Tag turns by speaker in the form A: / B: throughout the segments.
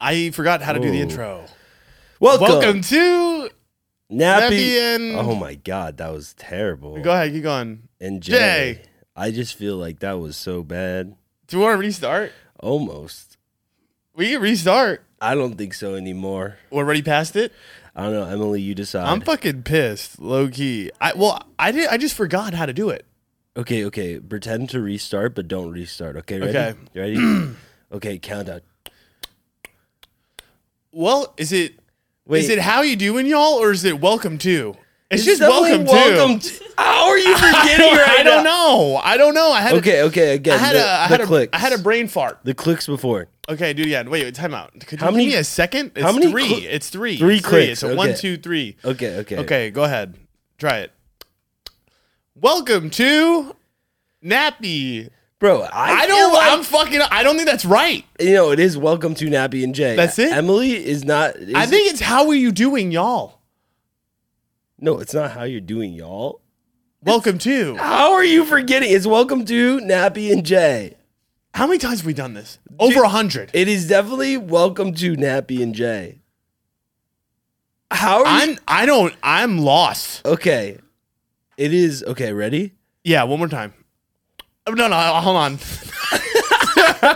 A: I forgot how to do the intro.
B: Welcome,
A: Welcome to.
B: Nappy.
A: Nappy and-
B: Oh my god, that was terrible.
A: Go ahead, keep going.
B: And
A: Jay.
B: Jay. I just feel like that was so bad.
A: Do you want to restart?
B: Almost.
A: We can restart.
B: I don't think so anymore.
A: We're already past it.
B: I don't know, Emily. You decide.
A: I'm fucking pissed, low key. I well, I did. I just forgot how to do it.
B: okay, okay. Pretend to restart, but don't restart. Okay, ready?
A: Okay.
B: You ready? okay, countdown.
A: Well, is it is
B: Wait.
A: it how you doing, y'all, or is it welcome to? It's, just
B: definitely
A: welcome,
B: welcome
A: to.
B: to- How are you
A: I
B: forgetting
A: don't,
B: right
A: I don't
B: now?
A: know. I don't know. I had
B: Okay,
A: A,
B: okay.
A: I
B: Again,
A: had
B: the,
A: a I
B: the
A: had a,
B: clicks.
A: I had a brain fart.
B: the clicks before.
A: Okay, dude. Yeah. Wait. wait time out. Could
B: How
A: you
B: many-
A: give me a second? It's
B: how many
A: three.
B: cl-
A: it's three.
B: Three
A: It's
B: clicks,
A: It's a one,
B: okay.
A: two, three.
B: Okay, okay,
A: Okay, go ahead. Try it. Welcome to Nappy.
B: bro. I,
A: I, don't.
B: Feel like
A: I'm fucking. I don't think that's right.
B: you know, it is welcome to Nappy and Jay.
A: That's it?
B: Emily is not. Is,
A: I think it's how are you doing, y'all?
B: no, it's not how you're doing, y'all.
A: Welcome to.
B: How are you forgetting? It's welcome to Nappy and Jay.
A: How many times have we done this? Over a hundred.
B: It is definitely welcome to Nappy and Jay. How are you?
A: I'm. I don't. I'm lost.
B: Okay, it is okay. Ready?
A: Yeah. One more time. Oh, No, no. Hold on.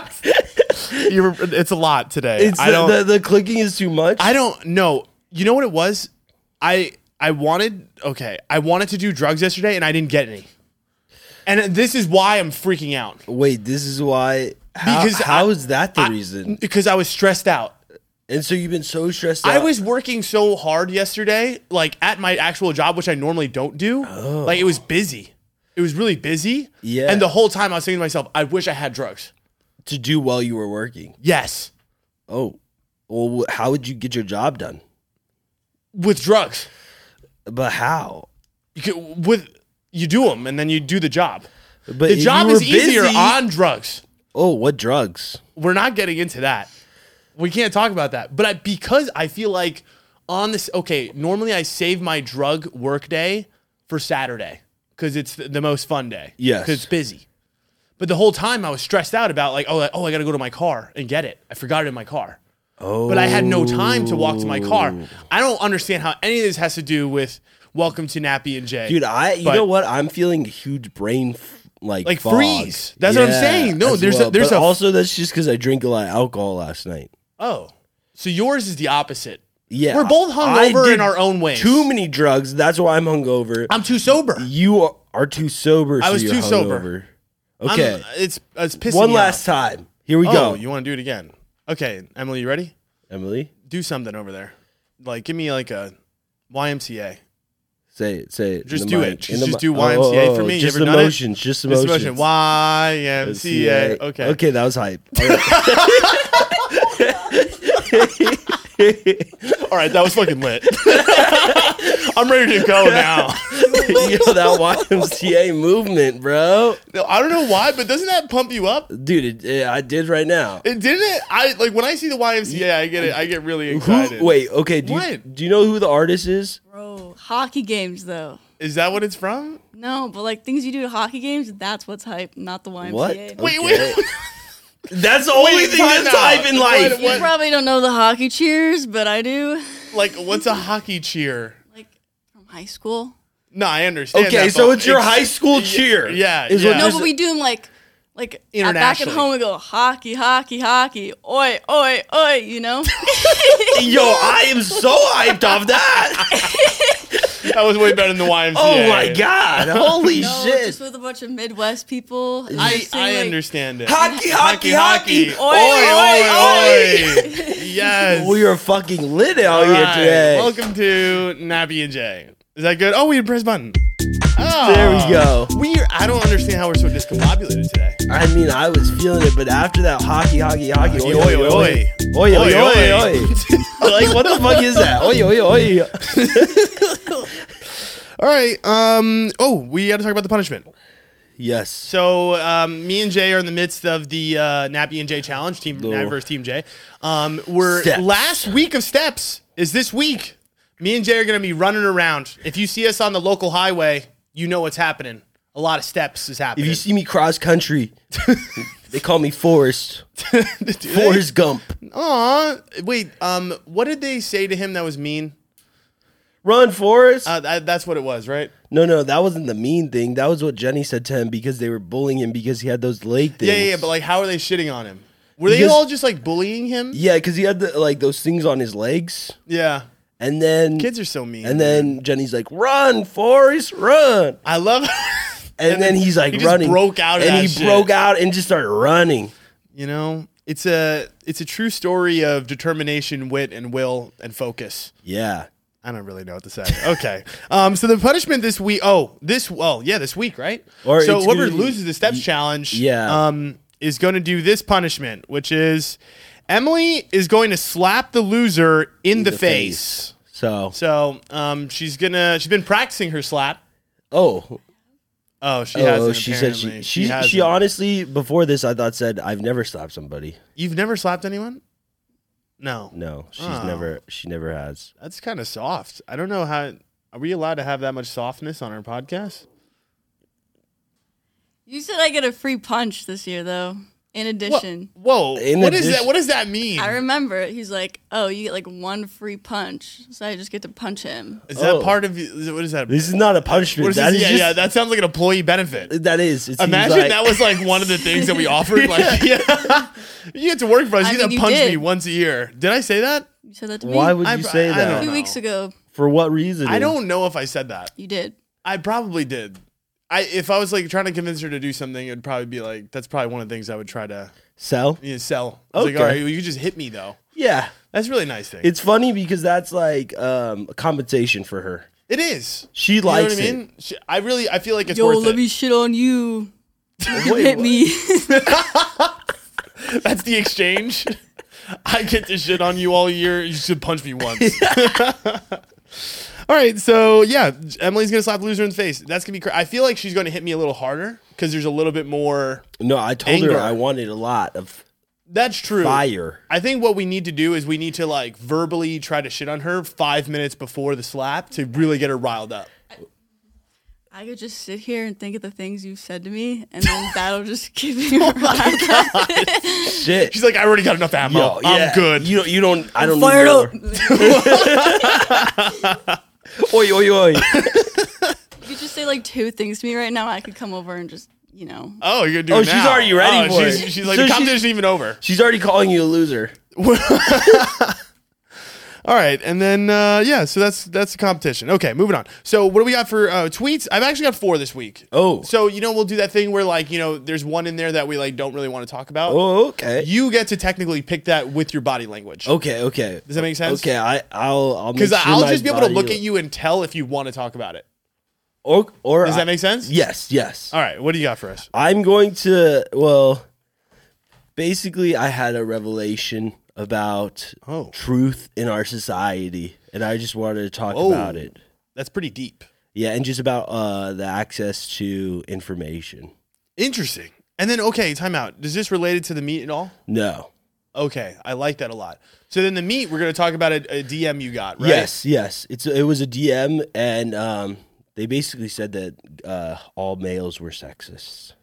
A: You're, it's a lot today.
B: It's
A: I don't.
B: the, the the clicking is too much.
A: I don't know. You know what it was? I I wanted okay. I wanted to do drugs yesterday and I didn't get any. And this is why I'm freaking out
B: Wait, this is why. How,
A: Because
B: how
A: I-
B: is that the
A: I-
B: reason?
A: because I was stressed out.
B: And so you've been so stressed out.
A: I was working so hard yesterday, like at my actual job, which I normally don't do. Like it was busy. It was really busy.
B: Oh. Yeah.
A: And the whole time I was thinking to myself, I wish I had drugs.
B: to do while you were working.
A: Yes,
B: Oh, well, wh- how would you get your job done?
A: with drugs,
B: But how?
A: you could, with you do them and then you do the job.
B: But
A: The
B: if you
A: job
B: were
A: is easier
B: busy-
A: on drugs.
B: Oh, what drugs?
A: we're not getting into that. We can't talk about that. But I, because I feel like on this, okay, normally I save my drug work day for Saturday because it's the, the most fun day.
B: Yes.
A: Because it's busy. But the whole time I was stressed out about like, oh, like, oh, I got to go to my car and get it. I forgot it in my car.
B: Oh,
A: But I had no time to walk to my car. I don't understand how any of this has to do with welcome to Nappy and Jay.
B: dude. I you
A: But-
B: know what? I'm feeling a huge brain f- like
A: Like
B: fog.
A: freeze. That's what I'm saying. No,
B: as
A: there's a- there's
B: but
A: a-
B: also that's just because I drank a lot of alcohol last night.
A: oh, so yours is the opposite.
B: Yeah,
A: We're both
B: I
A: hungover
B: did
A: in our own ways.
B: Too many drugs. That's why I'm hungover.
A: I'm too sober.
B: you are, are too sober.
A: I
B: so
A: was
B: you're
A: too sober.
B: hungover.
A: I'm-
B: Okay,
A: it's it's pissing
B: one
A: me off.
B: last time. Here we
A: Oh,
B: go,
A: you want to do it again? Okay, Emily, you ready?
B: Emily.
A: Do something over there. Like, give me like a YMCA.
B: Say it. Say it. in
A: Just
B: the
A: do
B: mic,
A: it.
B: in
A: Just-
B: the
A: just
B: mic.
A: do
B: Oh,
A: YMCA
B: oh,
A: for me. You
B: Just
A: ever done it?
B: emotions. Just
A: This motion,
B: emotions.
A: YMCA. Okay.
B: Okay, that was hype. All right.
A: All right, that was fucking lit. I'm ready to go now.
B: Yo, that YMCA movement, bro.
A: No, I don't know why, but doesn't that pump you up?
B: Dude, it, it- I did right now.
A: It didn't it? I like when I see the YMCA, I get it. I get really excited.
B: Who, wait, okay. Do you,
A: What?
B: do you know who the artist is?
C: Bro, hockey games though.
A: is that what it's from?
C: No, but like things you do at hockey games, that's what's hype, not the YMCA.
B: What?
A: Wait,
B: Okay.
A: wait.
B: That's the only
A: Wait,
B: thing
A: time
B: that's
A: out.
B: hype in life.
A: What-
C: You probably don't know the hockey cheers, but I do.
A: like, what's a hockey cheer?
C: Like from high school.
A: No, I understand.
B: Okay,
A: that,
B: so
A: but
B: it's your high school cheer.
A: yeah,
B: is
A: yeah.
B: What
C: No,
B: there's-
C: but we do them like like at back at
A: Internationally.
C: home we go hockey, hockey, hockey, oi, oi, oi, you know?
B: Yo, I am so hyped off that.
A: That was way better than the YMCA.
B: Oh my god! Holy
C: No,
B: shit!
C: Just with a bunch of Midwest people. and
A: I,
C: just sing,
A: I
C: like,
A: understand it.
B: Hockey, hockey, hockey!
A: hockey.
C: Oi, oi,
A: Oi, oi, oi. yes.
B: We are fucking lit out
A: All
B: here
A: right.
B: today.
A: Welcome to Nappy and Jay. Is that good? Oh, we didn't press button. Oh.
B: There we go.
A: We are, I don't understand how we're so discombobulated today.
B: I mean, I was feeling it, but after that hockey, hockey, hockey,
A: Oi, oi, oi, oi.
B: oi, oi,
A: Oi,
B: oi,
A: oi.
B: oi. Like, what the fuck is that? Oi, oi, oi.
A: All right. Um. Oh, we got to talk about the punishment.
B: Yes.
A: So um, me and Jay are in the midst of the uh, Nappy and Jay challenge, Team Nappy versus Team Jay. Um, we're
B: Steps.
A: last week of steps is this week. Me and Jay are going to be running around. If you see us on the local highway, you know what's happening. A lot of steps is
B: If
A: happening.
B: you see me cross country, they call me Forrest.
A: Dude,
B: Forrest Gump.
A: Aw, wait. Um, what did they say to him that was mean?
B: Run, Forrest.
A: Uh, that, that's what it was, right?
B: no, no, that wasn't the mean thing. That was what Jenny said to him because they were bullying him because he had those leg things.
A: Yeah, yeah, yeah. But like, how are they shitting on him? Were they
B: Because-
A: all just like bullying him?
B: yeah, because he had the, like those things on his legs,
A: Yeah.
B: and then
A: Kids are so mean.
B: and then Jenny's like, "Run, Forrest, run!"
A: I love.
B: And, then, he's like
A: he just
B: running,
A: broke out of
B: and
A: that
B: he
A: shit.
B: broke out and just started running.
A: you know, it's a it's a true story of determination, wit, and will, and focus.
B: Yeah,
A: I don't really know what to say. Okay. Um, so the punishment this week. Oh, this. Well, yeah, this week, right?
B: Or
A: so
B: it's
A: whoever
B: gonna be-
A: loses the steps challenge,
B: yeah.
A: um, is going to do this punishment, which is Emily is going to slap the loser in, the,
B: the
A: face.
B: face. so
A: So um, she's gonna. She's been practicing her slap.
B: oh,
A: Oh, she has.
B: oh,
A: not
B: she said she she she,
A: hasn't.
B: honestly before this I thought said I've never slapped somebody.
A: You've never slapped anyone? No.
B: No, she's
A: Oh.
B: never she never has.
A: That's kind of soft. I don't know how. Are we allowed to have that much softness on our podcast?
C: You said I get a free punch this year, though. In
A: What-
C: addition,
A: Whoa! What is
B: In
A: that?
B: addition-
A: What does that mean?
C: I remember it. He's like, "Oh, you get like one free punch, so I just get to punch him."
A: Is that
B: Oh.
A: part of is it- what is that?
B: This is not a
A: what
B: punishment.
A: is
B: That
A: this?
B: is
A: yeah,
B: just
A: yeah, that sounds like an employee benefit.
B: that is. It's, he's
A: Imagine
B: like-
A: that was like one of the things that we offered. Like, yeah, you get to work for us.
C: I
A: you
C: mean,
A: get to
C: you
A: punch me
C: did.
A: once a year. Did I say that?
C: You said that to
B: Why
C: me
B: would
A: I-
B: you say
A: I
B: that?
A: don't
C: two
A: know.
C: weeks ago.
B: For what reason?
A: I don't know if I said that.
C: You did.
A: I probably did. I if I was like trying to convince her to do something, it'd probably be like that's probably one of the things I would try to
B: sell.
A: you know, sell. I was like,
B: Okay.
A: all right, well, you just hit me though.
B: Yeah,
A: That's a really nice thing.
B: it's funny because that's like um, a compensation for her.
A: it is.
B: She
A: You know
B: likes
A: what I mean? She- I really, I feel like it's
C: Yo,
A: worth
C: let
A: it.
C: me shit on you.
B: it. Wait,
C: Hit
B: what?
C: me.
A: That's the exchange. I get to shit on you all year. You should punch me once. all right, so yeah, Emily's gonna slap the loser in the face. That's gonna be. Cra- I feel like she's gonna hit me a little harder because there's a little bit more.
B: No, I told
A: Anger.
B: her I wanted a lot of
A: That's true.
B: fire.
A: I think what we need to do is we need to like verbally try to shit on her five minutes before the slap to really get her riled up.
C: I could just sit here and think of the things you've said to me, and then that'll just give
B: Oh
C: you a ride.
B: Shit.
A: She's like, I already got enough ammo.
B: Yo, yeah.
A: I'm good.
B: You don't. You don't. I don't.
C: Fired
B: need
C: up.
B: more. Oi, oi, oi.
C: You just say like two things to me right now. I could come over and just, you know.
A: oh, you're gonna do
B: Oh,
A: it
B: she's
A: now.
B: already ready for
A: she's,
B: it.
A: She's like,
B: So
A: the
B: she's-
A: competition's even over.
B: She's already calling you a loser.
A: All right, and then uh, yeah, so that's that's the competition. Okay, moving on. So what do we got for uh, tweets? I've actually got four this week.
B: Oh.
A: so you know we'll do that thing where like you know there's one in there that we like don't really want to talk about.
B: Oh, okay.
A: You get to technically pick that with your body language.
B: okay. Okay.
A: Does that make sense?
B: Oh. Okay. I. I'll. I'll.
A: Because I'll just be able to look at you and tell if you want to talk about it.
B: Or. or
A: Does
B: I-
A: that make sense?
B: Yes. Yes.
A: All right, what do you got for us?
B: I'm going to. Well. Basically, I had a revelation about
A: Oh.
B: truth in our society, and I just wanted to talk
A: Oh.
B: about it.
A: That's pretty deep.
B: Yeah, and just about uh, the access to information.
A: Interesting. And then okay, time out. Is this related to the meat at all?
B: No.
A: Okay, I like that a lot. So then the meat, we're gonna talk about a, a DM you got, right?
B: Yes, yes. It's it was a DM, and um, they basically said that uh, all males were sexists.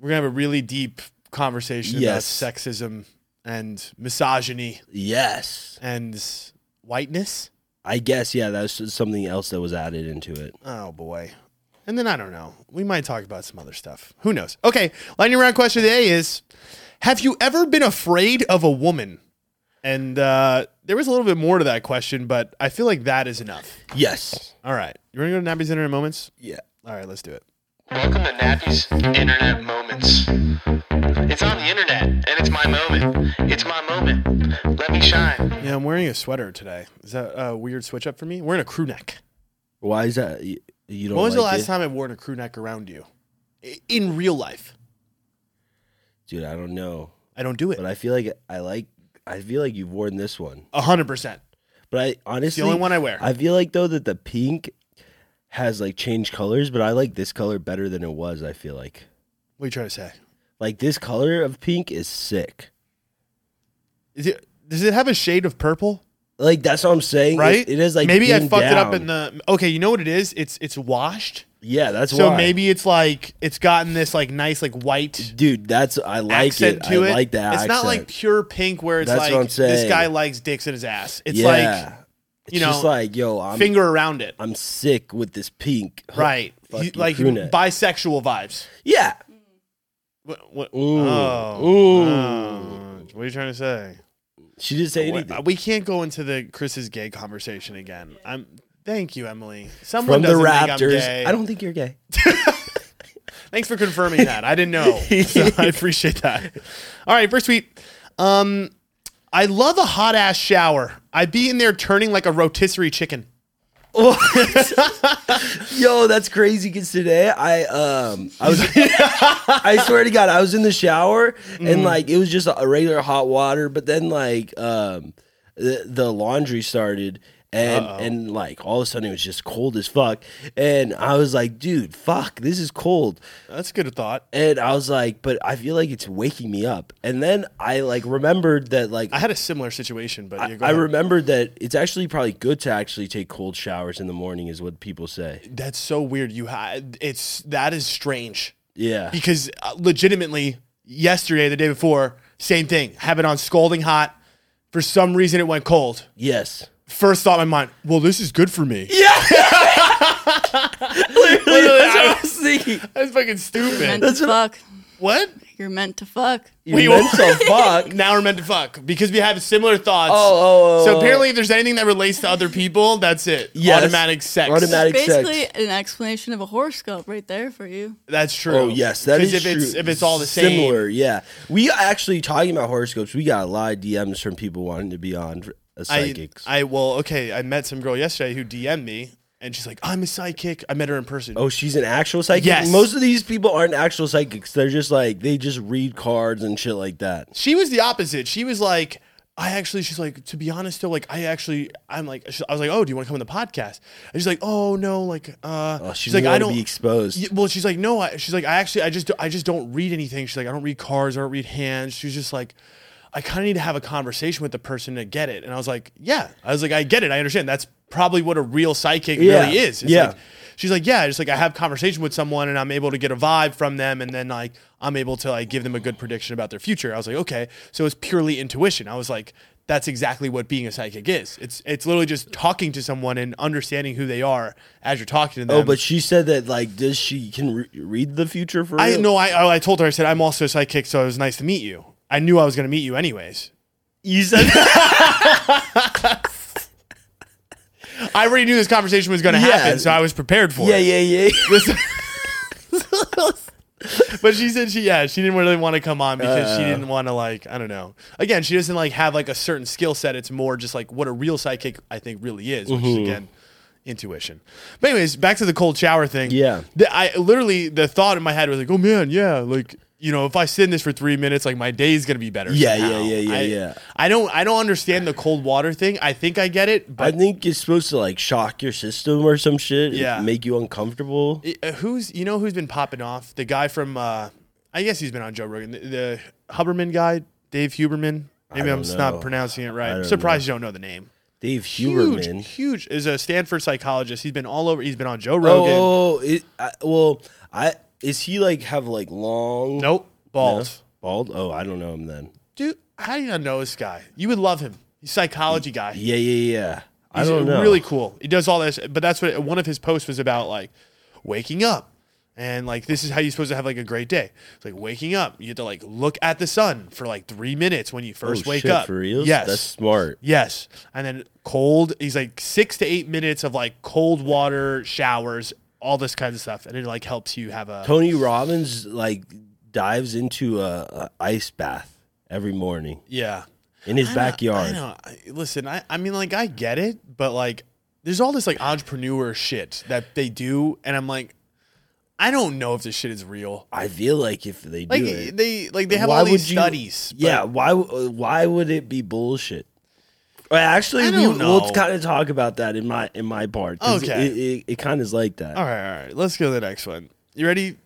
A: we're gonna have a really deep conversation
B: Yes.
A: about sexism and misogyny
B: Yes,
A: and whiteness.
B: I guess. Yeah, that's something else that was added into it.
A: Oh boy. And then I don't know. We might talk about some other stuff. Who knows? Okay, lightning round question of the day is Have you ever been afraid of a woman? And uh, there was a little bit more to that question, but I feel like that is enough.
B: Yes.
A: All right. You want to go to Nappy's Internet Moments?
B: Yeah.
A: All right, let's do it.
D: Welcome to Nappy's Internet Moments. It's on the internet, and it's my moment. It's my moment. Let me shine.
A: Yeah, I'm wearing a sweater today. Is that a weird switch up for me? Wearing a crew neck.
B: Why is that? You, you don't.
A: When was the
B: like
A: last
B: it?
A: time I wore a crew neck around you? I- In real life.
B: dude? I don't know,
A: I don't do it.
B: but I feel like I like. I feel like you've worn this one,
A: A hundred percent.
B: but I honestly
A: only one I wear.
B: I feel like though that the pink has like changed colors, but I like this color better than it was. I feel like
A: What are you trying to say?
B: like this color of pink is sick.
A: Is it does it have a shade of purple?
B: Like that's what I'm saying.
A: Right?
B: It, it is like
A: maybe I
B: dimmed
A: fucked it up
B: down.
A: in the okay, you know what it is? It's it's washed
B: Yeah, that's
A: So
B: why.
A: maybe it's like it's gotten this like nice like white
B: dude, that's I like
A: accent
B: it.
A: to
B: I
A: it.
B: like that.
A: It's not like pure pink where it's
B: That's
A: like
B: what I'm
A: this
B: saying.
A: guy likes dicks in his ass. It's you
B: yeah. it's just
A: know,
B: like yo,
A: like
B: I'm
A: finger around it.
B: I'm sick with this pink.
A: Right.
B: Fucking
A: You- like
B: crew neck.
A: bisexual vibes.
B: Yeah.
A: What, what,
B: Ooh.
A: oh.
B: Ooh.
A: Oh. What are you trying to say?
B: She didn't say
A: We-
B: anything.
A: We can't go into the Chris's gay conversation again. I'm thank you, Emily. Someone
B: From the
A: doesn't think I'm
B: Raptors.
A: gay.
B: I don't think you're gay.
A: Thanks for confirming that. I didn't know. So I appreciate that. All right, first tweet. Um, I love a hot ass shower. I be in there turning like a rotisserie chicken.
B: Yo, that's crazy because today I um I was I swear to god, I was in the shower
A: Mm.
B: and like it was just a regular hot water, but then like um the, the laundry started and and like all of a sudden it was just cold as fuck and I was like, dude, fuck, this is cold.
A: That's a good thought.
B: And I was like, but I feel like it's waking me up. And then I like remembered that like
A: I had a similar situation, but yeah,
B: I,
A: go
B: I
A: ahead.
B: remembered that it's actually probably good to actually take cold showers in the morning is what people say.
A: that's so weird. You ha- it's that is strange
B: Yeah.
A: because uh, legitimately yesterday, the day before, same thing. Have it on scalding hot. For some reason, it went cold.
B: Yes.
A: First thought in my mind, well, this is good for me.
B: Literally, that's what I was thinking.
A: That's fucking
C: meant
A: stupid.
C: to fuck.
A: What?
C: You're meant to fuck.
B: You
A: We
B: meant to fuck.
A: Now we're meant to fuck because we have similar thoughts.
B: oh, oh,
A: so
B: oh.
A: apparently, if there's anything that relates to other people, that's it.
B: Yes.
A: Automatic sex.
B: Automatic- Like
C: Basically,
B: sex.
C: an explanation of a horoscope right there for you.
A: That's true.
B: Oh yes, that
A: 'Cause
B: is
A: if it's
B: true.
A: if it's all the same.
B: Similar, yeah. We are actually talking about horoscopes. We got a lot of DMs from people wanting to be on a
A: I,
B: psychics.
A: I well okay. I met some girl yesterday who DM'd me, and she's like, "I'm a psychic." I met her in person.
B: oh, she's an actual psychic.
A: Yes.
B: Most of these people aren't actual psychics. They're just like they just read cards and shit like that.
A: She was the opposite. She was like, "I actually." She's like, "To be honest, though, like I actually, I'm like, I was like, oh, do you want to come on the podcast?" And she's like, "Oh no, like, uh."
B: Oh, she
A: she's like,
B: didn't
A: "I
B: want to
A: don't
B: be exposed.
A: Yeah, well, she's like, no, I, she's like, I actually, I just, I just don't read anything. She's like, I don't read cards, I don't read hands. She's just like, I kind of need to have a conversation with the person to get it. And I was like, yeah, I was like, I get it, I understand. That's probably what a real psychic
B: Yeah,
A: really is.
B: yeah.
A: like- she's like, yeah, just like I have conversation with someone and I'm able to get a vibe from them, and then like I'm able to like give them a good prediction about their future. I was like, okay, so it's purely intuition. I was like. That's exactly what being a psychic is. It's it's literally just talking to someone and understanding who they are as you're talking to them.
B: Oh, but she said that like does she can re- read the future for
A: I
B: real?
A: no, I- I I told her I said I'm also a psychic, so it was nice to meet you. I knew I was going to meet you anyways.
B: You said that?
A: I already knew this conversation was going to
B: Yeah.
A: happen, so I was prepared for
B: yeah,
A: it.
B: yeah, yeah.
A: But she said she yeah she didn't really want to come on because
B: Uh.
A: she didn't want to like I don't know. Again, she doesn't like have like a certain skill set. It's more just like what a real psychic I think really is, which
B: Mm-hmm.
A: is again intuition. But anyways, back to the cold shower thing.
B: Yeah.
A: The- I literally the thought in my head was like, oh man, yeah, like. You know, if I sit in this for three minutes, like my day's gonna be better.
B: Yeah, yeah,
A: somehow.
B: yeah, yeah,
A: I-
B: yeah.
A: I don't, I don't understand the cold water thing. I think I get it,
B: I
A: but
B: think it's supposed to like shock your system or some shit. and
A: Yeah.
B: make you uncomfortable.
A: It- uh, who's you know who's been popping off? The guy from uh, I guess he's been on Joe Rogan. The, the Huberman guy, Dave Huberman. Maybe
B: don't
A: I'm just
B: know.
A: not pronouncing it right.
B: don't
A: surprised you don't know the name.
B: Dave
A: Huge,
B: Huberman.
A: huge is a Stanford psychologist. He's been all over. He's been on Joe
B: Oh,
A: Rogan.
B: oh, oh, it, I, well, I is he like have like long?
A: Nope,
B: No?
A: bald.
B: bald. Oh, I don't know him then.
A: Dude, how do you not know this guy? You would love him. He's a psychology guy. He's
B: Yeah, yeah, yeah. I don't know.
A: Really cool. He does all this, but that's what one of his posts was about, like waking up. And like this is how you're supposed to have like a great day. It's like waking up. You have to like look at the sun for like three minutes when you
B: Oh,
A: first wake
B: shit,
A: up.
B: for real.
A: Yes.
B: that's smart.
A: Yes. And then cold, he's like six to eight minutes of like cold water showers, all this kind of stuff. And it like helps you have a.
B: Tony Robbins like dives into a, a ice bath every morning
A: Yeah.
B: in his
A: I know- I
B: backyard.
A: know. I- Listen, I, I mean, like, I get it, but like, there's all this like entrepreneur shit that they do. And I'm like, I don't know if this shit is real.
B: I feel like if they do
A: Like,
B: it,
A: they like they have
B: why
A: all these
B: would you-
A: studies. but
B: Yeah, why? w- uh, Why would it be bullshit? Well, actually,
A: I
B: we,
A: don't
B: we'll
A: know.
B: kind of talk about that in my in my part. 'cause
A: Okay.
B: it, it, it kind of is like that.
A: All right, all right. Let's go to the next one. You ready?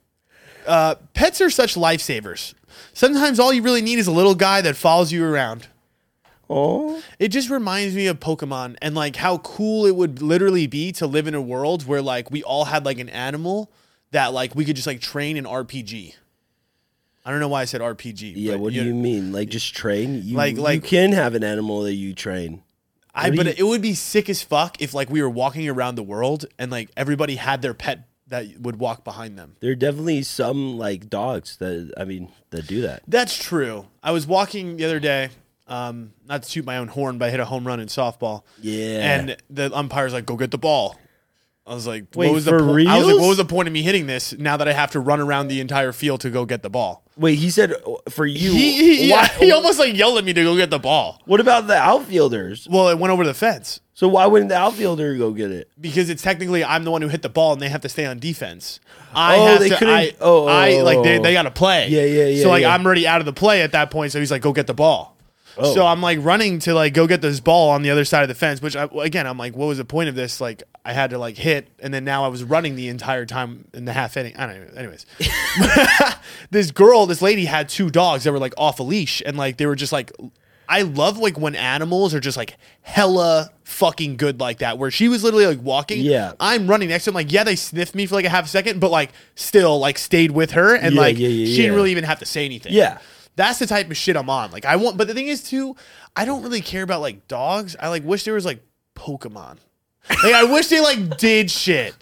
A: Uh, pets are such lifesavers. Sometimes all you really need is a little guy that follows you around.
B: Oh,
A: It just reminds me of Pokemon and like how cool it would literally be to live in a world where like we all had like an animal that like we could just like train in RPG. I don't know why I said RPG.
B: yeah.
A: but
B: What do you mean? Like just train? You,
A: Like-
B: you
A: like-
B: can have an animal that you train.
A: I
B: What do
A: but
B: you-
A: it would be sick as fuck if like we were walking around the world and like everybody had their pet that would walk behind them.
B: There are definitely some like dogs that I mean that do that.
A: That's true. I was walking the other day, um, not to toot my own horn, but I hit a home run in softball.
B: Yeah.
A: And the umpire's like, "Go get the ball." I was like,
B: Wait,
A: "What was the
B: for
A: po- I was like,
B: reals?
A: "What was the point of me hitting this? Now that I have to run around the entire field to go get the ball."
B: Wait, he said oh, for you.
A: He he,
B: why-
A: he almost like yelled at me to go get the ball.
B: what about the outfielders?
A: Well, it went over the fence
B: So why wouldn't the outfielder go get it?
A: because it's technically I'm the one who hit the ball and they have to stay on defense. I
B: Oh,
A: have
B: they
A: to.
B: couldn't-
A: I,
B: oh,
A: I
B: oh,
A: like they,
B: oh.
A: they got to play.
B: Yeah, yeah, yeah,
A: So like
B: yeah.
A: I'm already out of the play at that point. So he's like, go get the ball.
B: Oh.
A: So I'm like running to like go get this ball on the other side of the fence. Which I, again, I'm like, what was the point of this? Like I had to like hit, and then now I was running the entire time in the half inning. I don't know. Anyways, this girl, this lady had two dogs that were like off a leash, and like they were just like. I love like when animals are just like hella fucking good like that. Where she was literally like walking,
B: Yeah.
A: I'm running next to him. Like, yeah, they sniffed me for like a half second, but like still like stayed with her and
B: Yeah,
A: like
B: yeah, yeah,
A: she didn't
B: yeah.
A: really even have to say anything.
B: Yeah.
A: That's the type of shit I'm on. Like I want but the thing is too, I don't really care about like dogs. I like wish there was like Pokemon. Like I wish they like did shit.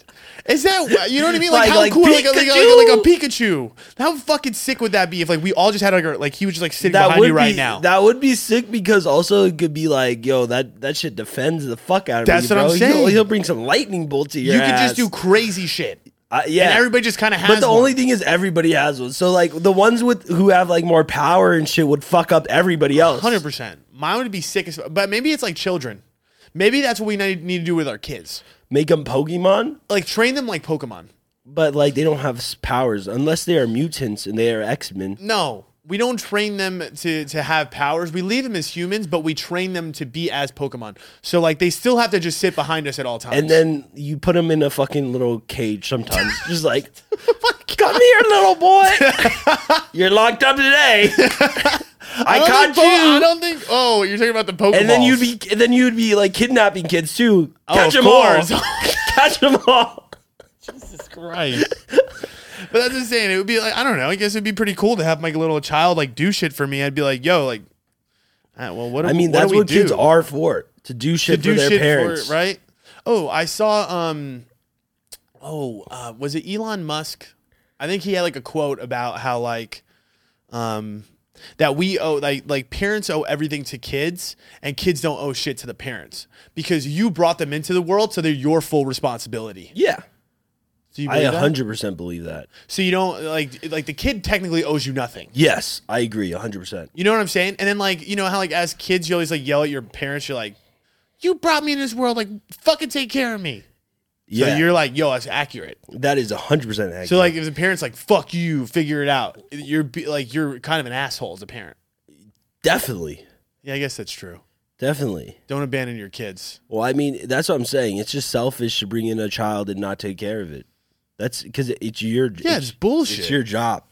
A: Is that you know what I mean? Like,
B: Like-
A: how
B: like
A: cool like a, like, a, like, a, like a Pikachu. How fucking sick would that be if like we all just had like our, like he was just like sitting behind you right
B: be,
A: now?
B: That would be sick because also it could be like, yo, that that shit defends the fuck out of
A: That's
B: me.
A: what I'm
B: bro. He'll-
A: saying.
B: He'll, bring some lightning bolt to your
A: you could just
B: ass.
A: do crazy shit.
B: Uh, yeah.
A: And everybody just kinda has
B: But the
A: one.
B: only thing is everybody has one. So like the ones with who have like more power and shit would fuck up everybody else.
A: Hundred percent. Mine would be sick as but maybe it's like children. Maybe that's what we need need to do with our kids.
B: Make them Pokemon,
A: Like train them like Pokemon.
B: but like they don't have s- powers unless they are mutants and they are X Men.
A: No, we don't train them to to have powers. We leave them as humans, but we train them to be as Pokemon. So like they still have to just sit behind us at all times.
B: And then you put them in a fucking little cage sometimes, just like, come here, little boy. You're locked up today. I,
A: don't
B: caught
A: think Po-
B: you.
A: I don't think. Oh, you're talking about the Pokemon.
B: and then you'd be and then you'd be like kidnapping kids too. Catch
A: Oh, of
B: them
A: course.
B: all. Catch them all.
A: right. but that's just saying. It would be like I don't know. I guess it'd be pretty cool to have my little child like do shit for me. I'd be like, yo, like, ah, well, what? do-
B: I mean,
A: what do
B: that's
A: we
B: what kids
A: do?
B: are for. To do shit
A: to do
B: for their
A: shit
B: parents.
A: for right. Oh, I saw. Um, oh, uh, was it Elon Musk? I think he had like a quote about how like, um, that we owe like like parents owe everything to kids, and kids don't owe shit to the parents because you brought them into the world, so they're your full responsibility.
B: Yeah.
A: Do you
B: I
A: believe that?
B: hundred percent believe that.
A: So you don't like like the kid technically owes you nothing.
B: Yes, I agree, hundred percent.
A: You know what I'm saying? And then like you know how like as kids you always like yell at your parents. You're like, you brought me in this world, like fucking take care of me. So
B: Yeah,
A: you're like, yo, that's accurate.
B: that is hundred percent accurate.
A: So like, if the parent's like, fuck you, figure it out. You're be, like, you're kind of an asshole as a parent.
B: definitely,
A: Yeah, I guess that's true.
B: definitely.
A: Don't abandon your kids.
B: Well, I mean, that's what I'm saying. It's just selfish to bring in a child and not take care of it. That's because it's your
A: Yeah, it's,
B: it's,
A: bullshit.
B: it's your job.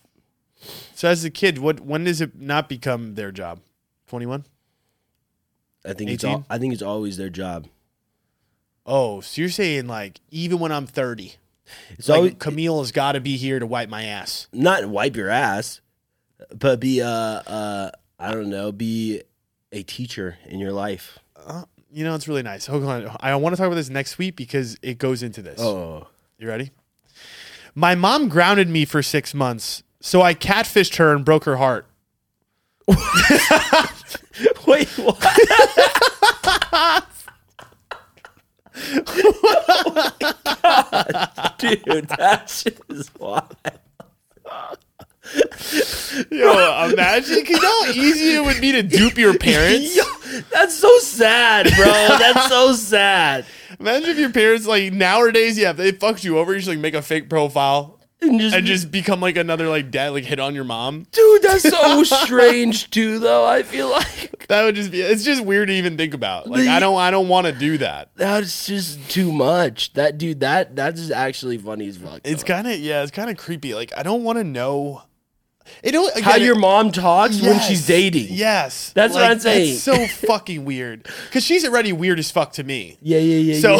A: so as a kid, what when does it not become their job? Twenty one.
B: I think it's
A: 18?
B: all, I think it's always their job.
A: Oh, so you're saying like even when I'm thirty,
B: It's
A: like
B: always
A: Camille has got to be here to wipe my ass.
B: not wipe your ass, but be uh uh I don't know, be a teacher in your life.
A: You know, it's really nice. Hold on, I want to talk about this next week because it goes into this.
B: Oh,
A: You ready? My mom grounded me for six months, so I catfished her and broke her heart.
B: wait, what? Dude, that shit is wild.
A: Yo, imagine you know how easy it would be to dupe your parents.
B: Yo, that's so sad, bro. That's so sad.
A: Imagine if your parents like nowadays, yeah, if they fucked you over, you should like make a fake profile
B: And just,
A: and just become like another like dad, like hit on your mom.
B: dude, that's so strange too. Though I feel like
A: That would just be. It's just weird to even think about. Like I don't, I don't want to do that.
B: that's just too much. That dude, that that's just actually funny as fuck.
A: It's
B: though.
A: kind of yeah, it's kind of creepy. Like I don't want to know. It al- again,
B: How
A: it-
B: your mom talks when she's
A: Yes.
B: dating.
A: Yes.
B: That's what I'm saying.
A: It's so fucking weird. Because she's already weird as fuck to me.
B: yeah, yeah, yeah.
A: So.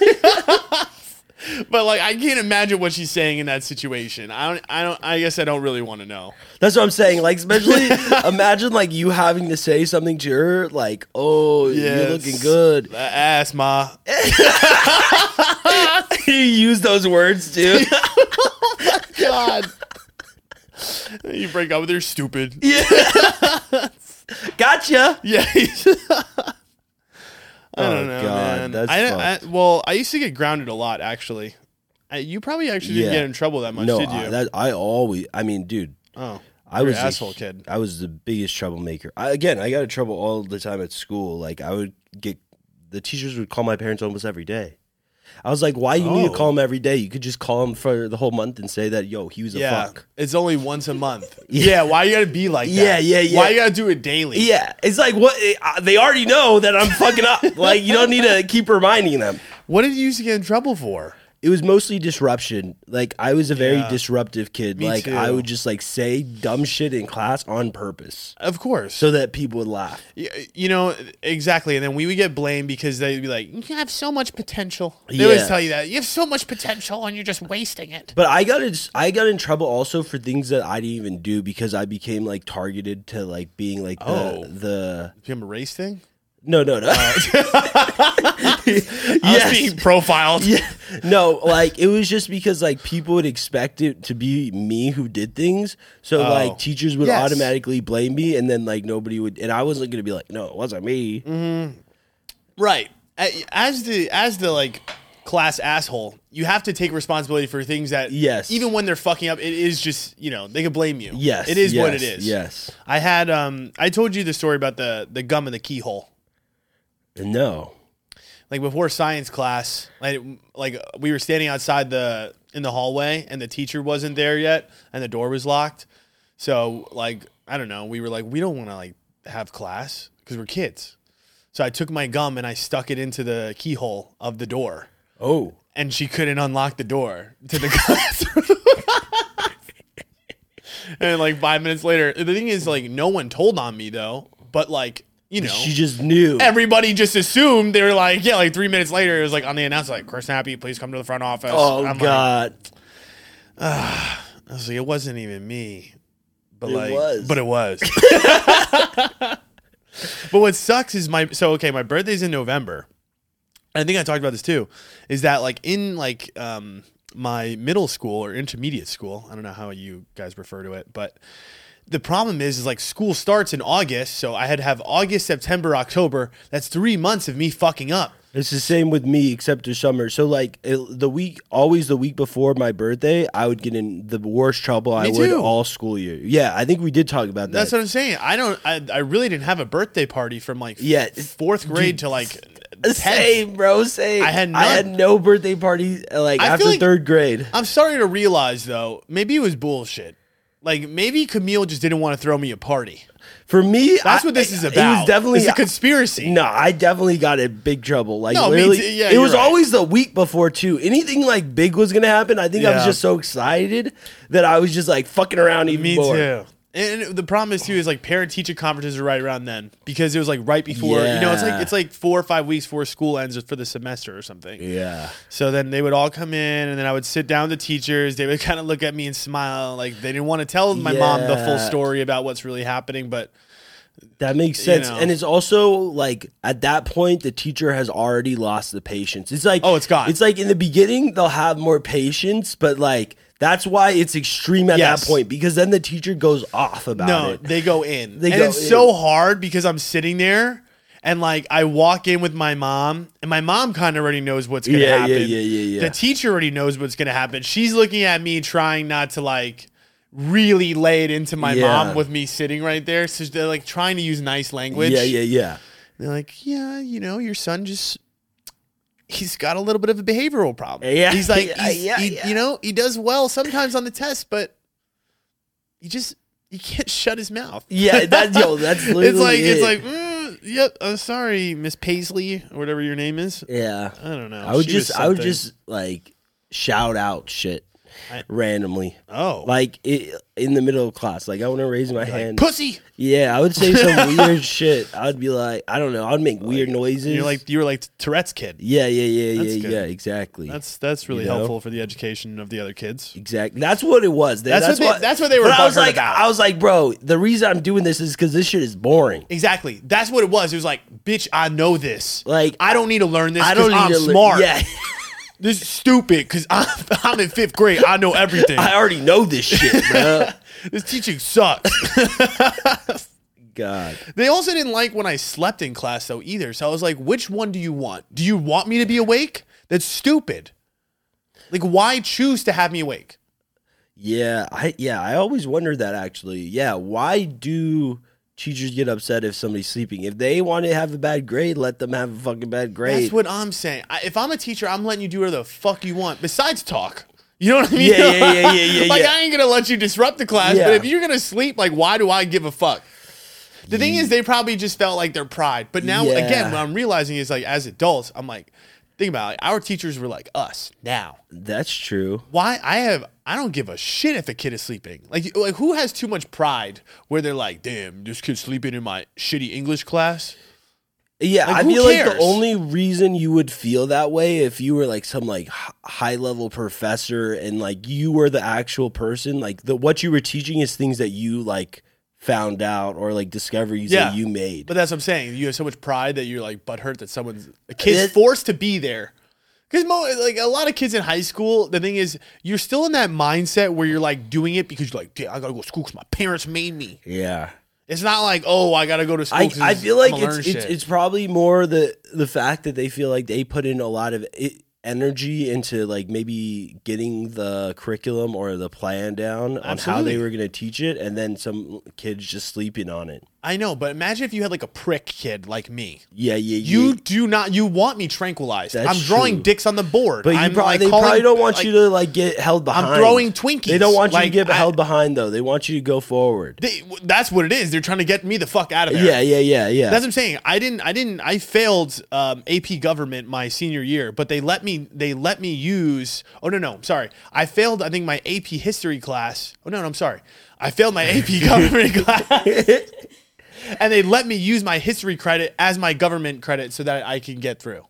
B: yeah.
A: but like, I can't imagine what she's saying in that situation. I don't. I don't. I guess I don't really want to know.
B: that's what I'm saying. Like, especially imagine like you having to say something to her, like, "Oh, you're
A: Yes.
B: looking good."
A: Uh, ass, ma.
B: you use those words, dude.
A: God. you break up with her, stupid.
B: gotcha.
A: Yeah. I
B: Oh,
A: don't know,
B: God,
A: man.
B: that's
A: I, I, well, I used to get grounded a lot, actually. I, you probably actually didn't
B: Yeah.
A: get in trouble that much,
B: No,
A: did you?
B: I, that, I always. I mean, dude,
A: oh,
B: I
A: You're
B: was
A: an
B: a-
A: asshole kid.
B: I was the biggest troublemaker. I, again, I got in trouble all the time at school. Like I would get the teachers would call my parents almost every day. I was like, why you need to
A: Oh.
B: call him every day? You could just call him for the whole month and say that, yo, he was a
A: yeah.
B: fuck.
A: It's only once a month.
B: Yeah.
A: yeah. Why you gotta be like that?
B: Yeah, yeah, yeah.
A: Why you gotta do it daily?
B: Yeah, it's like what uh, they already know that I'm fucking up. Like you don't need to keep reminding them.
A: What did you used to get in trouble for?
B: It was mostly disruption. Like I was a very
A: Yeah.
B: disruptive kid.
A: Me
B: like I
A: too.
B: would just like say dumb shit in class on purpose
A: Of course.
B: so that people would laugh.
A: Y- you know exactly and then we would get blamed because they'd be like you have so much potential they
B: Yeah.
A: always tell you that you have so much potential and you're just wasting it
B: But I got in, I got in trouble also for things that I didn't even do because I became like targeted to like being like the
A: Oh.
B: the
A: become a race thing
B: no no no
A: I was
B: Yes.
A: being profiled
B: yeah. no like it was just because like people would expect it to be me who did things so
A: Oh.
B: like teachers would
A: Yes.
B: automatically blame me and then like nobody would and I wasn't gonna be like no it wasn't me
A: Mm-hmm. right A- as the as the like class asshole you have to take responsibility for things that
B: Yes.
A: even when they're fucking up it is just you know they could blame you
B: yes
A: it is what it
B: yes,
A: is
B: yes
A: i had um i told you the story about the the gum in the keyhole
B: And no
A: like before science class, like like we were standing outside the in the hallway and the teacher wasn't there yet and the door was locked. So like I don't know, we were like we don't want to like have class because we're kids. So I took my gum and I stuck it into the keyhole of the door,
B: oh
A: and she couldn't unlock the door to the classroom. and like five minutes later, the thing is like no one told on me though, but like you know
B: she just knew
A: everybody just assumed they were like, yeah, like three minutes later, it was like on the announcement, like, Chris Happy, please come to the front office.
B: oh
A: I'm Like,
B: god
A: I was like, it wasn't even me. But
B: It
A: like,
B: was.
A: but it was. but what sucks is my, so, okay, my birthday's in November. I think I talked about this too, is that like in like, um, my middle school or intermediate school, I don't know how you guys refer to it, but the problem is, is like school starts in August, so I had to have August, September, October. That's three months of me fucking up.
B: It's the same with me, except the summer. So like it, the week, always the week before my birthday, I would get in the worst trouble I
A: Me
B: would
A: too.
B: all school year. Yeah, I think we did talk about that.
A: That's what I'm saying. I don't. I, I really didn't have a birthday party from like
B: Yeah, it's-
A: fourth grade to like tenth.
B: same, bro. Same.
A: I had
B: I had
A: none.
B: no birthday party uh, like
A: I feel
B: after
A: like-
B: third grade.
A: I'm starting to realize though, maybe it was bullshit. Like maybe Camille just didn't want to throw me a party.
B: For me,
A: That's
B: I-
A: what this is
B: I-
A: about.
B: It was definitely
A: it's a conspiracy.
B: No, I definitely got in big trouble. Like
A: No, me
B: literally,
A: too. Yeah,
B: it
A: you're
B: was
A: right.
B: always the week before too. Anything like big was gonna happen. I think I was
A: Yeah.
B: just so excited that I was just like fucking around even
A: me
B: more.
A: too. And the problem is too is like parent teacher conferences are right around then because it was like right before you know it's
B: Yeah.
A: like it's like four or five weeks before school ends for the semester or something.
B: Yeah.
A: So then they would all come in, and then I would sit down with the teachers. They would kind of look at me and smile, like they didn't want to tell my mom the full
B: Yeah.
A: story about what's really happening. But
B: That makes sense.
A: know.
B: And it's also like at that point the teacher has already lost the patience. It's like
A: Oh, it's gone.
B: It's like in the beginning they'll have more patience, but like that's why it's extreme at
A: Yes.
B: that point because then the teacher goes off about
A: no,
B: it.
A: they go in,
B: They
A: and
B: go
A: it's
B: in.
A: so hard because I'm sitting there, and like I walk in with my mom, and my mom kind of already knows what's gonna
B: Yeah, yeah,
A: happen.
B: yeah, yeah, yeah.
A: The teacher already knows what's gonna happen. She's looking at me, trying not to like really lay it into my
B: Yeah.
A: mom with me sitting right there. So they're like trying to use nice language.
B: yeah, yeah, yeah.
A: They're like, yeah, you know, your son just he's got a little bit of a behavioral problem.
B: Yeah.
A: he's like,
B: Yeah,
A: he's-
B: yeah,
A: he-
B: yeah.
A: you know, he does well sometimes on the test, but he just he can't shut his mouth.
B: Yeah, that yo, that's literally
A: it's like
B: it.
A: it's like, mm, yep, I'm sorry, Miss Paisley or whatever your name is.
B: Yeah.
A: I don't know.
B: I would
A: She was
B: just I would
A: something.
B: just like shout out shit. randomly.
A: Oh.
B: like it, in the middle of class. Like I want to raise my hand.
A: Pussy.
B: yeah, I would say some weird shit. I'd be like, I don't know. I'd make weird noises.
A: You're like you were like Tourette's kid.
B: yeah, yeah, yeah,
A: That's
B: yeah,
A: good.
B: yeah. Exactly.
A: That's that's really
B: You know?
A: helpful for the education of the other kids.
B: Exactly. That's what it was.
A: That's what they- that's what they were
B: But I was
A: butthurt
B: like,
A: about.
B: I was like, bro, the reason I'm doing this is because this shit is boring.
A: Exactly. That's what it was. It was like, bitch, I know this.
B: Like,
A: I don't need to learn this.
B: I don't need
A: I'm
B: to lear-
A: smart.
B: Yeah,
A: This is stupid because I'm, I'm in fifth grade. I know everything.
B: I already know this shit, bro.
A: this teaching sucks.
B: God,
A: They also didn't like when I slept in class though either. So I was like, which one do you want? Do you want me to be awake? That's stupid. Like, why choose to have me awake?
B: yeah, I yeah, I always wondered that actually. Yeah, why do teachers get upset if somebody's sleeping? If they want to have a bad grade, let them have a fucking bad grade.
A: That's what I'm saying. I, if I'm a teacher, I'm letting you do whatever the fuck you want besides talk. You know what I mean?
B: Yeah, yeah, yeah, yeah, yeah,
A: like,
B: yeah.
A: I ain't going to let you disrupt the class,
B: Yeah.
A: but if you're going to sleep, like, why do I give a fuck? The thing is, they probably just felt like their pride. But now,
B: Yeah.
A: again, what I'm realizing is, like, as adults, I'm like, think about it. Our teachers were like us now.
B: That's true.
A: why I have I don't give a shit if a kid is sleeping. Like like who has too much pride where they're like, damn, this kid's sleeping in my shitty English class.
B: Yeah,
A: Like,
B: I
A: who
B: feel like
A: cares?
B: the only reason you would feel that way if you were like some like h- high level professor and like you were the actual person, like the what you were teaching is things that you like found out or like discoveries
A: Yeah.
B: that you made.
A: But that's what I'm saying. You have so much pride that you're like butthurt that someone's a kid's
B: It-
A: forced to be there. Because mo- like a lot of kids in high school, the thing is you're still in that mindset where you're like doing it because you're like, damn, I gotta go to school because my parents made me.
B: yeah.
A: It's not like, oh, I gotta go to school.
B: I,
A: 'cause
B: I feel
A: I'ma
B: like
A: learn
B: it's, it's
A: shit."
B: it's probably more the the fact that they feel like they put in a lot of i energy into like maybe getting the curriculum or the plan down on how
A: Absolutely.
B: they were going to teach it and then some kids just sleeping on it.
A: I know, but imagine if you had like a prick kid like me.
B: Yeah, yeah,
A: You
B: yeah.
A: do not. You want me tranquilized.
B: That's
A: I'm drawing
B: true.
A: dicks on the board.
B: But you
A: I'm
B: probably,
A: like
B: they
A: calling-
B: probably don't want
A: like,
B: you to like get held behind.
A: throwing Twinkies.
B: They don't want you
A: Like,
B: to get
A: I-
B: held behind though. They want you to go forward.
A: They, that's what it is. They're trying to get me the fuck out of there.
B: Yeah, yeah, yeah, yeah.
A: That's what I'm saying. I didn't. I didn't. I failed um, AP Government my senior year, but they let me. They let me use. Oh no, no. I'm sorry. I failed. I think my AP History class. Oh no, no. I'm sorry. I failed my AP Government class, and they let me use my history credit as my government credit so that I can get through.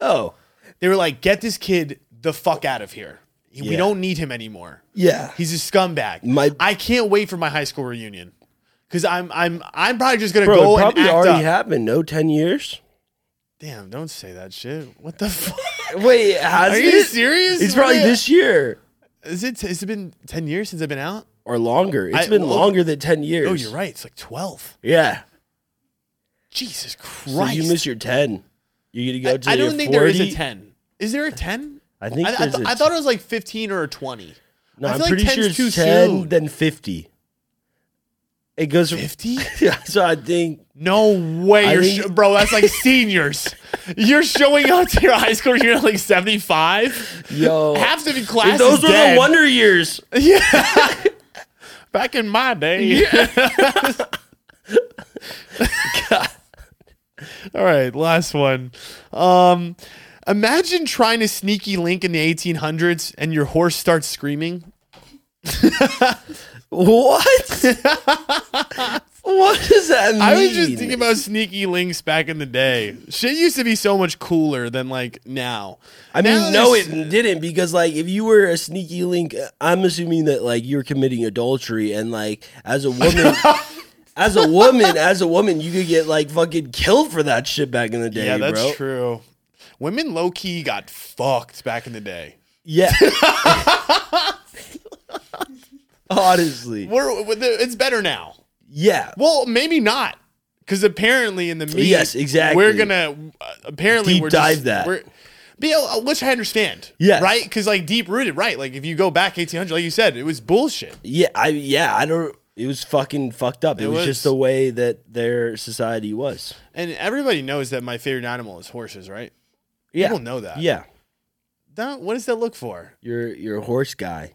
B: oh,
A: They were like, "Get this kid the fuck out of here. We
B: Yeah.
A: don't need him anymore.
B: yeah.
A: He's a scumbag."
B: My-
A: I can't wait for my high school reunion because I'm I'm I'm probably just gonna
B: Bro,
A: go and
B: it probably
A: act
B: already
A: up.
B: happened. No, ten years.
A: Damn, don't say that shit. What the fuck?
B: Wait, has
A: Are
B: it?
A: you serious?
B: It's probably
A: What?
B: this year
A: Is it? Has it been ten years since I've been out?
B: or longer. It's
A: I-
B: been
A: well-
B: longer than ten years.
A: Oh, you're right. It's like twelve.
B: Yeah.
A: Jesus
B: So
A: Christ!
B: you miss your ten. You're gonna go to.
A: I, I don't
B: your
A: think there is a
B: 40.
A: ten. Is there a ten?
B: I think
A: I, I,
B: there's
A: th-
B: a
A: I thought it was like fifteen or a twenty.
B: No,
A: I
B: I'm
A: feel like
B: pretty
A: 10's
B: sure it's
A: too
B: ten,
A: soon.
B: then fifty. It goes from
A: Fifty?
B: Yeah, so I think
A: No way,
B: I
A: you're
B: think-
A: sho- bro. That's like seniors. You're showing up to your high school year like seventy five.
B: yo.
A: Half the class
B: Oh. those
A: is
B: were
A: dead.
B: the wonder years.
A: Back in my day. All right, last one. Um, imagine trying to sneaky link in the eighteen hundreds and your horse starts screaming.
B: What? what does that mean?
A: I was just thinking about sneaky links back in the day. Shit used to be so much cooler than like now.
B: I
A: Now
B: mean, no,
A: there's-
B: it didn't because, like, if you were a sneaky link, I'm assuming that like you were committing adultery, and like as a woman, as a woman, as a woman, you could get like fucking killed for that shit back in the day.
A: Yeah, that's
B: bro.
A: true. Women low key got fucked back in the day.
B: Yeah. Honestly,
A: We're, we're- it's better now.
B: yeah.
A: Well, maybe not, because apparently in the meat,
B: Yes, exactly.
A: We're gonna uh, apparently
B: Deep
A: we're
B: dive
A: just,
B: that.
A: We're, but, you know, which I understand.
B: Yes.
A: right? Because like deep rooted, right? Like if you go back 1800, like you said, it was bullshit.
B: Yeah, I yeah, I don't. It was fucking fucked up. It,
A: It
B: was,
A: was.
B: just the way that their society was.
A: And everybody knows that my favorite animal is horses, right?
B: Yeah,
A: People know that.
B: Yeah,
A: That- what does that look for?
B: you're you're a horse guy.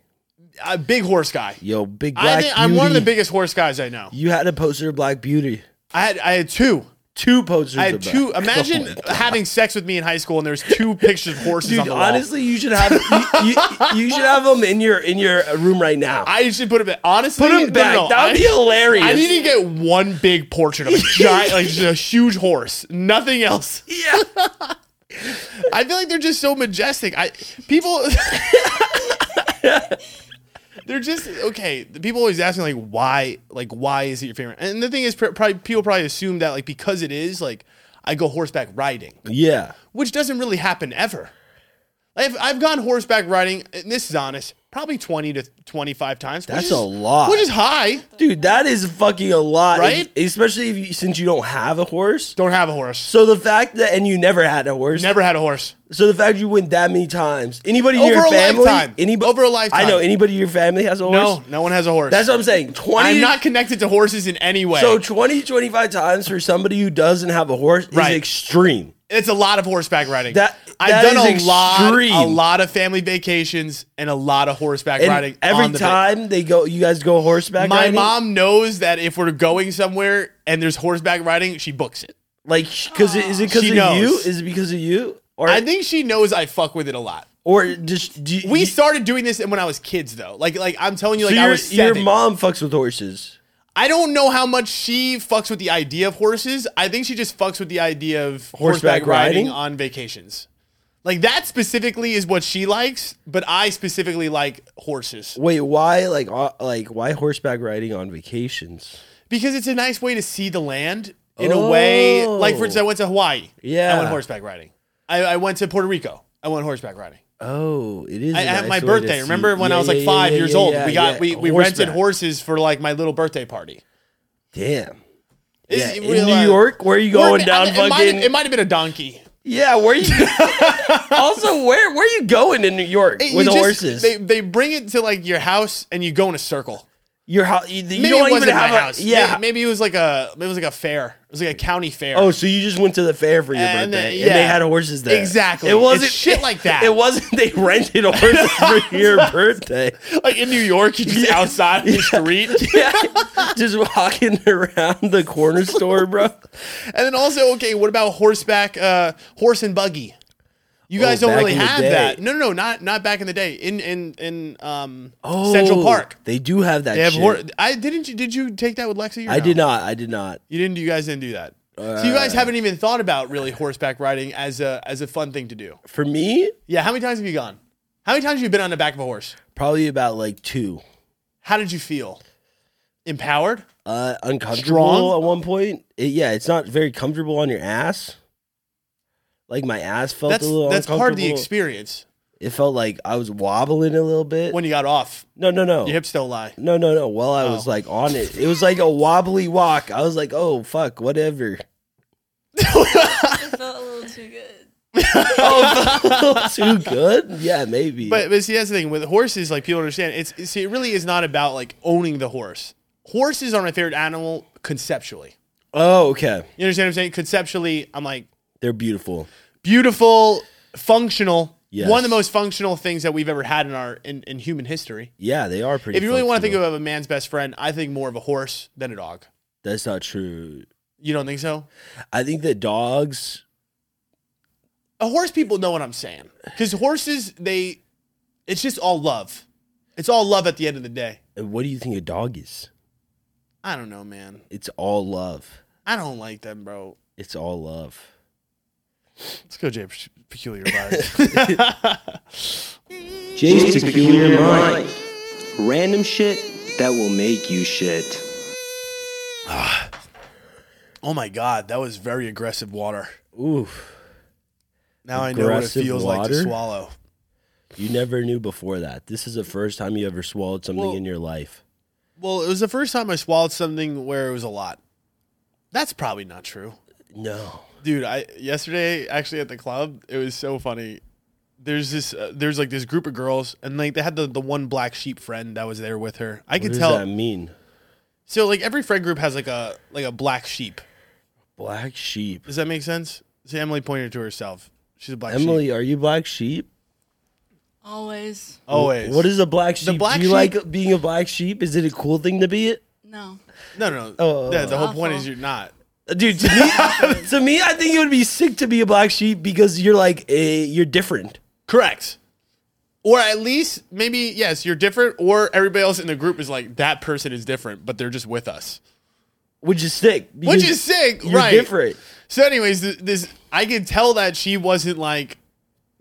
A: A big horse guy.
B: Yo, big black.
A: I think I'm one of the
B: Beauty.
A: biggest horse guys I know.
B: You had a poster of Black Beauty.
A: I had I had two.
B: two posters.
A: I had
B: of that.
A: two. Imagine having sex with me in high school and there's two pictures of horses
B: Dude,
A: on the wall.
B: honestly, you should have you, you, you should have them in your in your room right now.
A: I should put him back. Honestly,
B: Put 'em back. That would
A: I-
B: be hilarious.
A: I need to get one big portrait of a giant, like just a huge horse. Nothing else.
B: yeah.
A: I feel like they're just so majestic. I people. They're just okay. the People always ask me like, why, like, why is it your favorite? And the thing is, pr- probably people probably assume that like because it is like, I go horseback riding.
B: Yeah.
A: which doesn't really happen ever. I've, I've gone horseback riding, and this is honest, probably 20 to 25 times. which
B: That's
A: is-
B: a lot.
A: Which is high.
B: Dude, that is fucking a lot.
A: Right?
B: Es- Especially if you, since you don't have a horse.
A: Don't have a horse.
B: So the fact that and you never had a horse.
A: Never had a horse.
B: So the fact you went that many times. Anybody in
A: Over
B: your
A: a
B: family?
A: lifetime.
B: Anybo-
A: Over a lifetime.
B: I know anybody in your family has a horse.
A: No, no one has a horse.
B: That's what I'm saying. 20
A: I'm not connected to horses in any way.
B: So
A: So
B: 20 25 times for somebody who doesn't have a horse
A: Right.
B: is extreme.
A: it's a lot of horseback riding.
B: That-
A: I've
B: that
A: done a
B: is
A: lot,
B: extreme.
A: a lot of family vacations and a lot of horseback
B: And
A: riding.
B: every
A: on the va-
B: time they go you guys go horseback
A: my
B: riding,
A: mom knows that if we're going somewhere and there's horseback riding, she books it.
B: like cuz is it cuz
A: She
B: of
A: knows.
B: you? Is it because of you? Or
A: I think she knows I fuck with it a lot.
B: or just do you,
A: We
B: you-
A: started doing this when I was kids, though. Like, like I'm telling you,
B: so
A: like I
B: your,
A: was seven.
B: your mom fucks with horses.
A: I don't know how much she fucks with the idea of horses. I think she just fucks with the idea of horseback,
B: Horseback
A: riding,
B: riding?
A: on vacations. Like that specifically is what she likes, but I specifically like horses
B: Wait, why like uh, like why horseback riding on vacations?
A: because it's a nice way to see the land in a way. Like for instance, I went to Hawaii. I
B: Oh. Yeah.
A: went horseback riding. I, I went to Puerto Rico. I went horseback riding.
B: Oh, it is.
A: I,
B: a
A: at
B: nice
A: my
B: way to
A: birthday.
B: see-
A: Remember when
B: Yeah,
A: I was like
B: yeah,
A: five
B: yeah,
A: years
B: yeah,
A: old?
B: yeah,
A: we got
B: yeah.
A: we, we rented
B: Horseback.
A: horses for like my little birthday party.
B: Damn.
A: Is-
B: Yeah, in
A: we'll,
B: New
A: uh,
B: York, where are you going
A: Or-
B: down?
A: it
B: fucking
A: Might, it might have been a donkey.
B: yeah. Where you? also, where where are you going in New York
A: It-
B: with
A: you just-
B: horses?
A: They, they bring it to like your house and you go in a circle.
B: Your house. You, you
A: Maybe
B: don't
A: it wasn't
B: even have
A: my
B: a
A: house.
B: yeah.
A: Maybe, maybe it was like a maybe it was like a fair. It was like a county fair.
B: Oh, so you just went to the fair for your
A: And
B: birthday,
A: then-
B: and they
A: yeah.
B: had horses there.
A: Exactly.
B: It wasn't
A: It's shit like that.
B: It wasn't they rented horses for your birthday.
A: like in New York, you just outside in the street.
B: Yeah, just walking around the corner store, bro.
A: and then also, okay, what about horseback, uh, horse and buggy? You guys don't
B: Oh, back
A: really
B: in the
A: have
B: day.
A: that. No, no, no, not not back in the day. In in in um, Central Park,
B: They do have that.
A: they have.
B: Oh, shit.
A: Hor- I didn't. You, did you take that with Lexi? or
B: I
A: no?
B: did not. Uh. I did not.
A: You didn't. You guys didn't do that. so you guys haven't even thought about really horseback riding as a as a fun thing to do.
B: For me,
A: Yeah. How many times have you gone? How many times have you been on the back of a horse?
B: probably about like two.
A: How did you feel? Empowered?
B: Uh, uncomfortable
A: Strong?
B: at one point. It- yeah, it's not very comfortable on your ass. Like my ass felt
A: That's
B: a little.
A: that's part of the
B: uncomfortable.
A: experience.
B: It felt like I was wobbling a little bit.
A: When you got off,
B: no, no, no.
A: your hips don't lie.
B: No, no, no. While I was
A: Oh.
B: like on it, it was like a wobbly walk. I was like, oh fuck, whatever.
C: It felt a little too good.
B: Too good. Yeah, maybe.
A: But but see that's the thing with horses. Like people understand it's it's- see it really is not about like owning the horse. Horses are my favorite animal conceptually.
B: oh, okay.
A: You understand what I'm saying? Conceptually, I'm like
B: They're beautiful.
A: beautiful, functional.
B: Yes.
A: One of the most functional things that we've ever had in our in, in human history.
B: Yeah, they are pretty.
A: If you really want to think
B: functional.
A: of a man's best friend, I think more of a horse than a dog.
B: that's not true.
A: You don't think so?
B: I think that dogs.
A: A horse people know what I'm saying. Because horses, they it's just all love. It's all love at the end of the day.
B: What do you think a dog is?
A: I don't know, man.
B: It's all love.
A: I don't like them, bro.
B: It's all love.
A: Let's go, Jay. Peculiar vibes.
E: Jay's peculiar mind. Random shit that will make you shit.
A: Ah. oh my god, that was very aggressive water.
B: Oof.
A: Now I know what it
B: Aggressive
A: feels like to
B: water?
A: swallow.
B: You never knew before that. This is the first time you ever swallowed something
A: Well-
B: in your life.
A: Well, it was the first time I swallowed something where it was a lot. That's probably not true.
B: No.
A: dude i yesterday actually at the club it was so funny there's this uh, there's like this group of girls and like they had the, the one black sheep friend that was there with her i
B: What
A: could
B: does
A: tell
B: that mean?
A: so like every friend group has like a like a black sheep
B: Black sheep.
A: does that make sense so emily pointed to herself she's a black sheep
B: Emily, are you black sheep?
C: Always.
A: always
B: What is a black sheep?
A: black
B: Do you
A: sheep-
B: like being a black sheep? Is it a cool thing to be it?
C: No.
A: no no no
B: Oh,
A: yeah, the whole
C: Awful.
A: point is you're not
B: dude. To me, to me, I think it would be sick to be a black sheep because you're like eh, you're different.
A: Correct. Or at least maybe yes, you're different. Or everybody else in the group is like that person is different, but they're just with us,
B: Which is sick.
A: which
B: because
A: is sick,
B: You're
A: right?
B: different.
A: So, anyways, th- this I could tell that she wasn't like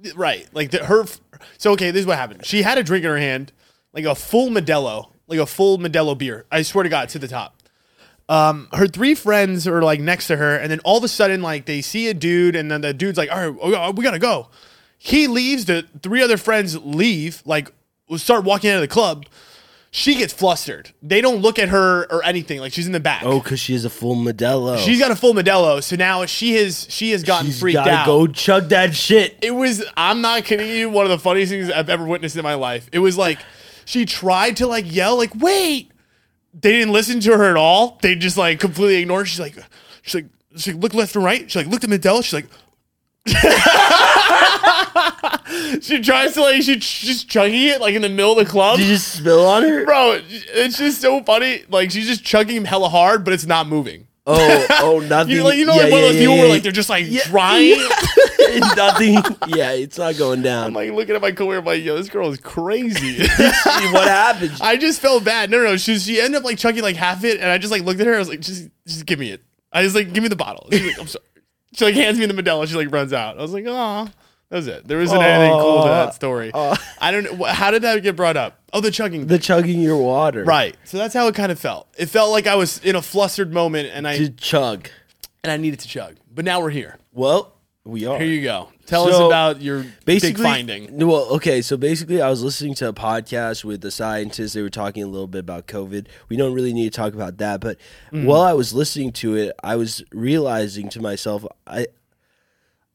A: th- right, like the, her. f- So, okay, this is what happened. She had a drink in her hand, like a full Modelo, like a full Modelo beer. I swear to God, to the top. Um, her three friends are like next to her, and then all of a sudden, like they see a dude, and then the dude's like, "All right, we gotta- we gotta go." He leaves. The three other friends leave, like start walking out of the club. She gets flustered. They don't look at her or anything. Like she's in the back.
B: Oh, because she is a full Modelo.
A: She's got a full Modelo, so now she has she has gotten
B: She's
A: freaked
B: gotta
A: out.
B: go chug that shit.
A: It was I'm not kidding you, one of the funniest things I've ever witnessed in my life. It was like she tried to like yell, like, wait. They didn't listen to her at all. They just like completely ignored her. She's like she's like she looked left and right. She like looked at Modelo. She's like She tries to like she she's chugging it like in the middle of the club.
B: Did you just spill on her?
A: Bro, it's just so funny. Like she's just chugging him hella hard, but it's not moving.
B: Oh, oh, nothing.
A: You, like, you know, like one of those people where like they're just like drying.
B: just nothing. Yeah, it's not going down.
A: I'm like looking at my coworker, I'm like, yo, this girl is crazy.
B: what happened?
A: I just felt bad. No, no, no. She, she ended up like chugging like half it, and I just like looked at her. I was like, just, just give me it. I was like, give me the bottle. She's like, I'm sorry. She like hands me the Modelo. She like runs out. I was like, oh, that was it. There wasn't anything cool to that story. I don't know. wh- How did that get brought up? Oh, the chugging.
B: the chugging your water.
A: right. So that's how it kind of felt. It felt like I was in a flustered moment, and I
B: To chug.
A: and I needed to chug. But now we're here.
B: Well, we are.
A: Here you go. Tell us
B: So,
A: about your big
B: basically
A: finding.
B: no, Well, okay, so basically, I was listening to a podcast with the scientists. They were talking a little bit about COVID. We don't really need to talk about that, but
A: Mm.
B: while I was listening to it, I was realizing to myself, I,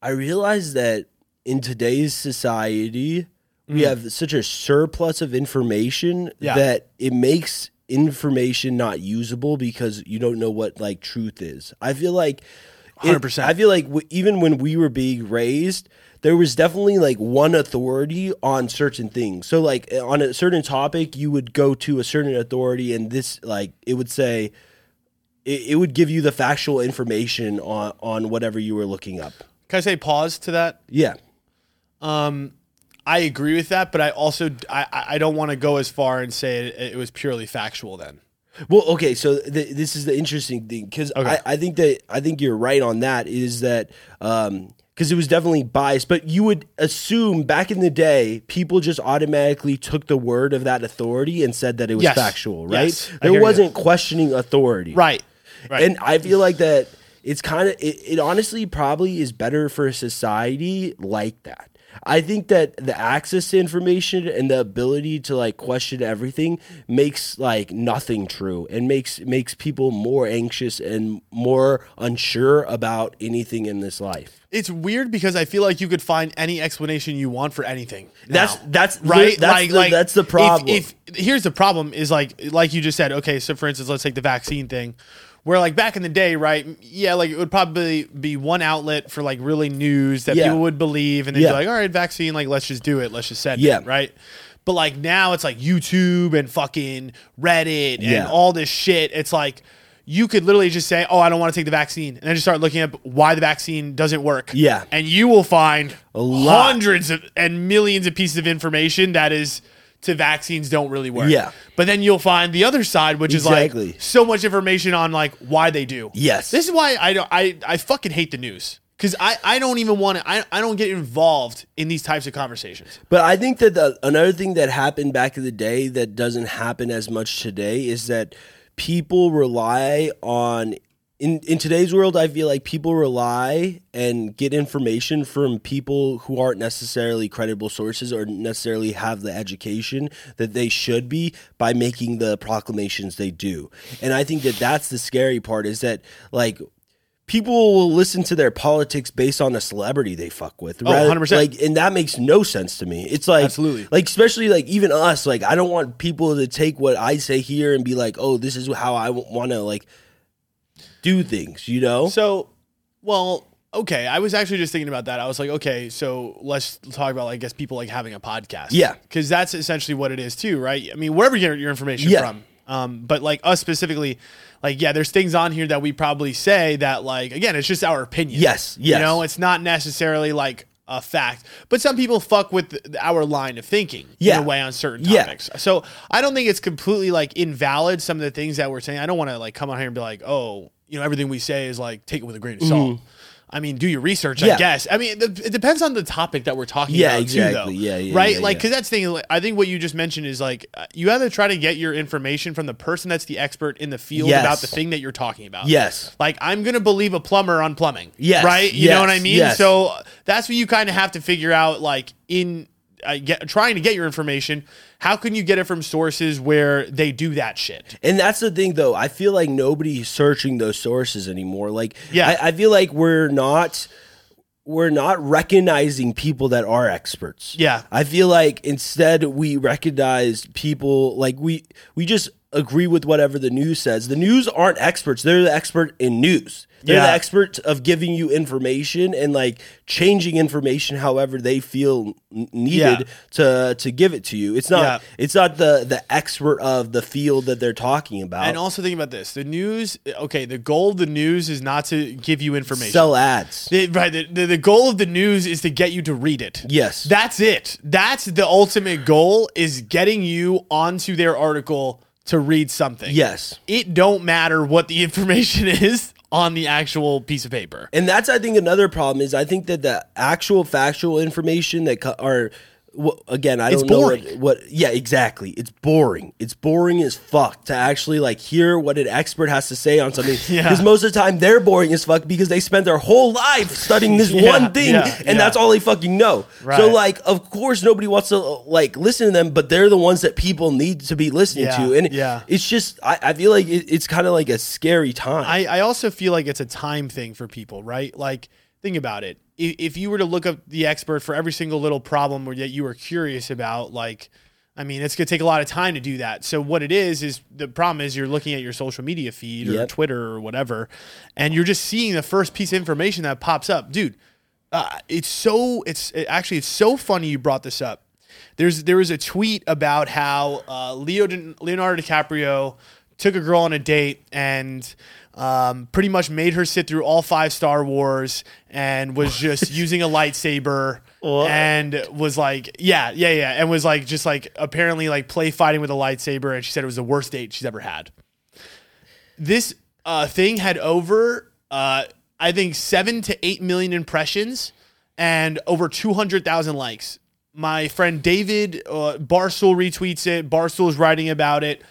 B: I realized that in today's society, we have such a surplus of information
A: Yeah.
B: that it makes information not usable because you don't know what like truth is. I feel like it-
A: 100%.
B: I feel like w- even when we were being raised, there was definitely like one authority on certain things. So like eh, on a certain topic, you would go to a certain authority, and this like it would say it, it would give you the factual information on on whatever you were looking up.
A: Can I say pause to that?
B: Yeah.
A: I agree with that, but I also I, I I don't want to go as far and say it, it was purely factual. Then
B: Well, okay, so th this is the interesting thing because I, I think that I think you're right on that. Is that because it was definitely biased, but you would assume back in the day people just automatically took the word of that authority and said that it was
A: Yes.
B: factual, right?
A: Yes, I hear
B: There
A: you.
B: wasn't questioning authority,
A: right, right,
B: and I feel like that it's kind of it, it honestly probably is better for a society like that. I think that the access to information and the ability to like question everything makes like nothing true and makes makes people more anxious and more unsure about anything in this life.
A: it's weird because I feel like you could find any explanation you want for anything.
B: That's-
A: now.
B: that's the- that's the- that's the
A: if-
B: problem.
A: If, here's the problem is like like you just said. Okay, so for instance, let's take the vaccine thing. Where like back in the day, right? Yeah, like it would probably be one outlet for like really news that
B: Yeah.
A: people would believe, and they'd
B: Yeah.
A: be like, "All right, vaccine, like let's just do it, let's just send
B: Yeah.
A: it," right? But like now, it's like YouTube and fucking Reddit and
B: Yeah.
A: all this shit. It's like you could literally just say, "Oh, I don't want to take the vaccine," and then just start looking up why the vaccine doesn't work.
B: Yeah.
A: and you will find
B: lot.
A: hundreds of, and millions of pieces of information that is to vaccines don't really work.
B: Yeah.
A: but then you'll find the other side, which is
B: Exactly.
A: like so much information on like why they do.
B: Yes.
A: this is why I don't. I I fucking hate the news. Cause I, I don't even want to I, I don't get involved in these types of conversations.
B: But I think that the, another thing that happened back in the day that doesn't happen as much today is that people rely on in in today's world. I feel like people rely and get information from people who aren't necessarily credible sources or necessarily have the education that they should be by making the proclamations they do. And I think that that's the scary part is that like. People will listen to their politics based on a celebrity they fuck with.
A: Oh,
B: rather-
A: 100%.
B: Like, and that makes no sense to me. It's like
A: Absolutely.
B: like especially like even us. Like I don't want people to take what I say here and be like, oh, this is how I want to like do things. You know?
A: So, well, okay. I was actually just thinking about that. I was like, okay, so let's talk about, I guess, people like having a podcast.
B: Yeah.
A: Because that's essentially what it is, too, right? I mean, wherever you get your information
B: Yeah.
A: from, Um, but like us specifically, like yeah, there's things on here that we probably say that like again, it's just our opinion.
B: Yes, yes.
A: You know, it's not necessarily like a fact, but some people fuck with th- our line of thinking
B: Yeah.
A: in a way on certain
B: Yeah.
A: topics. So I don't think it's completely like invalid some of the things that we're saying. I don't want to like come out here and be like, oh, you know, everything we say is like take it with a grain of salt. I mean, do your research, I
B: Mm-hmm. Yeah.
A: guess. I mean, it, it depends on the topic that we're talking
B: Yeah,
A: about,
B: exactly.
A: too, though.
B: Yeah, yeah,
A: right?
B: yeah,
A: like,
B: yeah.
A: because that's the thing. like, I think what you just mentioned is like uh, you either try to get your information from the person that's the expert in the field
B: Yes.
A: about the thing that you're talking about.
B: Yes.
A: Like I'm gonna believe a plumber on plumbing.
B: Yes,
A: Right? You know what I
B: yes,
A: mean?
B: yes.
A: So uh, that's what you kind of have to figure out. Like in uh, get, trying to get your information, how can you get it from sources where they do that shit?
B: And that's the thing, though. I feel like nobody's searching those sources anymore. Like,
A: Yeah.
B: I, I feel like we're not we're not recognizing people that are experts.
A: Yeah.
B: I feel like instead we recognize people like we we just agree with whatever the news says. The news aren't experts. They're the expert in news. They're
A: Yeah.
B: the expert of giving you information and like changing information however they feel n- needed
A: Yeah.
B: to to give it to you. It's not
A: Yeah.
B: it's not the the expert of the field that they're talking about.
A: And also think about this: the news. Okay, the goal of the news is not to give you information.
B: sell ads.
A: The- right. The, the, the goal of the news is to get you to read it.
B: Yes.
A: That's it. That's the ultimate goal is getting you onto their article to read something.
B: yes.
A: It don't matter what the information is on the actual piece of paper.
B: And that's I think another problem is I think that the actual factual information that co- are wh- again I
A: It's
B: don't know what,
A: boring.
B: what yeah exactly it's boring it's boring as fuck to actually like hear what an expert has to say on something
A: Yeah.
B: because most of the time they're boring as fuck because they spent their whole life studying this
A: Yeah,
B: one thing
A: yeah,
B: and
A: yeah.
B: that's all they fucking know so
A: Right. like,
B: like of course nobody wants to like listen to them but they're the ones that people need to be listening
A: Yeah,
B: to and
A: yeah.
B: it's just I, I feel like it, it's kind of like a scary time
A: I, I also feel like it's a time thing for people, right? Like, think about it. If, if you were to look up the expert for every single little problem or that you were curious about, like, I mean, it's going to take a lot of time to do that. So, what it is, is the problem is you're looking at your social media feed or
B: Yep.
A: Twitter or whatever, and you're just seeing the first piece of information that pops up. Dude, uh, it's so, it's it- actually, it's so funny you brought this up. There's there was a tweet about how uh, Leo Leonardo DiCaprio took a girl on a date and um, pretty much made her sit through all five Star Wars and was just using a lightsaber and was like, yeah, yeah, yeah, and was like just like apparently like play fighting with a lightsaber and she said it was the worst date she's ever had this uh, thing had over uh, I think seven to eight million impressions and over two hundred thousand likes. My friend David uh, Barstool retweets it. Barstool's writing about it.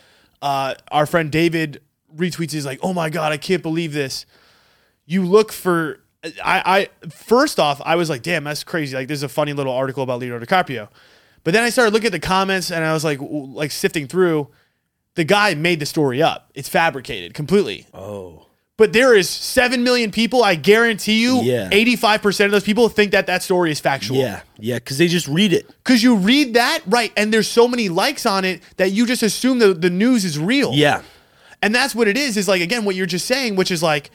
A: Uh, our friend David retweets. He's like, "Oh my god, I can't believe this." You look for. I, I first off, I was like, "Damn, that's crazy!" Like, there's a funny little article about Leonardo DiCaprio. But then I started looking at the comments, and I was like, w- like sifting through the guy made the story up. It's fabricated completely. Oh. But there is 7 million people, I guarantee you,
B: Yeah.
A: 85% of those people think that that story is factual.
B: yeah yeah because they just read it
A: Because you read that, right, and there's so many likes on it that you just assume the, the news is real.
B: yeah
A: And that's what it is, is like, again, what you're just saying, which is like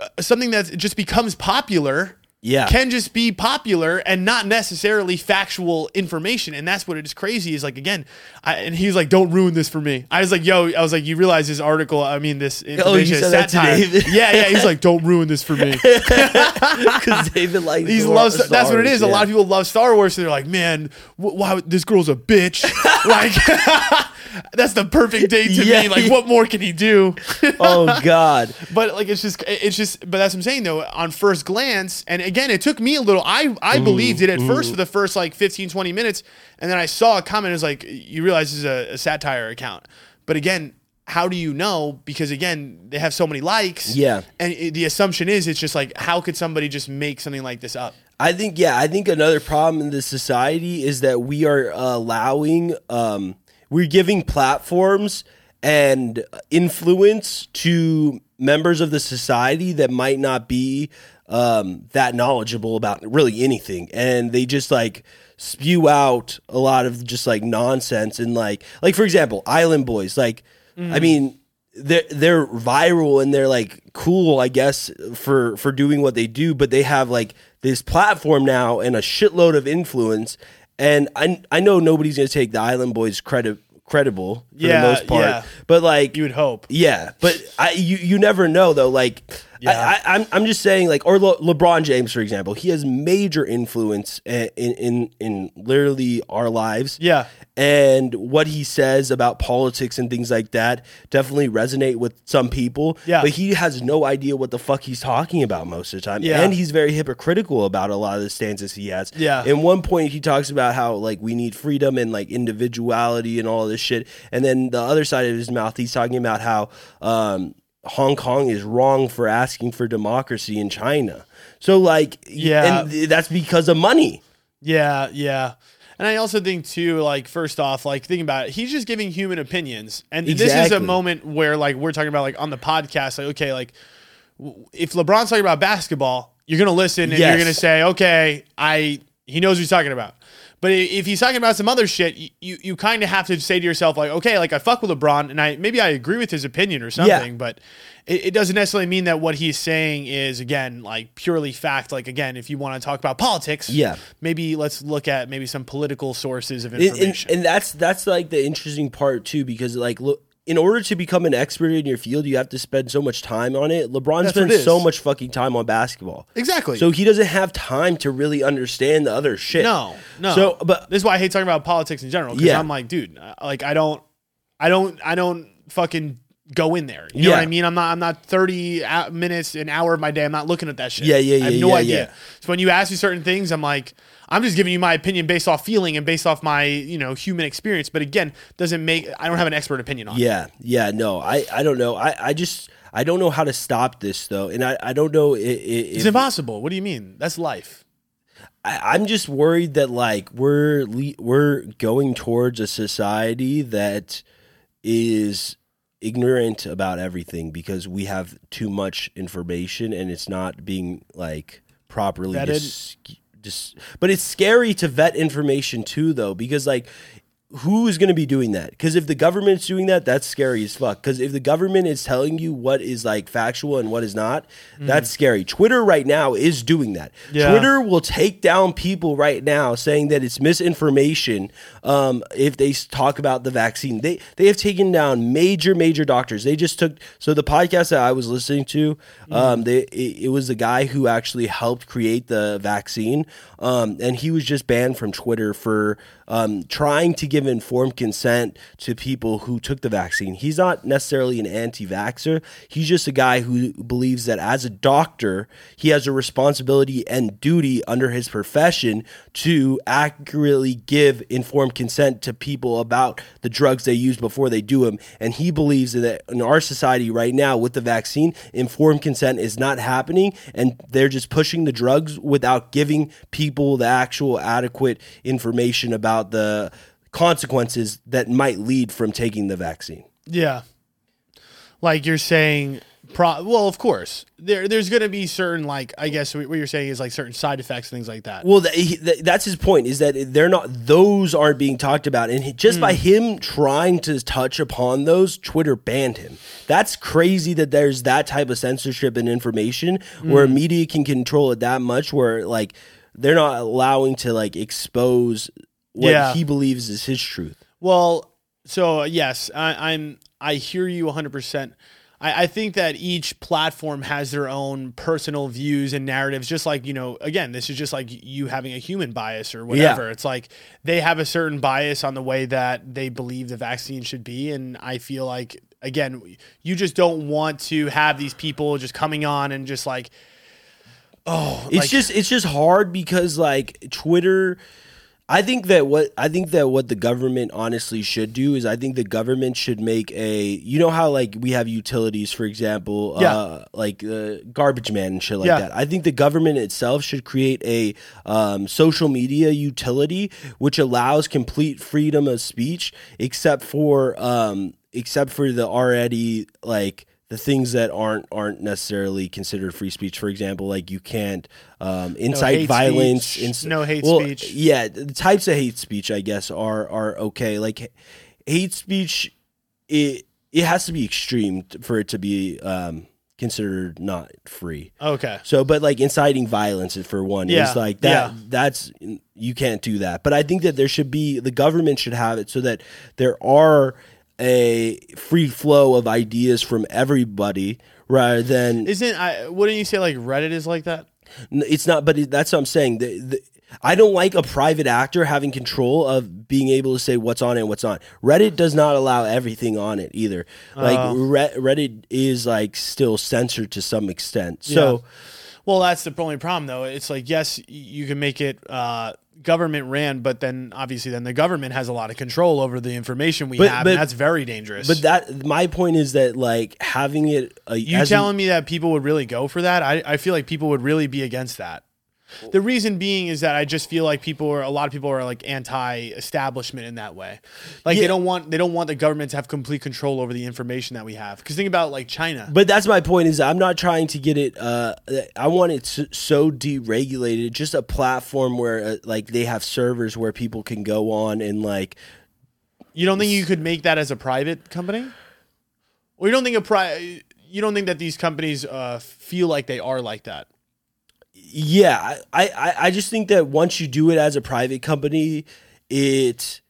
A: uh, something that just becomes popular.
B: Yeah.
A: Can just be popular and not necessarily factual information. And that's what it is crazy is like, again, I, and he's like, don't ruin this for me. I was like, yo, I was like, you realize this article, I mean, this information is
B: Oh, said that to
A: satire.
B: David?
A: yeah, yeah. He's like, don't ruin this for me.
B: Because David likes
A: He's
B: Star-
A: loves.
B: Star
A: that's what it
B: Wars,
A: is. A lot of
B: yeah.
A: people love Star Wars, and they're like, "Man, wh- why would- this girl's a bitch?" like, that's the perfect date to
B: Yeah.
A: me. Like, what more can he do?
B: Oh God!
A: but like, it's just, it's just. But that's what I'm saying though. On first glance, and again, it took me a little. I I believed it at first for the first like 15, 20 minutes, and then I saw a comment. It was like, you realize this is a, a satire account, but again. How do you know? Because again, they have so many likes.
B: Yeah.
A: And it- the assumption is it's just like, how could somebody just make something like this up?
B: I think yeah. I think another problem in this society is that we are allowing, um, we're giving platforms and influence to members of the society that might not be um, that knowledgeable about really anything, and they just like spew out a lot of just like nonsense and like like for example, Island Boys. Like,
A: Mm.
B: I mean, they're they're viral and they're like cool, I guess, for for doing what they do, but they have like this platform now and a shitload of influence. And I I know nobody's gonna take the Island Boys credit credible for
A: Yeah,
B: the most part.
A: yeah.
B: But like
A: You would hope.
B: yeah, but I you you never know though. Like
A: Yeah.
B: I, I, I'm I'm just saying like or Le, LeBron James for example, he has major influence eh, in in in literally our lives.
A: Yeah.
B: and what he says about politics and things like that definitely resonate with some people.
A: Yeah.
B: but he has no idea what the fuck he's talking about most of the time.
A: Yeah.
B: and he's very hypocritical about a lot of the stances he has.
A: Yeah.
B: In one point, he talks about how like we need freedom and like individuality and all this shit. And then the other side of his mouth, he's talking about how um, Hong Kong is wrong for asking for democracy in China. So like,
A: Yeah.
B: and th- that's because of money.
A: Yeah, yeah. And I also think too, like first off, like thinking about it, he's just giving human opinions, and this is a
B: Exactly.
A: moment where like we're talking about like on the podcast, like okay, like w- if LeBron's talking about basketball, you're gonna listen and you're
B: Yes.
A: gonna say, okay, I he knows what he's talking about. But i- if he's talking about some other shit, y- you you kind of have to say to yourself like, okay, like I fuck with LeBron, and I maybe I agree with his opinion or something, but it, it doesn't necessarily mean that what he's saying is again like purely fact. Like again, if you want to talk about politics,
B: Yeah.
A: maybe let's look at maybe some political sources of
B: And,
A: information.
B: and, and that's that's like the interesting part too, because like look. In order to become an expert in your field, you have to spend so much time on it. LeBron
A: That's what it
B: spends so
A: is.
B: much fucking time on basketball.
A: exactly.
B: So he doesn't have time to really understand the other shit.
A: no, no.
B: So, but
A: this is why I hate talking about politics in general. Because
B: Yeah.
A: I'm like, dude, I- like I don't, I don't, I don't fucking go in there. You know what
B: Yeah.
A: I mean? I'm not, I'm not 30 ou- minutes, an hour of my day. I'm not looking at that shit.
B: Yeah, yeah,
A: I have
B: yeah,
A: no
B: yeah,
A: idea.
B: yeah.
A: So when you ask me certain things, I'm like, I'm just giving you my opinion based off feeling and based off my, you know, human experience. But again, doesn't make, I don't have an expert opinion on it.
B: Yeah, yeah, no, I, I don't know. I, I just, I don't know how to stop this though, and I, I don't know. i- i- If,
A: It's impossible. What do you mean? That's life.
B: I, I'm just worried that like we're le- we're going towards a society that is ignorant about everything because we have too much information and it's not being like properly
A: Vetted.
B: dis- dis- but it's scary to vet information too though because like who's going to be doing that because if the government's doing that that's scary as fuck because if the government is telling you what is like factual and what is not that's scary twitter right now is doing that
A: Yeah.
B: twitter will take down people right now saying that it's misinformation um, if they s- talk about the vaccine they they have taken down major major doctors they just took so the podcast that i was listening to um, they it, it was the guy who actually helped create the vaccine um, and he was just banned from twitter for um, trying to give informed consent to people who took the vaccine. He's not necessarily an anti vaxxer. He's just a guy who believes that as a doctor, he has a responsibility and duty under his profession to accurately give informed consent to people about the drugs they use before they do them. And he believes that in our society right now with the vaccine, informed consent is not happening and they're just pushing the drugs without giving people the actual adequate information about the consequences that might lead from taking the vaccine.
A: Yeah. Like you're saying, pro- well, of course, there there's going to be certain like I guess what you're saying is like certain side effects things like that.
B: Well, that, he, that, that's his point is that they're not; those aren't being talked about, and he, just
A: Hmm.
B: by him trying to touch upon those, Twitter banned him. That's crazy that there's that type of censorship and information where
A: Hmm.
B: media can control it that much, where like they're not allowing to like expose what
A: Yeah.
B: he believes is his truth.
A: Well, so yes, I, I'm. I hear you 100. percent I, I think that each platform has their own personal views and narratives. Just like you know, again, this is just like you having a human bias or whatever. It's like they have a certain bias on the way that they believe the vaccine should be, and I feel like again, you just don't want to have these people just coming on and just like, oh,
B: It's
A: like-
B: just it's just hard because like Twitter I think that what I think that what the government honestly should do is I think the government should make a you know how like we have utilities for example
A: Yeah.
B: uh like uh, garbage man and shit like
A: Yeah.
B: that. I think the government itself should create a um, social media utility which allows complete freedom of speech except for um except for the already like the things that aren't aren't necessarily considered free speech for example like you can't um incite
A: hate
B: violence
A: speech,
B: inci-
A: no hate speech.
B: yeah, the types of hate speech, I guess, are are okay. Like h- hate speech, it it has to be extreme t- for it to be um considered not free.
A: Okay.
B: So, but like inciting violence is for one
A: Yeah,
B: is like that.
A: yeah.
B: That's you can't do that. But I think that there should be the government should have it so that there are a free flow of ideas from everybody rather than
A: Isn't I? Wouldn't you say like Reddit is like that?
B: N- It's not, but it, that's what I'm saying. The, the, I don't like a private actor having control of being able to say what's on and what's on. Reddit does not allow everything on it either. Like Re- Reddit is like still censored to some extent. So
A: Well, that's the only problem, though. It's like yes, y- you can make it uh, government ran, but then obviously, then the government has a lot of control over the information we
B: But-
A: have,
B: but-
A: and that's very dangerous.
B: but that my point is that like having it. Uh,
A: you telling me that people would really go for that? I, I feel like people would really be against that. The reason being is that I just feel like people are a lot of people are like anti-establishment in that way. Like they
B: Yeah.
A: don't want they don't want the government to have complete control over the information that we have. Because think about like China.
B: But that's my point. Is I'm not trying to get it. Uh, I want it so, so deregulated. Just a platform where uh, like they have servers where people can go on and like
A: You don't think you could make that as a private company? Or you don't think a pri- you don't think that these companies uh, feel like they are like that?
B: yeah I, I i just think that once you do it as a private company it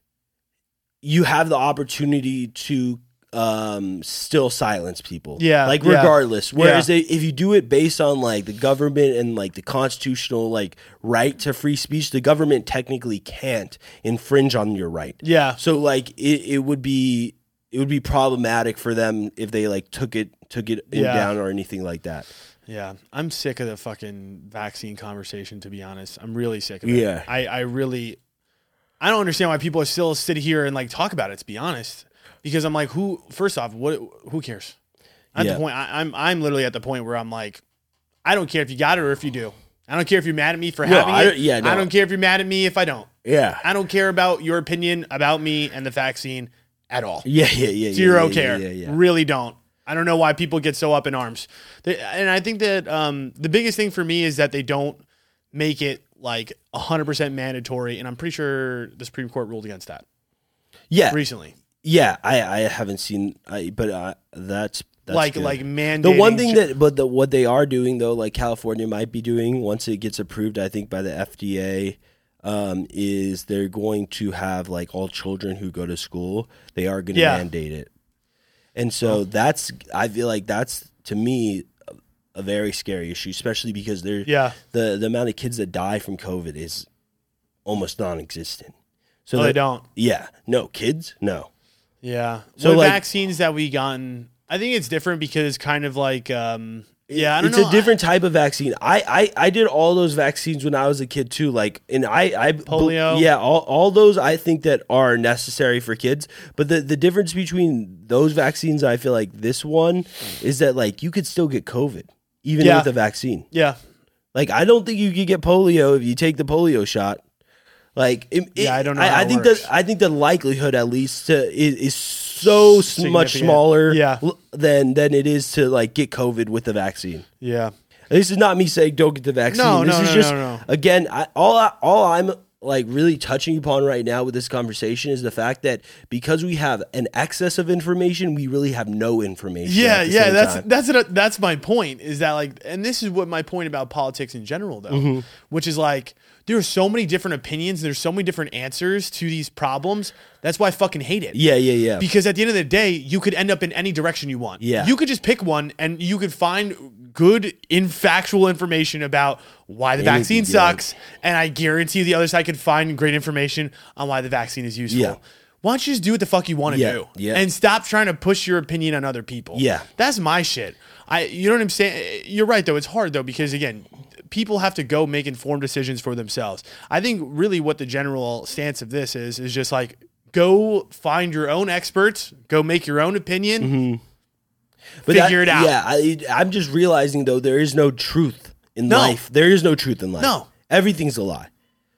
B: you have the opportunity to um still silence people
A: Yeah,
B: like
A: yeah.
B: regardless whereas
A: Yeah.
B: they, if you do it based on like the government and like the constitutional like right to free speech the government technically can't infringe on your right
A: Yeah.
B: so like it, it would be it would be problematic for them if they like took it took it
A: Yeah.
B: down or anything like that
A: Yeah, I'm sick of the fucking vaccine conversation. To be honest, I'm really sick of it.
B: Yeah.
A: I, I really, I don't understand why people still sit here and like talk about it. To be honest, because I'm like, who? First off, what? Who cares? I'm at
B: Yeah.
A: the point. I, I'm I'm literally at the point where I'm like, I don't care if you got it or if you do. I don't care if you're mad at me for having
B: I
A: it.
B: don't- yeah, no.
A: I don't care if you're mad at me if I don't.
B: yeah
A: I don't care about your opinion about me and the vaccine at all.
B: Yeah, yeah, yeah.
A: Zero
B: yeah,
A: care.
B: Yeah, yeah. yeah.
A: Really don't. I don't know why people get so up in arms. They, and I think that um, the biggest thing for me is that they don't make it like 100% mandatory. And I'm pretty sure the Supreme Court ruled against that
B: Yeah,
A: recently.
B: yeah, I, I haven't seen, I, but uh, that's, that's
A: like,
B: good.
A: like mandating.
B: the one thing
A: ju-
B: that, but the, what they are doing though, like California might be doing once it gets approved, I think by the FDA, um, is they're going to have like all children who go to school, they are going to
A: Yeah.
B: mandate it, and so that's, I feel like that's to me a- a very scary issue, especially because they're
A: Yeah.
B: the the amount of kids that die from COVID is almost non-existent. So
A: No, Oh, they
B: that-
A: don't.
B: Yeah. No, kids? No.
A: Yeah.
B: So,
A: So the
B: like-
A: vaccines that we gotten, I think it's different because it's kind of like, um, yeah, I don't
B: It's
A: know.
B: a different type of vaccine. I, I I did all those vaccines when I was a kid too. Like and I I
A: Polio.
B: Yeah, all, all those I think that are necessary for kids. But the, the difference between those vaccines, I feel like this one is that like you could still get COVID even
A: Yeah.
B: with the vaccine.
A: yeah.
B: Like I don't think you could get polio if you take the polio shot. Like it, it-
A: Yeah, I don't know
B: I,
A: how
B: I
A: it
B: think
A: works.
B: that I think the likelihood, at least, to, is, is so s- much
A: Significant.
B: smaller
A: Yeah.
B: l- than than it is to like get COVID with the vaccine.
A: Yeah.
B: This is not me saying don't get the vaccine.
A: No,
B: this
A: no,
B: is
A: no,
B: just
A: no, no.
B: again, I, all I, all I'm like really touching upon right now with this conversation is the fact that because we have an excess of information, we really have no information.
A: Yeah,
B: at the
A: yeah,
B: same
A: that's
B: time.
A: that's it, that's my point is that like and this is what my point about politics in general though,
B: Mm-hmm.
A: which is like there are so many different opinions, there's so many different answers to these problems. That's why I fucking hate it.
B: yeah, yeah, yeah.
A: Because at the end of the day, you could end up in any direction you want.
B: Yeah.
A: You could just pick one and you could find good in factual information about why the
B: Anything,
A: vaccine
B: yeah.
A: sucks. And I guarantee the other side could find great information on why the vaccine is useful.
B: Yeah.
A: Why don't you just do what the fuck you want to
B: Yeah,
A: do?
B: yeah.
A: And stop trying to push your opinion on other people.
B: Yeah.
A: That's my shit. I you know what I'm saying? You're right though. It's hard though because again, people have to go make informed decisions for themselves. I think really what the general stance of this is is just like go find your own experts, go make your own opinion.
B: but
A: figure it out.
B: Yeah, I, I'm just realizing though there is no truth in
A: No.
B: life. There is no truth in life.
A: No.
B: everything's a lie.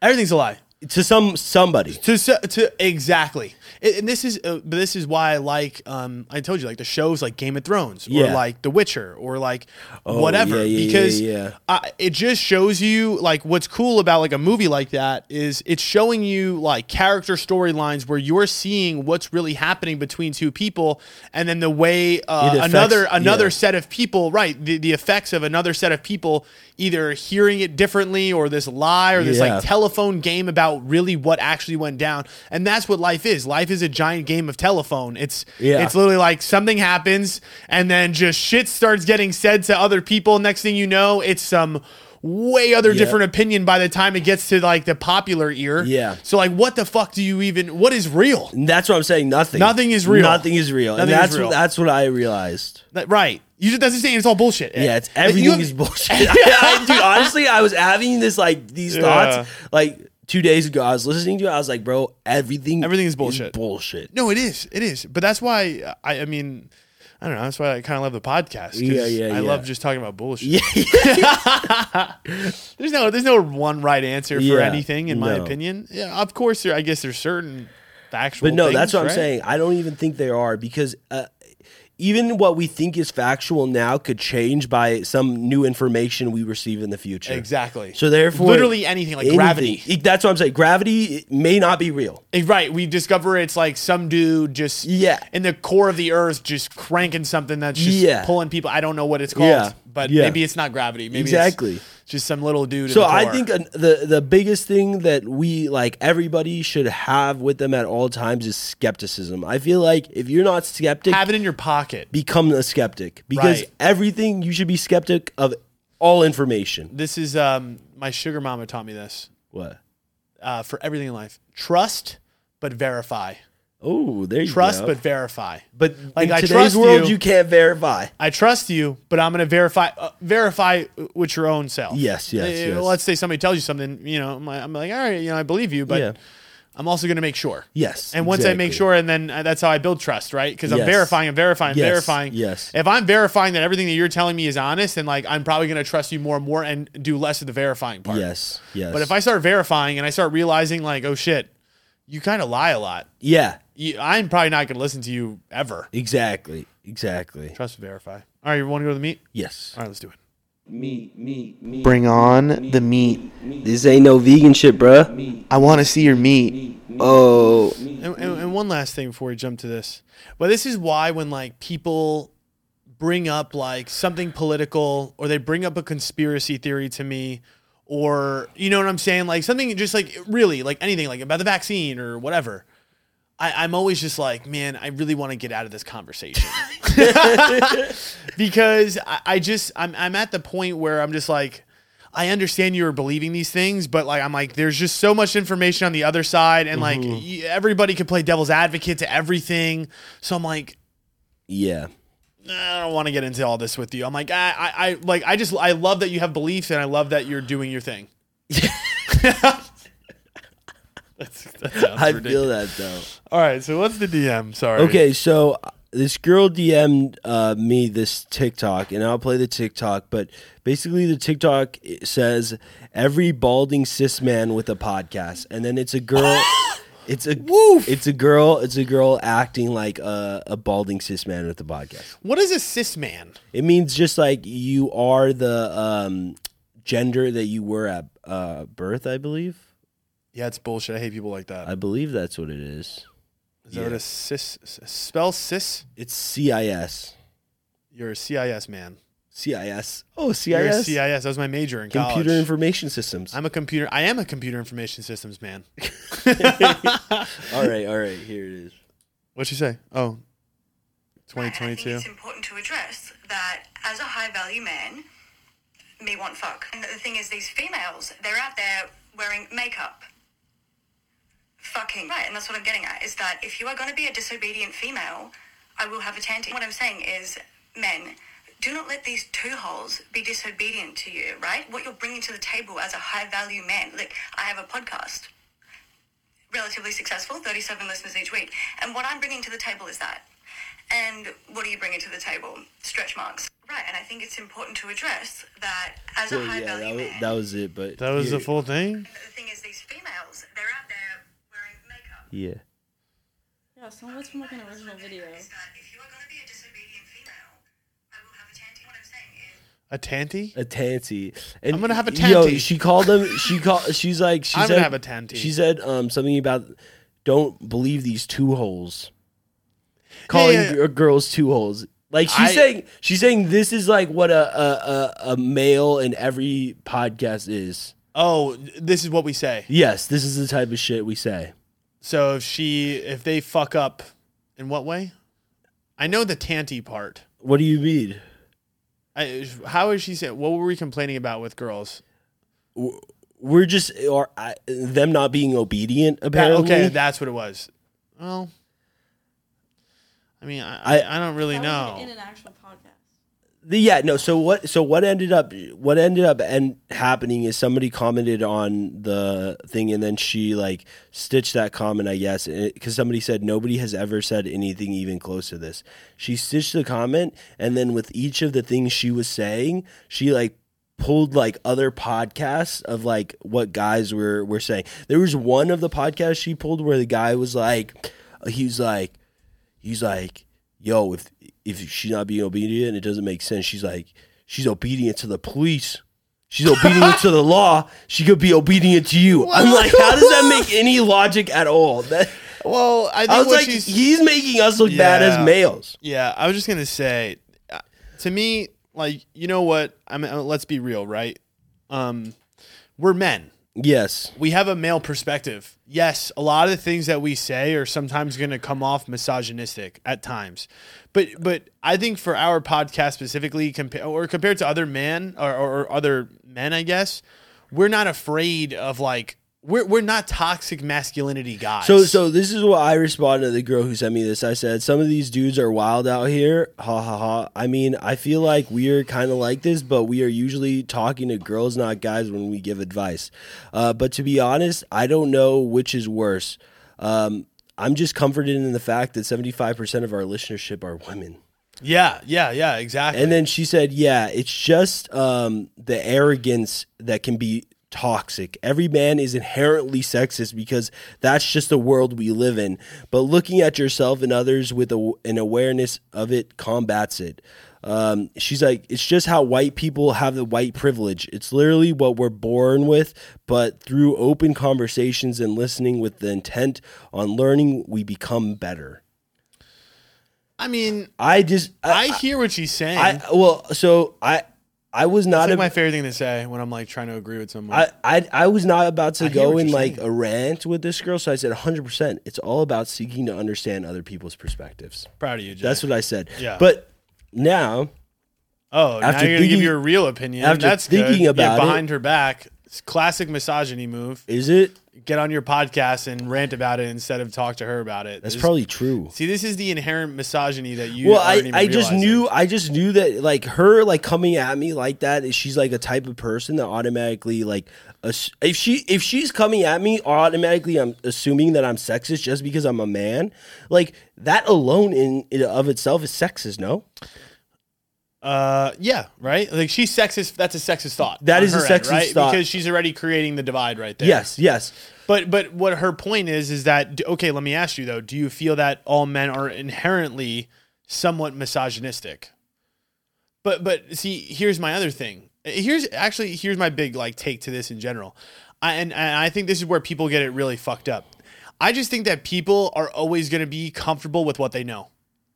A: Everything's a lie.
B: to some somebody.
A: to se- to exactly and and this is uh, but this is why i like um i told you like the shows like game of thrones or
B: Yeah. Oh,
A: like the witcher or like whatever
B: yeah, yeah,
A: because
B: yeah, yeah.
A: I, it just shows you like what's cool about like a movie like that is it's showing you like character storylines where you're seeing what's really happening between two people and then the way uh,
B: It affects-
A: another another
B: yeah.
A: set of people right the, the effects of another set of people either hearing it differently or this lie or this
B: Yeah.
A: like telephone game about really what actually went down and that's what life is life is a giant game of telephone it's
B: Yeah.
A: it's literally like something happens and then just shit starts getting said to other people next thing you know it's some way other different opinion by the time it gets to like the popular ear
B: Yeah.
A: so like what the fuck do you even what is real
B: And that's what I'm saying. Nothing.
A: Nothing is real.
B: Nothing is real.
A: Nothing is
B: and that's
A: real.
B: What, that's what I realized.
A: That- right you just doesn't say it's all bullshit
B: Yeah, it's
A: Like,
B: everything
A: Eh, you have-
B: is bullshit. I, dude, honestly, I was having this like these
A: Yeah.
B: thoughts like two days ago. I was listening to it. I was like, bro, everything
A: Everything is bullshit.
B: bullshit.
A: No, it is. It is. But that's why I. I mean, I don't know. That's why I kind of love the podcast. 'cause
B: Yeah, yeah,
A: I
B: yeah.
A: love just talking about bullshit. there's no. There's no one right answer for
B: Yeah,
A: anything, in my
B: no.
A: opinion. Yeah. Of course, there. I guess there's certain factual.
B: But no, that's
A: things,
B: what I'm
A: right?
B: saying. I don't even think they are because uh, even what we think is factual now could change by some new information we receive in the future.
A: Exactly.
B: So therefore,
A: Literally anything, like gravity.
B: E- That's what I'm saying. Gravity may not be real.
A: Eh, Right, we discover it's like some dude just
B: Yeah.
A: in the core of the earth just cranking something that's just
B: Yeah.
A: pulling people. I don't know what it's called,
B: Yeah,
A: but
B: yeah.
A: maybe it's not gravity. Maybe it's
B: Exactly.
A: just some little dude.
B: So
A: in the
B: I
A: core.
B: think an- the the biggest thing that we like everybody should have with them at all times is skepticism. I feel like if you're not skeptic,
A: have it in your pocket.
B: become a skeptic because
A: Right.
B: everything you should be skeptic of all information.
A: This is um, my sugar mama taught me this
B: What?
A: uh, for everything in life: trust but verify.
B: Oh, there you
A: Trust
B: go.
A: but verify.
B: But
A: Like,
B: in
A: I
B: today's
A: trust
B: world,
A: you.
B: you. can't verify.
A: I trust you, but I'm going to verify uh, verify with your own self.
B: Yes, yes,
A: Uh,
B: yes.
A: Let's say somebody tells you something, you know, I'm like, I'm like, all right, you know, I believe you, but
B: Yeah.
A: I'm also going to make sure.
B: Yes,
A: And once I make
B: exactly.
A: sure, and then uh, that's how I build trust, right? Because I'm
B: Yes.
A: verifying, I'm verifying, I'm
B: Yes,
A: verifying.
B: yes.
A: If I'm verifying that everything that you're telling me is honest, then like I'm probably going to trust you more and more and do less of the verifying part.
B: Yes, yes.
A: But if I start verifying and I start realizing, like, oh shit, you kind of lie a lot.
B: yeah,
A: You, I'm probably not going to listen to you ever.
B: exactly, exactly.
A: Trust and verify. All right, you want to go to the meet?
B: Yes.
A: All right, let's do it.
F: Bring on the meat.
E: This ain't no vegan shit, bruh.
F: I want to see your meat.
E: Oh,
A: And, and, and one last thing before we jump to this, but this is why when like people bring up like something political or they bring up a conspiracy theory to me, or you know what I'm saying, like something just like really like anything like about the vaccine or whatever. I, I'm always just like, man, I really want to get out of this conversation because I, I just I'm I'm at the point where I'm just like. I understand you were believing these things, but like I'm like, there's just so much information on the other side, and like
B: Mm-hmm.
A: y- everybody could play devil's advocate to everything. So I'm like,
B: Yeah.
A: I don't want to get into all this with you. I'm like, I, I, I like, I just, I love that you have beliefs, and I love that you're doing your thing. that's, that sounds
B: I
A: ridiculous.
B: feel that though.
A: All right, so what's the DM? Sorry.
B: Okay, so uh, this girl DM'd uh, me this TikTok, and I'll play the TikTok. But basically, the TikTok i- says every balding cis man with a podcast, and then it's a girl. It's a it's a girl. It's a girl acting like a, a balding cis man with a podcast.
A: What is a cis man?
B: It means just like you are the um, gender that you were at uh, birth, I believe.
A: Yeah, it's bullshit. I hate people like that.
B: I believe that's what it is.
A: Is that what a cis s- spell cis?
B: It's CIS.
A: You're a CIS man.
B: CIS. Oh, CIS.
A: You're a CIS. That was my major in
B: Computer
A: college.
B: information systems.
A: I'm a computer. I am a computer information systems man.
B: all right, all right. Here it is.
A: What'd you say? Oh,
G: I think
A: 2022.
G: it's important to address that as a high value man, me want fuck. And the thing is, these females, they're out there wearing makeup. Fucking. Right, and that's what I'm getting at is that if you are going to be a disobedient female, I will have a tanty. What I'm saying is, men, do not let these two holes be disobedient to you, right? What you're bringing to the table as a high value man. Look, I have a podcast relatively successful, 37 listeners each week. And what I'm bringing to the table is that. And what are you bringing to the table? Stretch marks. Right, and I think it's important to address that as a
B: So,
G: high
B: yeah, that
G: value
B: was,
G: man.
B: that was it. But
A: That was
B: here-
A: the full thing.
G: the thing is, these females, they're
E: Yeah.
C: Yeah, some of it's from like an original video.
G: Is that if you are going to be a disobedient female, I will have a tanty. What I'm saying is,
A: A tanty?
B: a tanty. And
A: I'm gonna have a
B: Yo,
A: tanty.
B: she called them. She called. She's like. She
A: I'm
B: said,
A: gonna have a tanty.
B: She said um something about don't believe these two holes. Calling
A: yeah, yeah.
B: gir- girls two holes. Like she's
A: I-
B: saying, she's saying this is like what a a, a a male in every podcast is.
A: Oh, this is what we say.
B: Yes, this is the type of shit we say.
A: So if she, if they fuck up, in what way? I know the tanty part.
B: What do you mean?
A: I, how is she saying? What were we complaining about with girls?
B: We're just or I, them not being obedient.
A: That-
B: Apparently,
A: okay, that's what it was. Well, I mean, I I, I don't really
C: That was, like,
A: know.
C: in an actual podcast.
B: The- yeah no so what so what ended up what ended up and happening is somebody commented on the thing and then she like stitched that comment i guess because somebody said nobody has ever said anything even close to this she stitched the comment and then with each of the things she was saying she like pulled like other podcasts of like what guys were were saying there was one of the podcasts she pulled where the guy was like he was like he's like, "Yo, if if she's not being obedient, it doesn't make sense." She's like, "She's obedient to the police. She's obedient to the law. She could be obedient to you." I'm like, "How does that make any logic at all?" That,
A: Well, I think
B: I was
A: what
B: like,
A: she's
B: "He's making us look bad
A: Yeah.
B: as males."
A: Yeah, I was just gonna say, uh, to me, like you know what? I mean, uh, let's be real, right? Um, we're men.
B: Yes,
A: We have a male perspective. Yes, a lot of the things that we say are sometimes gonna come off misogynistic at times, but but I think for our podcast specifically, compa- or compared to other men or, or, or other men, I guess we're not afraid of like we're we're not toxic masculinity guys.
B: So, so this is what I responded to the girl who sent me this. I said, "Some of these dudes are wild out here." Ha ha ha. I mean, I feel like we are kind of like this, but we are usually talking to girls, not guys, when we give advice. Uh, but to be honest, I don't know which is worse. Um, I'm just comforted in the fact that 75% of our listenership are women.
A: yeah, yeah, yeah, exactly.
B: And then she said, "Yeah, it's just um, the arrogance that can be toxic. Every man is inherently sexist because that's just the world we live in. But looking at yourself and others with a, an awareness of it combats it." Um, she's like, it's just how white people have the white privilege. It's literally what we're born with, but through open conversations and listening with the intent on learning, we become better.
A: I mean,
B: I just,
A: I,
B: I,
A: hear what she's saying.
B: I, well, so I, I was
A: That's
B: not a-
A: like my favorite thing to say when I'm like trying to agree with someone.
B: I, I I was not about to
A: I hear
B: go
A: what
B: in
A: you're
B: like a rant with this girl, so I said 100%. It's all about seeking to understand other people's perspectives.
A: proud of you, Jay.
B: That's what I said.
A: Yeah.
B: But now,
A: oh, now
B: after
A: you're gonna give
B: thinking-
A: your real opinion.
B: after
A: That's
B: thinking
A: good.
B: about
A: yeah,
B: it-
A: behind her back. It's classic misogyny move.
B: is it?
A: Get on your podcast and rant about it instead of talk to her about it.
B: That's
A: This-
B: probably true.
A: see. This is the inherent misogyny that you.
B: Well,
A: aren't
B: I,
A: even
B: I just
A: realizing.
B: knew I just knew that like her like coming at me like that is she's like a type of person that automatically like ass- if she if she's coming at me automatically I'm assuming that I'm sexist just because I'm a man like that alone in, in of itself is sexist no
A: Uh, yeah, right. Like she's sexist. That's a sexist thought.
B: That
A: on
B: is a
A: her end,
B: sexist
A: right?
B: thought.
A: because she's already creating the divide right there.
B: yes yes
A: But but what her point is is that d- okay, let me ask you though, do you feel that all men are inherently somewhat misogynistic? But but see, here's my other thing. Here's actually here's my big like take to this in general. I, and, and I think this is where people get it really fucked up. I just think that people are always going to be comfortable with what they know.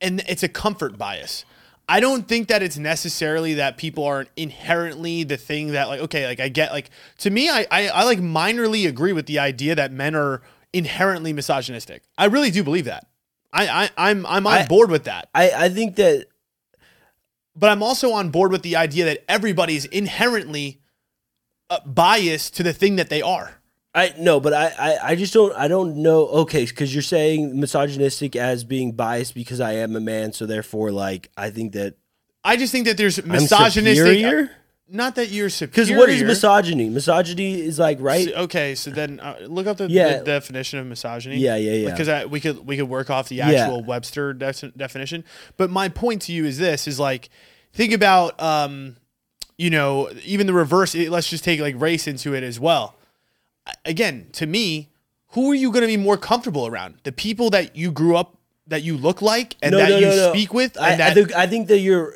A: And it's a comfort bias. I don't think that it's necessarily that people are inherently the thing that like okay like I get like to me I I, I like minorly agree with the idea that men are inherently misogynistic. I really do believe that. I, I I'm I'm on
B: I-
A: board with that.
B: I I think that
A: But I'm also on board with the idea that everybody is inherently uh, biased to the thing that they are.
B: I no, but I, I I just don't I don't know. Okay, because you're saying misogynistic as being biased because I am a man, so therefore, like I think that
A: I just think that there's
B: I'm
A: misogynistic.
B: superior?
A: Not that you're superior.
B: Because what is misogyny? Misogyny is like right.
A: So- okay, so then uh, look up the,
B: Yeah.
A: the definition of misogyny.
B: Yeah, yeah, yeah.
A: Because I, we could we could work off the
B: Yeah.
A: actual Webster def- definition. But my point to you is this: is like think about um, you know eh, even the reverse. Let's just take like race into it as well. Again, to me, who are you going to be more comfortable around? The people that you grew up that you look like and
B: No,
A: that
B: no,
A: you
B: no, no.
A: speak with and
B: I,
A: that
B: I think I think that you're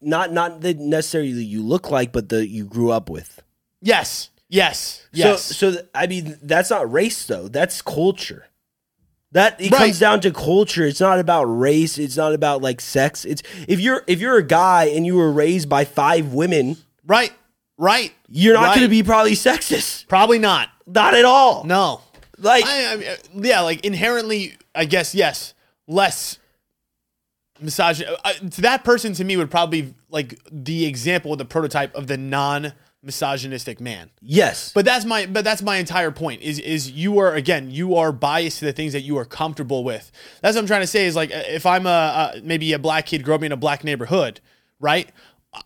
B: not not that necessarily you look like, but that you grew up with.
A: yes, yes, yes.
B: So so th- I mean that's not race though. That's culture. That it
A: Right.
B: comes down to culture. It's not about race. It's not about like sex. It's if you're if you're a guy and you were raised by five women,
A: right. Right.
B: you're not
A: Right.
B: going to be probably sexist.
A: Probably not.
B: Not at all.
A: No.
B: Like
A: I, I mean, uh, yeah, like inherently, I guess yes, less misogyn. Uh, to that person, to me, would probably be like the example, the prototype of the non-misogynistic man.
B: yes,
A: But that's my, but that's my entire point. Is is you are again, you are biased to the things that you are comfortable with. That's what I'm trying to say. Is like uh, if I'm a uh, maybe a black kid growing up in a black neighborhood, right?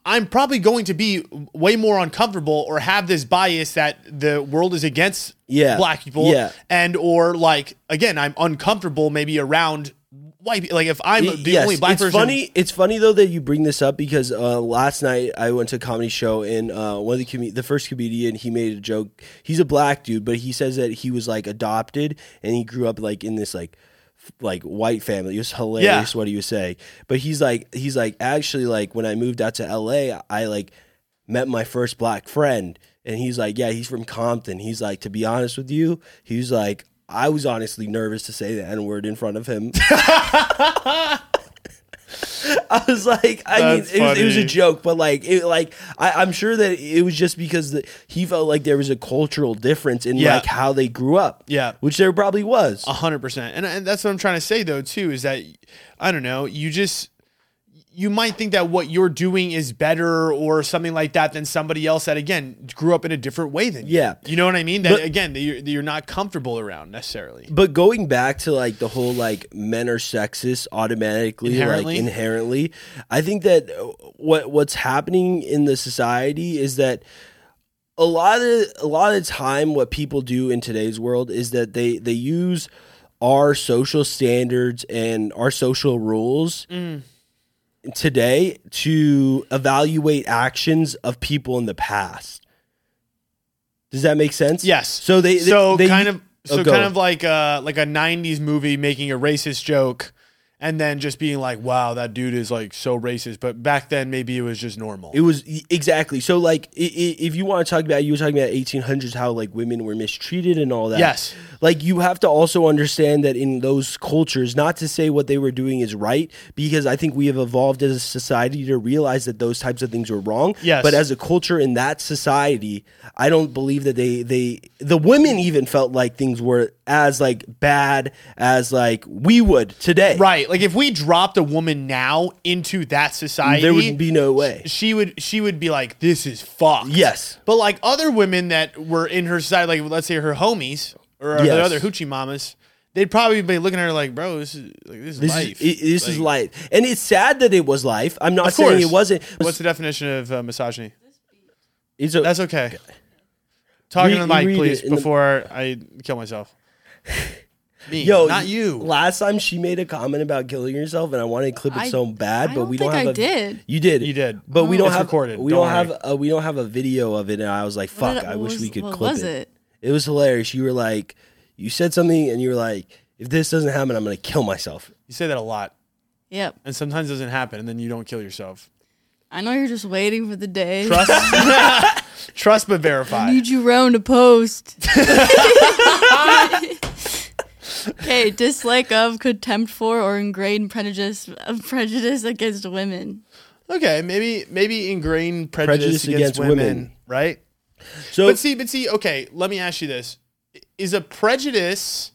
A: I'm probably going to be way more uncomfortable or have this bias that the world is against
B: Yeah.
A: black people
B: Yeah.
A: and or like again I'm uncomfortable maybe around white people. like if I'm the
B: Yes,
A: only black
B: it's
A: person
B: Funny, it's funny though that you bring this up because uh, last night I went to a comedy show and uh, one of the com- the first comedian he made a joke. He's a black dude, but he says that he was like adopted and he grew up like in this like f- like white family. It was hilarious what he was saying, but he's like he's like actually like when I moved out to L.A., I like met my first black friend and he's like yeah he's from compton he's like to be honest with you he's like i was honestly nervous to say the n word in front of him I was like, I mean,
A: That's
B: it was, it was a
A: funny.
B: joke, but like, it, like I, I'm sure that it was just because the, he felt like there was a cultural difference in
A: Yeah.
B: like how they grew up,
A: Yeah.
B: which there probably was.
A: A hundred percent, and and that's what I'm trying to say though too is that I don't know. You just you might think that what you're doing is better or something like that than somebody else that again grew up in a different way than you.
B: Yeah.
A: You know what I mean? That
B: But-
A: again, that you're, that you're not comfortable around necessarily.
B: But going back to like the whole like men are sexist automatically,
A: Inherently?
B: like inherently, I think that uh, what what's happening in the society is that a lot of a lot of the time what people do in today's world is that they they use our social standards and our social rules
A: Mm.
B: today to evaluate actions of people in the past. Does that make sense?
A: Yes.
B: So they, they
A: so
B: they-
A: kind of
B: Oh,
A: so
B: go.
A: kind of like uh like a '90s movie making a racist joke. And then just being like, "Wow, that dude is like so racist," but back then maybe it was just normal.
B: It was e- exactly so. Like, i- i- if you want to talk about, you were talking about 1800s, how like women were mistreated and all that.
A: Yes.
B: Like, you have to also understand that in those cultures, not to say what they were doing is right, because I think we have evolved as a society to realize that those types of things were wrong.
A: Yes.
B: But as a culture in that society, I don't believe that they they the women even felt like things were as like bad as like we would today.
A: Right. Like if we dropped a woman now into that society,
B: There would be no way.
A: she would she would be like, "This is fucked."
B: Yes.
A: But like other women that were in her side, like let's say her homies or
B: Yes.
A: her other hoochie mamas, they'd probably be looking at her like, "Bro, this is like this is
B: This
A: life."
B: is i- this is life, and it's sad that it was life. I'm not
A: Of course.
B: saying it wasn't.
A: What's the definition of uh, misogyny?
B: It's a-
A: That's okay. Talking to the
B: Read-
A: mic,
B: read
A: please,
B: it in the-
A: before I kill myself. Me,
B: yo,
A: not you.
B: Last time she made a comment about killing herself, and I wanted to clip it
C: I-
B: so bad,
C: I
B: but
C: don't
B: we don't
C: think
B: have.
C: I
B: a-
C: did.
B: You did.
A: You did. Mm.
B: But we don't
A: It's
B: have
A: recorded,
B: We
A: don't
B: don't have
A: worry.
B: a, we don't have a video of it, and I was like,
C: What
B: "Fuck!
C: did-
B: I
C: what
B: wish
C: was-
B: we could
C: what
B: clip
C: was
B: it. it." was hilarious. You were like, you said something, and you were like, "If this doesn't happen, I'm gonna kill myself."
A: You say that a lot,
C: Yep.
A: and sometimes it doesn't happen, and then you don't kill yourself.
C: I know you're just waiting for the day.
A: Trust, trust but verify.
C: Need you round to post. okay, dislike of, contempt for, or ingrained prejudice of prejudice against women.
A: Okay, maybe maybe ingrain prejudice,
B: Prejudice
A: against,
B: against
A: women,
B: women.
A: right?
B: So
A: But see, but see, okay, let me ask you this. Is a prejudice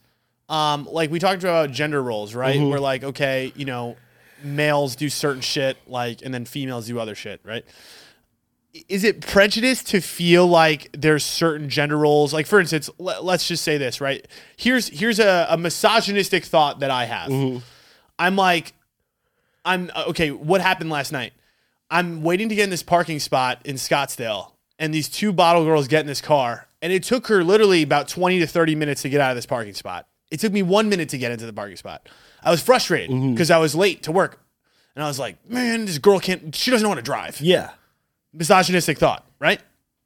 A: um like we talked about gender roles, right?
B: Mm-hmm.
A: We're like, okay, you know, males do certain shit like and then females do other shit, right? Is it prejudice to feel like there's certain gender roles? Like for instance, le- let's just say this, right? Here's here's a, a misogynistic thought that I have.
B: Mm-hmm.
A: I'm like, I'm okay. What happened last night? I'm waiting to get in this parking spot in Scottsdale, and these two bottle girls get in this car, and it took her literally about 20 to 30 minutes to get out of this parking spot. It took me one minute to get into the parking spot. I was frustrated
B: Mm-hmm.
A: because I was late to work, and I was like, man, this girl can't. She doesn't know how to drive
B: yeah,
A: misogynistic thought, right?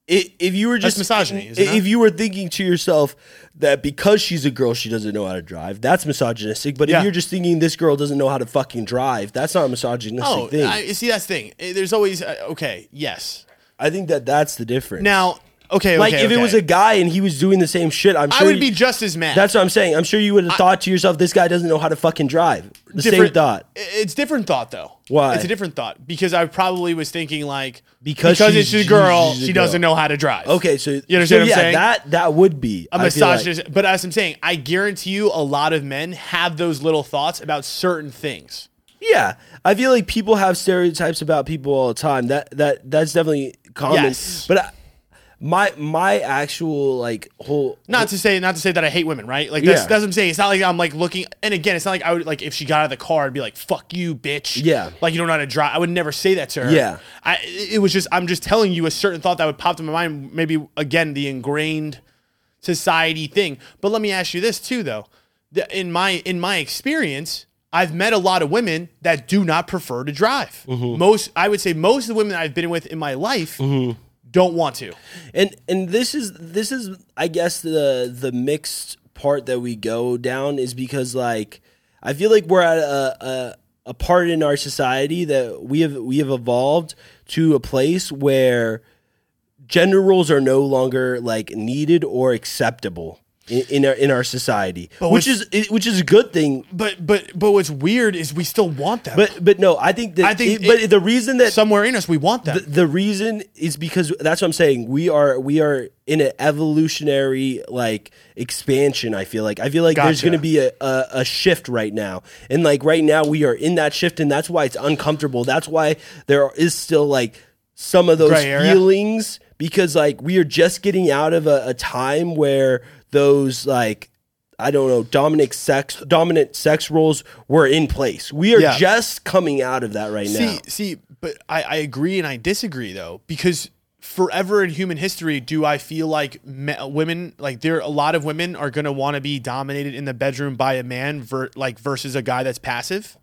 B: i- if you were
A: That's
B: just
A: misogyny, is it
B: i- if
A: not?
B: you were thinking to yourself that because she's a girl she doesn't know how to drive, that's misogynistic. But
A: Yeah.
B: if you're just thinking this girl doesn't know how to fucking drive, that's not a misogynistic
A: Oh,
B: thing.
A: I,
B: I,
A: see that's the thing. Eh, There's always uh, okay, yes.
B: think that that's the difference.
A: Now, okay,
B: like
A: okay,
B: if it
A: okay.
B: was a guy and he was doing the same shit, I'm sure
A: I would
B: you-
A: be just as mad.
B: That's what I'm saying. I'm sure you would have thought to yourself, this guy doesn't know how to fucking drive. The same
A: different-
B: thought.
A: i- It's different thought though.
B: Why?
A: It's a different thought because I probably was thinking like
B: Because
A: it's
B: she's-
A: a girl,
B: she's a
A: she doesn't
B: girl.
A: know how to drive.
B: Okay, so
A: you understand
B: so
A: what I'm
B: yeah,
A: saying?
B: that that would be
A: a
B: I feel like.
A: misogynist. But as I'm saying, I guarantee you, a lot of men have those little thoughts about certain things.
B: Yeah, I feel like people have stereotypes about people all the time. That that that's definitely common.
A: Yes.
B: But I, my my actual like whole
A: Not to say, not to say that I hate women, right? Like that's,
B: Yeah.
A: that's what I'm saying. It's not like I'm like looking. And again, it's not like I would like if she got out of the car, I'd be like, "Fuck you, bitch."
B: Yeah.
A: Like you don't know how to drive. I would never say that to her.
B: Yeah.
A: I. It was just I'm just telling you a certain thought that would pop to my mind. Maybe again the ingrained society thing. But let me ask you this too, though. The- In my in my experience, I've met a lot of women that do not prefer to drive.
B: Mm-hmm.
A: Most I would say most of the women I've been with in my life
B: Mm-hmm.
A: don't want to.
B: and and this is this is I guess the the mixed part that we go down is because like I feel like we're at a a, a part in our society that we have we have evolved to a place where gender roles are no longer like needed or acceptable in, in our in our society, which is it- which is a good thing.
A: But but but what's weird is we still want them.
B: But but no, I think that
A: I think
B: it- but
A: it-
B: the reason that
A: somewhere in us we want them.
B: the, the reason is because that's what I'm saying. We are we are in an evolutionary like expansion. I feel like I feel like there's
A: Gotcha.
B: going to be a, a a shift right now, and like right now we are in that shift, and that's why it's uncomfortable. That's why there is still like some of those
A: Gray area.
B: feelings because like we are just getting out of a, a time where those like. I don't know. Dominant sex, dominant sex roles were in place. We are
A: Yeah.
B: just coming out of that right
A: see,
B: now.
A: see, but I, I agree and I disagree though because forever in human history do I feel like me, women like there a lot of women are going to want to be dominated in the bedroom by a man ver, like versus a guy that's passive.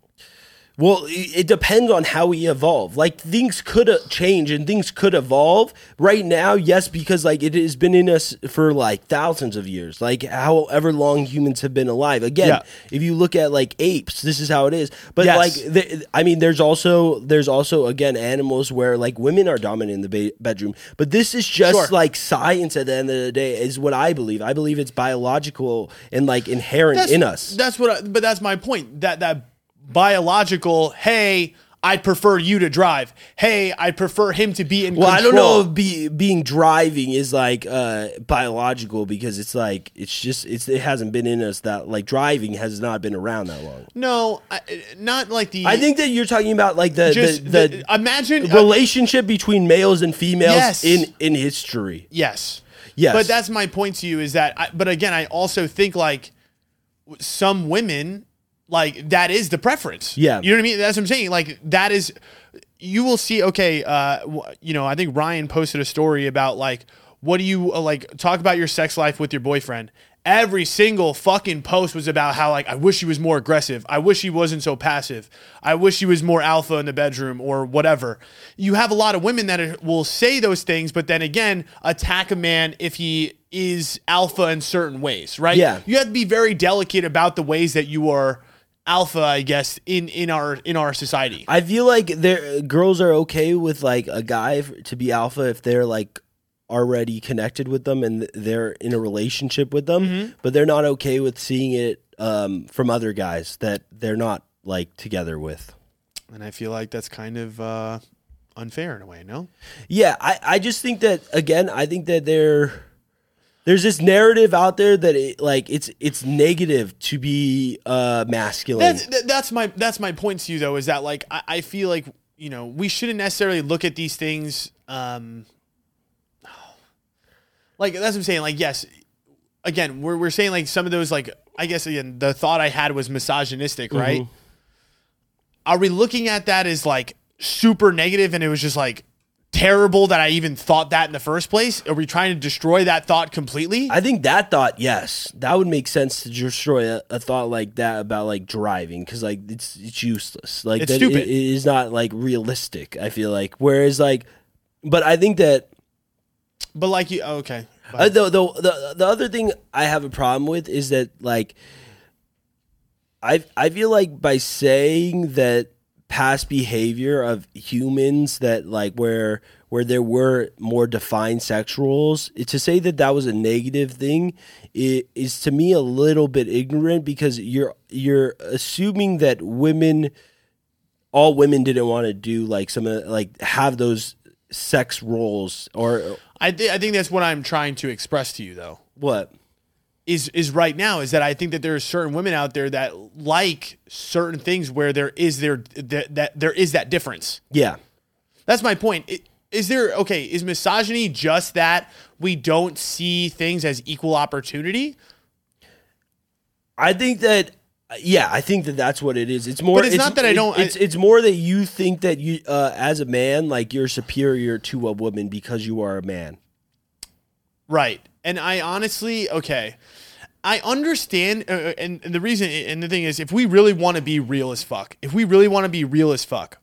B: Well, i- it depends on how we evolve. Like things could uh, change and things could evolve. Right now, yes, because like it has been in us for like thousands of years, like however long humans have been alive. Again,
A: Yeah.
B: if you look at like apes, this is how it is. But
A: Yes.
B: like, th- I mean, there's also there's also again animals where like women are dominant in the ba- bedroom. But this is just
A: Sure.
B: like science. At the end of the day, is what I believe. I believe it's biological and like inherent in us.
A: That's what. I, but that's my point. That that biological. Hey, I'd prefer you to drive. Hey, I'd prefer him to be in.
B: Well, I don't know
A: control.
B: if be, being driving is like uh, biological because it's like it's just it's it hasn't been in us that like driving has not been around that long.
A: No, I, not like the.
B: I think that you're talking about like the
A: just
B: the,
A: the,
B: the,
A: imagine uh,
B: relationship between males and females
A: Yes.
B: in in history.
A: Yes.
B: Yes.
A: But that's my point to you is that, I, but again, I also think like w- some women, like that is the preference.
B: Yeah.
A: You know what I mean? That's what I'm saying. Like that is, you will see, okay, uh, w- you know, I think Ryan posted a story about like, what do you uh, like, talk about your sex life with your boyfriend. Every single fucking post was about how like I wish he was more aggressive. I wish he wasn't so passive. I wish he was more alpha in the bedroom or whatever. You have a lot of women that are, will say those things, but then again, attack a man if he is alpha in certain ways, right?
B: Yeah.
A: You have to be very delicate about the ways that you are alpha, I guess, in in our in our society.
B: I feel like there girls are okay with like a guy f- to be alpha if they're like already connected with them and th- they're in a relationship with them, but they're not okay with seeing it um, from other guys that they're not like together with.
A: And I feel like that's kind of uh unfair in a way, no?
B: Yeah, I, I just think that again, I think that there there's this narrative out there that it like it's it's negative to be uh masculine.
A: That's that- that's my that's my point to you though is that like I, I feel like you know we shouldn't necessarily look at these things um like that's what I'm saying like yes again we're we're saying like some of those like I guess again the thought I had was misogynistic right are we looking at that as like super negative and it was just like terrible that I even thought that in the first place are we trying to destroy that thought completely
B: I think that thought, yes, that would make sense to destroy a, a thought like that about like driving because like it's it's useless. Like
A: It's
B: that
A: stupid.
B: It, it is not like realistic. I feel like whereas like, but I think that
A: But like you, okay.
B: Uh, the, the the the other thing I have a problem with is that like I I feel like by saying that past behavior of humans that like where where there were more defined sexuals it- to say that that was a negative thing i- is to me a little bit ignorant because you're you're assuming that women all women didn't want to do like some of like have those sex roles or
A: I think I think that's what I'm trying to express to you though.
B: what
A: Is is right now is that I think that there are certain women out there that like certain things where there is there that, that there is that difference.
B: yeah
A: That's my point. I- Is there okay? Is misogyny just that we don't see things as equal opportunity?
B: I think that yeah, I think that that's what it is. It's more.
A: But it's not that I don't-
B: It's it's more that you think that you uh, as a man like you're superior to a woman because you are a man.
A: Right. And I honestly, okay, I understand. Uh, uh, and, and the reason, and the thing is, if we really want to be real as fuck, if we really want to be real as fuck,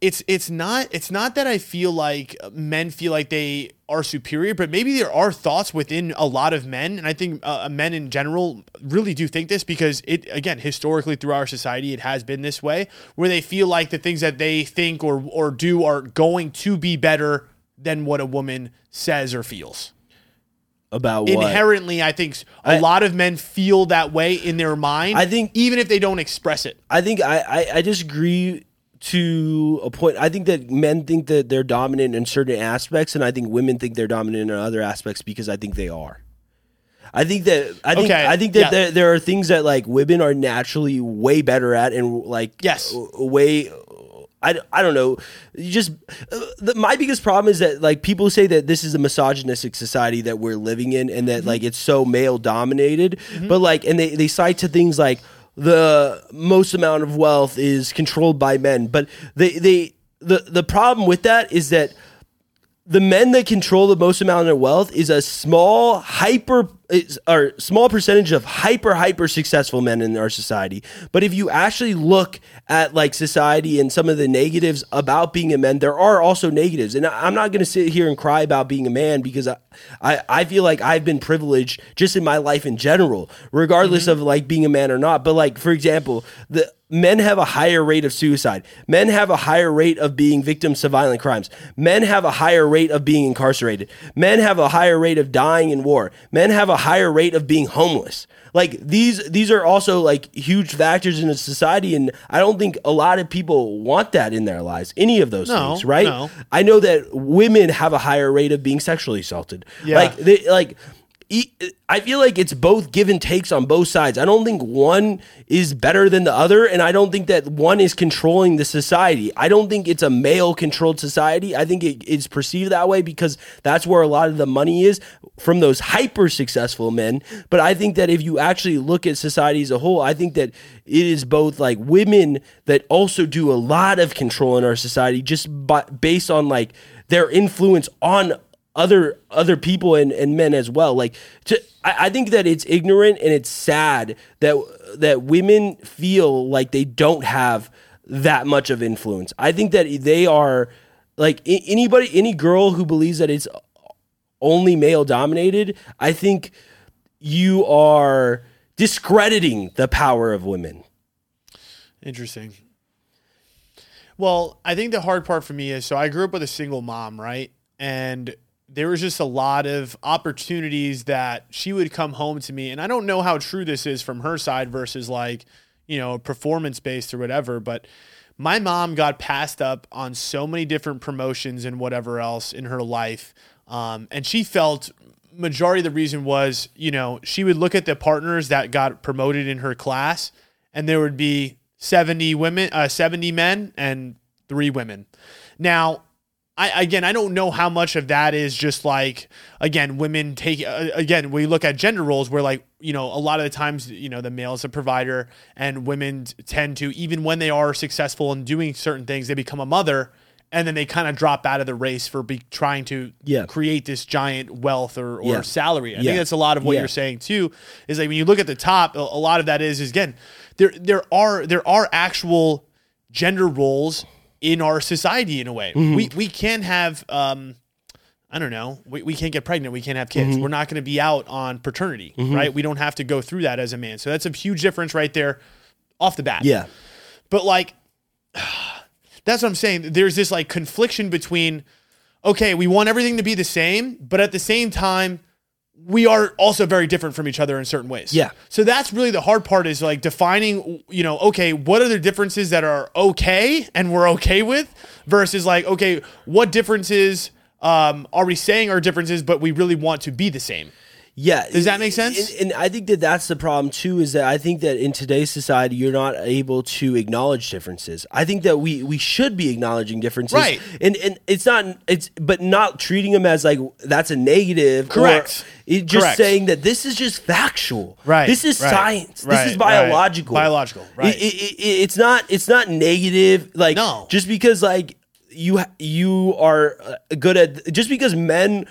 A: it's it's not it's not that I feel like men feel like they are superior, but maybe there are thoughts within a lot of men, and I think uh, men in general really do think this because it again historically through our society it has been this way, where they feel like the things that they think or or do are going to be better than what a woman says or feels
B: About what?
A: inherently i think s- a
B: I-
A: lot of men feel that way in their mind
B: I think-
A: even if they don't express it
B: I think I, I I disagree to a point. I think that men think that they're dominant in certain aspects, and I think women think they're dominant in other aspects because I think they are. I think that I think
A: Okay,
B: I think that
A: yeah.
B: there, there are things that like women are naturally way better at and like
A: Yes.
B: w- way I, d- I don't know you just uh, the, my biggest problem is that like people say that this is a misogynistic society that we're living in and that like it's so male dominated but like and they they cite to things like the most amount of wealth is controlled by men but they they the the problem with that is that the men that control the most amount of wealth is a small hyper is, or small percentage of hyper hyper successful men in our society but if you actually look at like society and some of the negatives about being a man there are also negatives and I- i'm not going to sit here and cry about being a man because I, I i feel like i've been privileged just in my life in general regardless of like being a man or not but like for example the men have a higher rate of suicide. Men have a higher rate of being victims to violent crimes. Men have a higher rate of being incarcerated. Men have a higher rate of dying in war. Men have a higher rate of being homeless. Like these these are also like huge factors in a society and I don't think a lot of people want that in their lives. Any of those
A: No,
B: things, right?
A: no.
B: I know that women have a higher rate of being sexually assaulted.
A: Yeah.
B: Like they like e- I feel like it's both give and takes on both sides. I don't think one is better than the other, and I don't think that one is controlling the society. I don't think it's a male controlled society. I think it is perceived that way because that's where a lot of the money is from those hyper successful men. But I think that if you actually look at society as a whole, I think that it is both like women that also do a lot of control in our society just by, based on like their influence on other other people and, and men as well. Like to, I, I think that it's ignorant and it's sad that that women feel like they don't have that much of influence. I think that they are like a- anybody any girl who believes that it's only male dominated, I think you are discrediting the power of women.
A: interesting well i think the hard part for me is so i grew up with a single mom right and there was just a lot of opportunities that she would come home to me and i don't know how true this is from her side versus like you know performance based or whatever but my mom got passed up on so many different promotions and whatever else in her life um, and she felt majority of the reason was you know she would look at the partners that got promoted in her class and there would be 70 women uh, 70 men and three women now I again, I don't know how much of that is just like again, women take uh, again. We look at gender roles where like you know a lot of the times you know the male is a provider and women t- tend to even when they are successful in doing certain things, they become a mother and then they kind of drop out of the race for be trying to
B: Yeah.
A: create this giant wealth or, or
B: Yeah.
A: salary. I
B: Yeah.
A: think that's a lot of what
B: Yeah.
A: you're saying too. Is like when you look at the top, a, a lot of that is is again there there are there are actual
B: Mm-hmm.
A: gender roles in our society in a way. We we can have um I don't know, we, we can't get pregnant, we can't have kids.
B: Mm-hmm.
A: We're not going to be out on paternity, right? We don't have to go through that as a man. So that's a huge difference right there off the bat.
B: Yeah.
A: But like, that's what I'm saying. There's this like confliction between, okay, we want everything to be the same, but at the same time, we are also very different from each other in certain ways.
B: Yeah.
A: So that's really the hard part is like defining, you know, okay, what are the differences that are okay and we're okay with versus like, okay, what differences um, are we saying are differences, but we really want to be the same?
B: Yeah.
A: Does that make sense?
B: And, and I think that that's the problem too. Is that I think that in today's society, you're not able to acknowledge differences. I think that we we should be acknowledging differences,
A: Right.
B: And and it's not it's but not treating them as like that's a negative. or-
A: Correct.
B: it- just
A: Correct.
B: saying that this is just factual.
A: Right,
B: This is
A: right,
B: science.
A: right,
B: this is
A: right.
B: biological.
A: Biological, right.
B: It- it- it- it's not it's not negative. Like
A: No.
B: just because like you ha- you are uh, good at just because men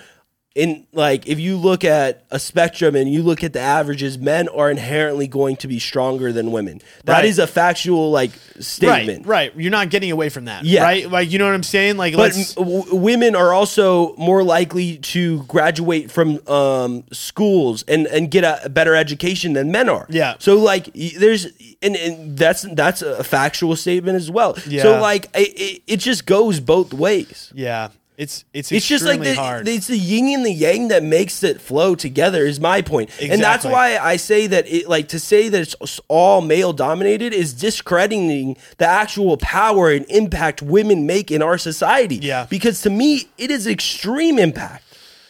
B: in like if you look at a spectrum and you look at the averages men are inherently going to be stronger than women That
A: Right.
B: is a factual like statement
A: Right, right. You're not getting away from that.
B: Yeah.
A: Right? Like, you know what I'm saying? Like,
B: but
A: let's.
B: m- w- women are also more likely to graduate from um, schools and, and get a, a better education than men are.
A: Yeah.
B: So like, y- there's and, and that's that's a factual statement as well.
A: Yeah.
B: So like, it, it, it just goes both ways.
A: Yeah, it's it's
B: It's just like
A: extremely
B: the,
A: hard.
B: it's the yin and the yang that makes it flow together is my point. And that's
A: Exactly.
B: why I say that it like to say that it's all male dominated is discrediting the actual power and impact women make in our society.
A: Yeah.
B: Because to me it is extreme impact.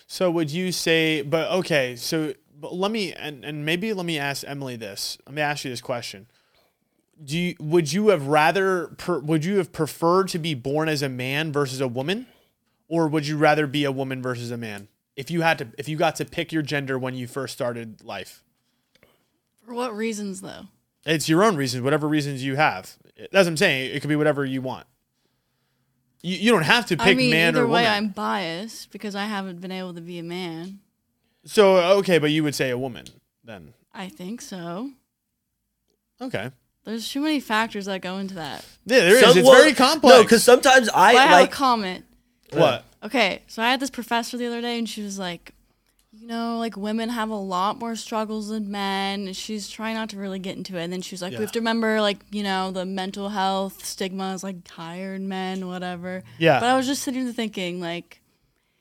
A: so would you say? But okay, so but let me and and maybe let me ask Emily this. Let me ask you this question. Do you, would you have rather per, would you have preferred to be born as a man versus a woman, or would you rather be a woman versus a man? If you had to, if you got to pick your gender when you first started life,
C: For what reasons, though?
A: it's your own reasons, whatever reasons you have. That's what I'm saying. It could be whatever you want. You, you don't have to pick
C: I mean,
A: man
C: either
A: or
C: way,
A: woman.
C: I'm biased because I haven't been able to be a man.
A: so okay, but you would say a woman then.
C: I think so.
A: Okay.
C: There's too many factors that go into that.
A: Yeah, there is.
B: Some-
A: It's
B: well,
A: very complex.
B: No, because sometimes I
C: But I have
B: like
C: a comment.
A: what?
C: Okay, so I had this professor the other day, and she was like, you know, like women have a lot more struggles than men. And she's trying not to really get into it. And then she was like,
A: Yeah.
C: we have to remember, like, you know, the mental health stigma is like tired men, whatever.
A: Yeah.
C: But I was just sitting there thinking, like,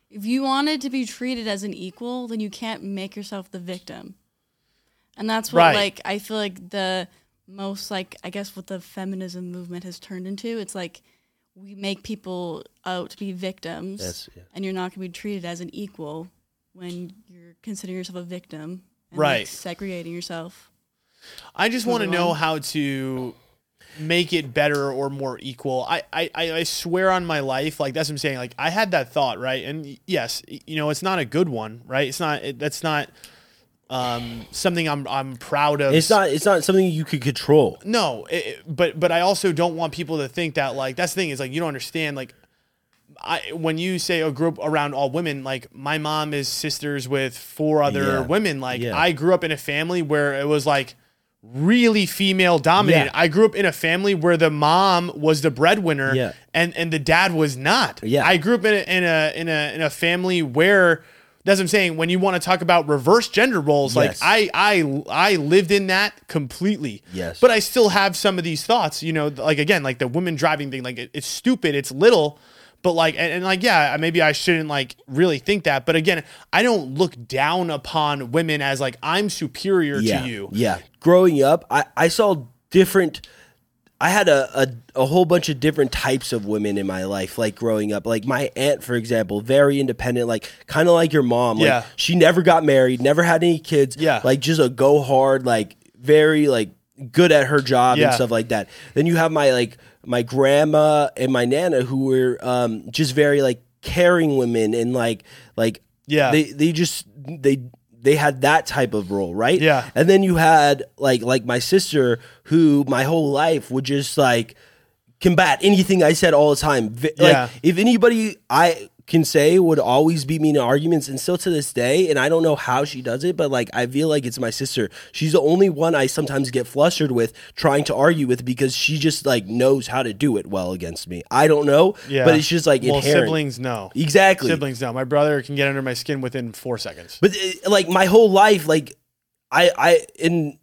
C: if you wanted to be treated as an equal, then you can't make yourself the victim. And that's what,
A: Right.
C: like, I feel like the most, like, I guess what the feminism movement has turned into. It's like, we make people out to be victims
B: That's- yeah.
C: and you're not going to be treated as an equal when you're considering yourself a victim and
A: Right.
C: like segregating yourself
A: I just want to
C: Moving
A: know
C: on.
A: how to make it better or more equal. I, I, I I swear on my life, like that's what I'm saying. Like I had that thought, right? And y- yes, y- you know, it's not a good one, right? It's not. It, that's not um, something I'm I'm proud of.
B: it's not it's not something you could control.
A: no it, it- but but i also don't want people to think that like that's the thing is like you don't understand like i when you say a group around all women like my mom is sisters with four other
B: Yeah.
A: women like
B: Yeah.
A: i grew up in a family where it was like really female dominated
B: Yeah.
A: i grew up in a family where the mom was the breadwinner
B: Yeah.
A: and and the dad was not
B: Yeah.
A: i grew up in a in a in a, in a family where that's what I'm saying. When you want to talk about reverse gender roles, like
B: Yes.
A: I, I, I lived in that completely.
B: Yes.
A: But I still have some of these thoughts, you know, th- like again, like the women driving thing, like it, it's stupid, it's little, but like, and, and like, yeah, I- maybe I shouldn't like really think that. But again, I don't look down upon women as like I'm superior
B: yeah,
A: to you.
B: Yeah. Growing up, I, I saw different I had a, a, a whole bunch of different types of women in my life, like growing up. Like my aunt, for example, very independent, like kind of like your mom. Like
A: Yeah.
B: she never got married, never had any kids.
A: Yeah.
B: Like just a go hard, like very like good at her job and
A: Yeah.
B: stuff like that. Then you have my like my grandma and my nana who were um just very like caring women and like like
A: Yeah.
B: they they just they they had that type of role, right?
A: Yeah.
B: And then you had like like my sister who my whole life would just like combat anything I said all the time. Vi- Like
A: Yeah.
B: if anybody I can say would always beat me in arguments and still to this day and i don't know how she does it but like i feel like it's my sister she's the only one i sometimes get flustered with trying to argue with because she just like knows how to do it well against me i don't know but it's just like
A: well,
B: inherent.
A: siblings no.
B: exactly
A: Siblings no. My brother can get under my skin within four seconds.
B: but uh, like my whole life like i i and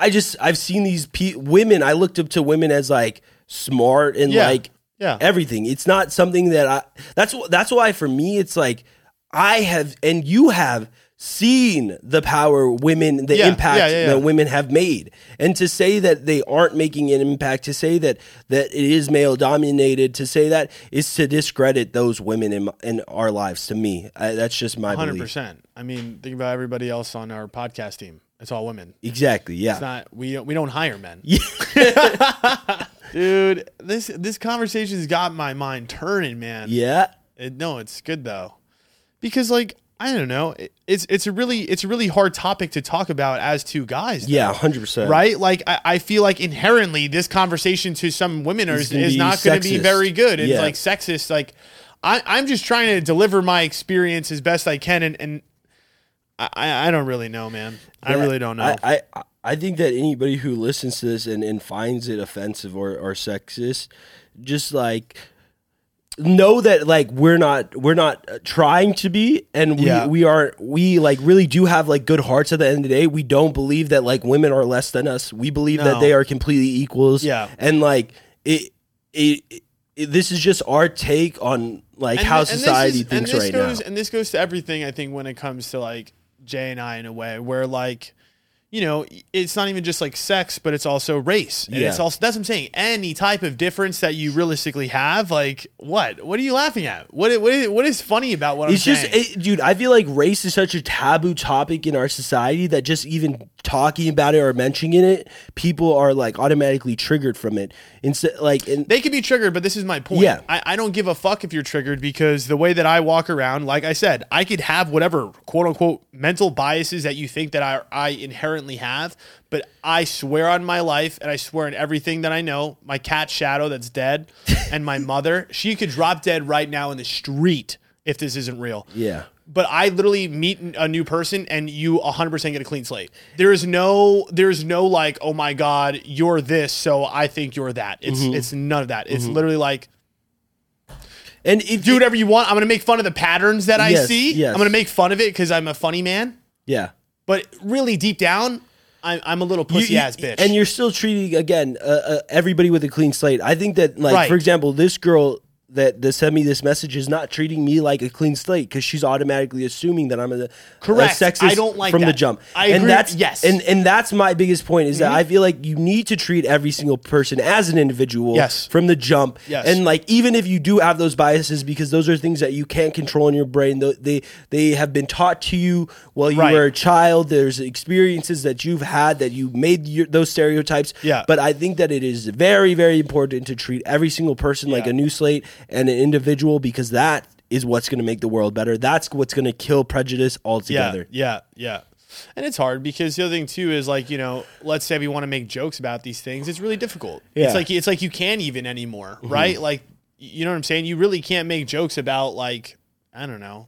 B: i just i've seen these pe- women i looked up to women as like smart and
A: Yeah.
B: like
A: Yeah.
B: everything it's not something that i that's wh- that's why for me it's like i have and you have seen the power women the
A: Yeah,
B: impact
A: yeah, yeah, yeah.
B: that women have made and to say that they aren't making an impact to say that that it is male dominated to say that is to discredit those women in, my, in our lives to me I, that's just my
A: Hundred
B: belief
A: percent. I mean, think about everybody else on our podcast team. It's all women.
B: Exactly. Yeah.
A: It's not we don't- we don't hire men. Dude, this this conversation's got my mind turning, man.
B: yeah.
A: It, no, it's good though, because like I don't know, it, it's it's a really it's a really hard topic to talk about as two guys. though,
B: Yeah. Hundred percent.
A: Right, like I, I feel like inherently this conversation to some women are, is
B: It's gonna be
A: not going to be
B: sexist.
A: very good. It's
B: Yeah.
A: like sexist. Like I, I'm just trying to deliver my experience as best I can, and, and I- I, I don't really know, man. I really don't know.
B: I, I I think that anybody who listens to this and, and finds it offensive or, or sexist, just like know that like we're not we're not uh, trying to be and we
A: Yeah.
B: we are we like really do have like good hearts at the end of the day we don't believe that like women are less than us we believe
A: No.
B: that they are completely equals
A: Yeah.
B: and like it it, it this is just our take on like
A: And
B: how
A: th- and this
B: society
A: is-
B: thinks
A: and this
B: right
A: goes,
B: now
A: And this goes to everything I think when it comes to like Jay and I in a way where like you know it's not even just like sex but it's also race and it's
B: Yeah.
A: also that's what I'm saying any type of difference that you realistically have like what what are you laughing at what i- what is, what is funny about what
B: It's
A: I'm
B: just,
A: saying
B: it, dude. I feel like race is such a taboo topic in our society that just even talking about it or mentioning it, people are like automatically triggered from it. Instead, like, and
A: they could be triggered, but this is my point.
B: Yeah.
A: I, I don't give a fuck if you're triggered because the way that I walk around, like I said, I could have whatever quote unquote mental biases that you think that I, I inherently have, but I swear on my life and I swear on everything that I know. My cat Shadow, that's dead, and my mother, she could drop dead right now in the street if this isn't real
B: yeah,
A: but I literally meet a new person and you 100% get a clean slate. There is no there is no like, "Oh my god, you're this, so I think you're that." It's
B: Mm-hmm.
A: it's none of that. It's literally like
B: and it,
A: do whatever you want. I'm going to make fun of the patterns that I
B: Yes,
A: see.
B: yes.
A: I'm going to make fun of it cuz I'm a funny man,
B: yeah,
A: but really deep down, I'm I'm a little pussy
B: You-
A: ass bitch.
B: And you're still treating again uh, uh, everybody with a clean slate. I think that, like
A: Right.
B: for example, this girl that, that sent me this message is not treating me like a clean slate because she's automatically assuming that I'm a, a
A: Correct. I
B: sexist
A: don't like
B: from the
A: that.
B: jump.
A: I
B: and
A: agree-
B: That's,
A: yes. Mm-hmm.
B: and and that's my biggest point is that I feel like you need to treat every single person as an individual.
A: Yes.
B: from the jump.
A: Yes.
B: and like even if you do have those biases because those are things that you can't control in your brain. tho- They they have been taught to you while you
A: Right.
B: were a child there's experiences that you've had that you made your, those stereotypes
A: Yeah.
B: but i think that it is very very important to treat every single person like a new slate and an individual because that is what's going to make the world better that's what's going to kill prejudice altogether
A: Yeah, yeah, yeah. And it's hard because the other thing too is like you know, let's say we want to make jokes about these things, it's really difficult.
B: Yeah. Mm-hmm.
A: It's like it's like you can't even anymore, right? Like you know what I'm saying? You really can't make jokes about like I don't know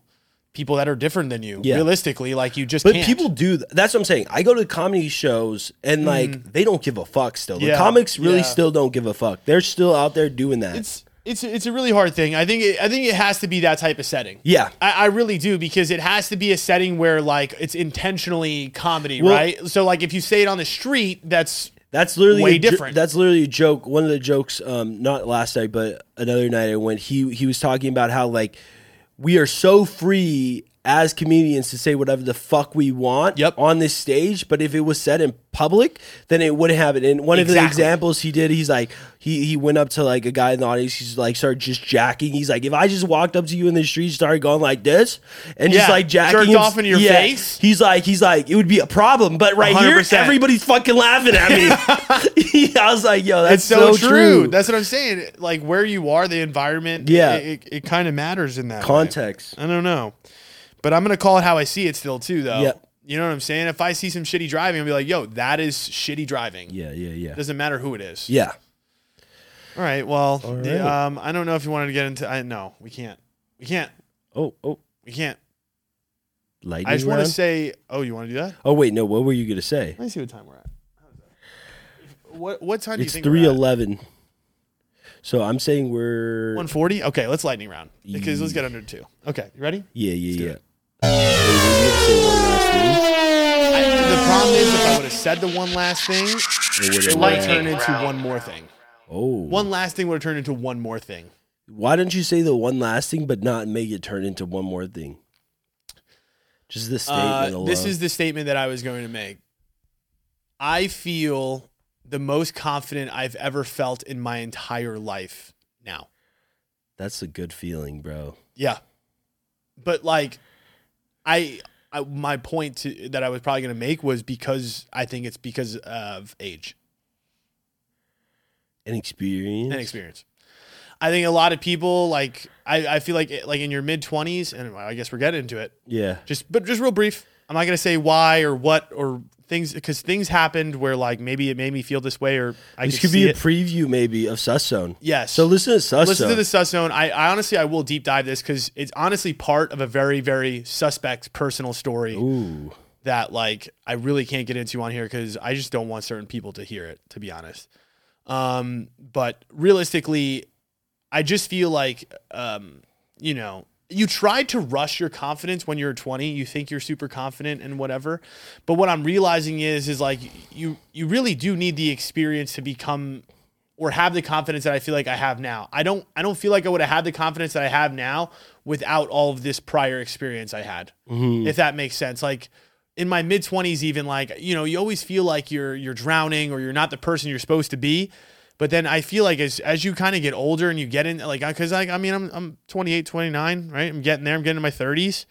A: people that are different than you.
B: Yeah.
A: Realistically, like you just
B: But
A: can't.
B: people do. th- That's what I'm saying. I go to comedy shows and like they don't give a fuck. Still, the
A: Mm. Yeah.
B: comics really
A: Yeah.
B: still don't give a fuck. They're still out there doing that.
A: it's it's it's a really hard thing. I think it, I think it has to be that type of setting.
B: Yeah.
A: I, I really do because it has to be a setting where like it's intentionally comedy,
B: Well-
A: right? So like if you say it on the street, that's
B: That's literally
A: Way
B: a jo-
A: different.
B: that's literally a joke. One of the jokes, um, not last night, but another night I went. He he was talking about how like we are so free as comedians to say whatever the fuck we want
A: Yep.
B: on this stage, but if it was said in public, then it wouldn't happen. And one of the
A: Exactly.
B: examples he did, he's like he he went up to like a guy in the audience, he's like started just jacking. He's like, if I just walked up to you in the street, started going like this, and just
A: Yeah,
B: like jacking
A: jerked
B: him-
A: off into your
B: yeah.
A: face?
B: He's like, he's like, it would be a problem, but right here,
A: 100%.
B: everybody's fucking laughing at me. I was like, yo, that's
A: it's so, true.
B: That's
A: That's what I'm saying. Like where you are, the environment,
B: Yeah.
A: it, it, kind of matters in that way.
B: context.
A: I don't know, but I'm gonna call it how I see it still too, though.
B: Yeah.
A: You know what I'm saying? If I see some shitty driving, I'll be like, "Yo, that is shitty driving."
B: Yeah, yeah, yeah,
A: Doesn't matter who it is.
B: yeah.
A: All right. Well, the-
B: right.
A: um, I don't know if you wanted to get into. I no, we can't. We can't.
B: Oh, oh,
A: We can't.
B: lightning
A: I just want to
B: round?
A: say. Oh, you want to do that?
B: Oh wait, no. What were you gonna say?
A: Let me see what time we're at. What what time do you
B: It's
A: think?
B: three eleven. So I'm saying we're
A: One forty. Okay, let's lightning round because let's get under two. Okay, you ready?
B: yeah, yeah, yeah.
A: I- the problem is if I would have said the one last thing,
B: Or whatever.
A: it would have turned into one more thing.
B: Oh,
A: One last thing would have turned into one more thing.
B: why don't you say the one last thing, but not make it turn into one more thing? Just the statement
A: Uh,
B: alone.
A: this is the statement that I was going to make. I feel the most confident I've ever felt in my entire life now.
B: that's a good feeling, bro.
A: Yeah. But like I, I my point to, that I was probably going to make was because I think it's because of age
B: An experience.
A: and experience. I think a lot of people like I, I feel like eh, like in your mid 20s and I guess we're getting into it.
B: Yeah.
A: Just but just real brief. I'm not going to say why or what or things cuz things happened where like maybe it made me feel this way or I
B: this
A: could
B: could
A: see
B: be a
A: it.
B: preview, maybe, of Sus Zone.
A: Yes.
B: So listen to Sus
A: listen to
B: Zone.
A: the sus zone. I, I honestly I will deep dive this because it's honestly part of a very very suspect personal story
B: Ooh.
A: that like I really can't get into on here because I just don't want certain people to hear it to be honest. Um, but realistically, I just feel like um, you know you try to rush your confidence when you're 20 you think you're super confident and whatever but what i'm realizing is is like you you really do need the experience to become or have the confidence that I feel like I have now. I don't I don't feel like I would have had the confidence that I have now without all of this prior experience I had. If that makes sense. Like in my mid 20s even like, you know, you always feel like you're you're drowning or you're not the person you're supposed to be. But then I feel like as as you kind of get older and you get in like cuz like I mean I'm I'm 28, 29, right? I'm getting there. I'm getting in my 30s.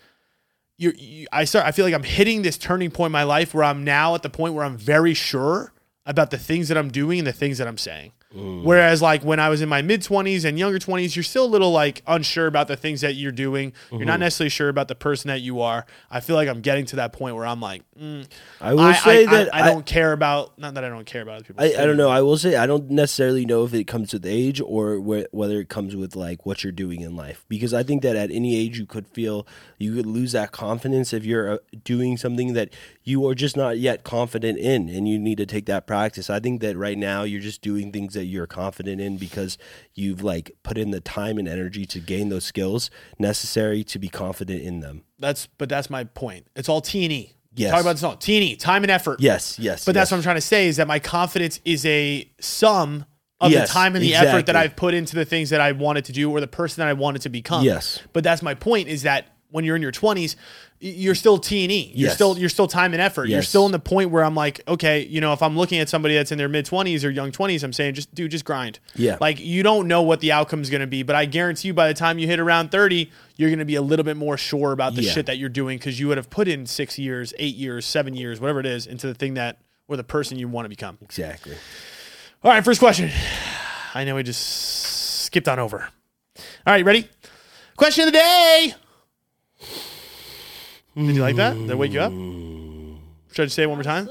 A: You're, you I start I feel like I'm hitting this turning point in my life where I'm now at the point where I'm very sure about the things that I'm doing and the things that I'm saying. Whereas like when I was in my mid 20s and younger 20s, you're still a little like unsure about the things that you're doing. You're
B: Mm-hmm.
A: not necessarily sure about the person that you are. I feel like I'm getting to that point where I'm like, mm,
B: I will
A: I,
B: say
A: I- I-
B: that
A: I, don't care about not that I don't care about other people.
B: I, I don't know. I will say I don't necessarily know if it comes with age or whe- whether it comes with like what you're doing in life because I think that at any age you could feel you could lose that confidence if you're uh, doing something that you are just not yet confident in and you need to take that practice. I think that right now you're just doing things that you're confident in because you've like put in the time and energy to gain those skills necessary to be confident in them.
A: That's but that's my point. It's all teeny.
B: Yes.
A: Talk about this all teeny time and effort.
B: Yes, yes.
A: But that's
B: yes.
A: what I'm trying to say is that my confidence is a sum of
B: Yes,
A: the time and the effort that
B: exactly.
A: I've put into the things that I wanted to do or the person that I wanted to become.
B: Yes.
A: But that's my point is that when you're in your 20s, y- you're still T and E. You're
B: Yes.
A: still you're still time and effort. You're
B: Yes.
A: still in the point where I'm like, okay, you know, if I'm looking at somebody that's in their mid 20s or young 20s, I'm saying just dude, just grind.
B: Yeah.
A: Like you don't know what the outcome's going to be, but I guarantee you by the time you hit around 30, you're going to be a little bit more sure about the
B: Yeah.
A: shit that you're doing because you would have put in six years, eight years, seven years, whatever it is, into the thing that or the person you want to become.
B: exactly.
A: All right, first question. I know we just skipped on over. All right, ready? Question of the day. Did you like that? Did I wake you up? Should I just say it one more time?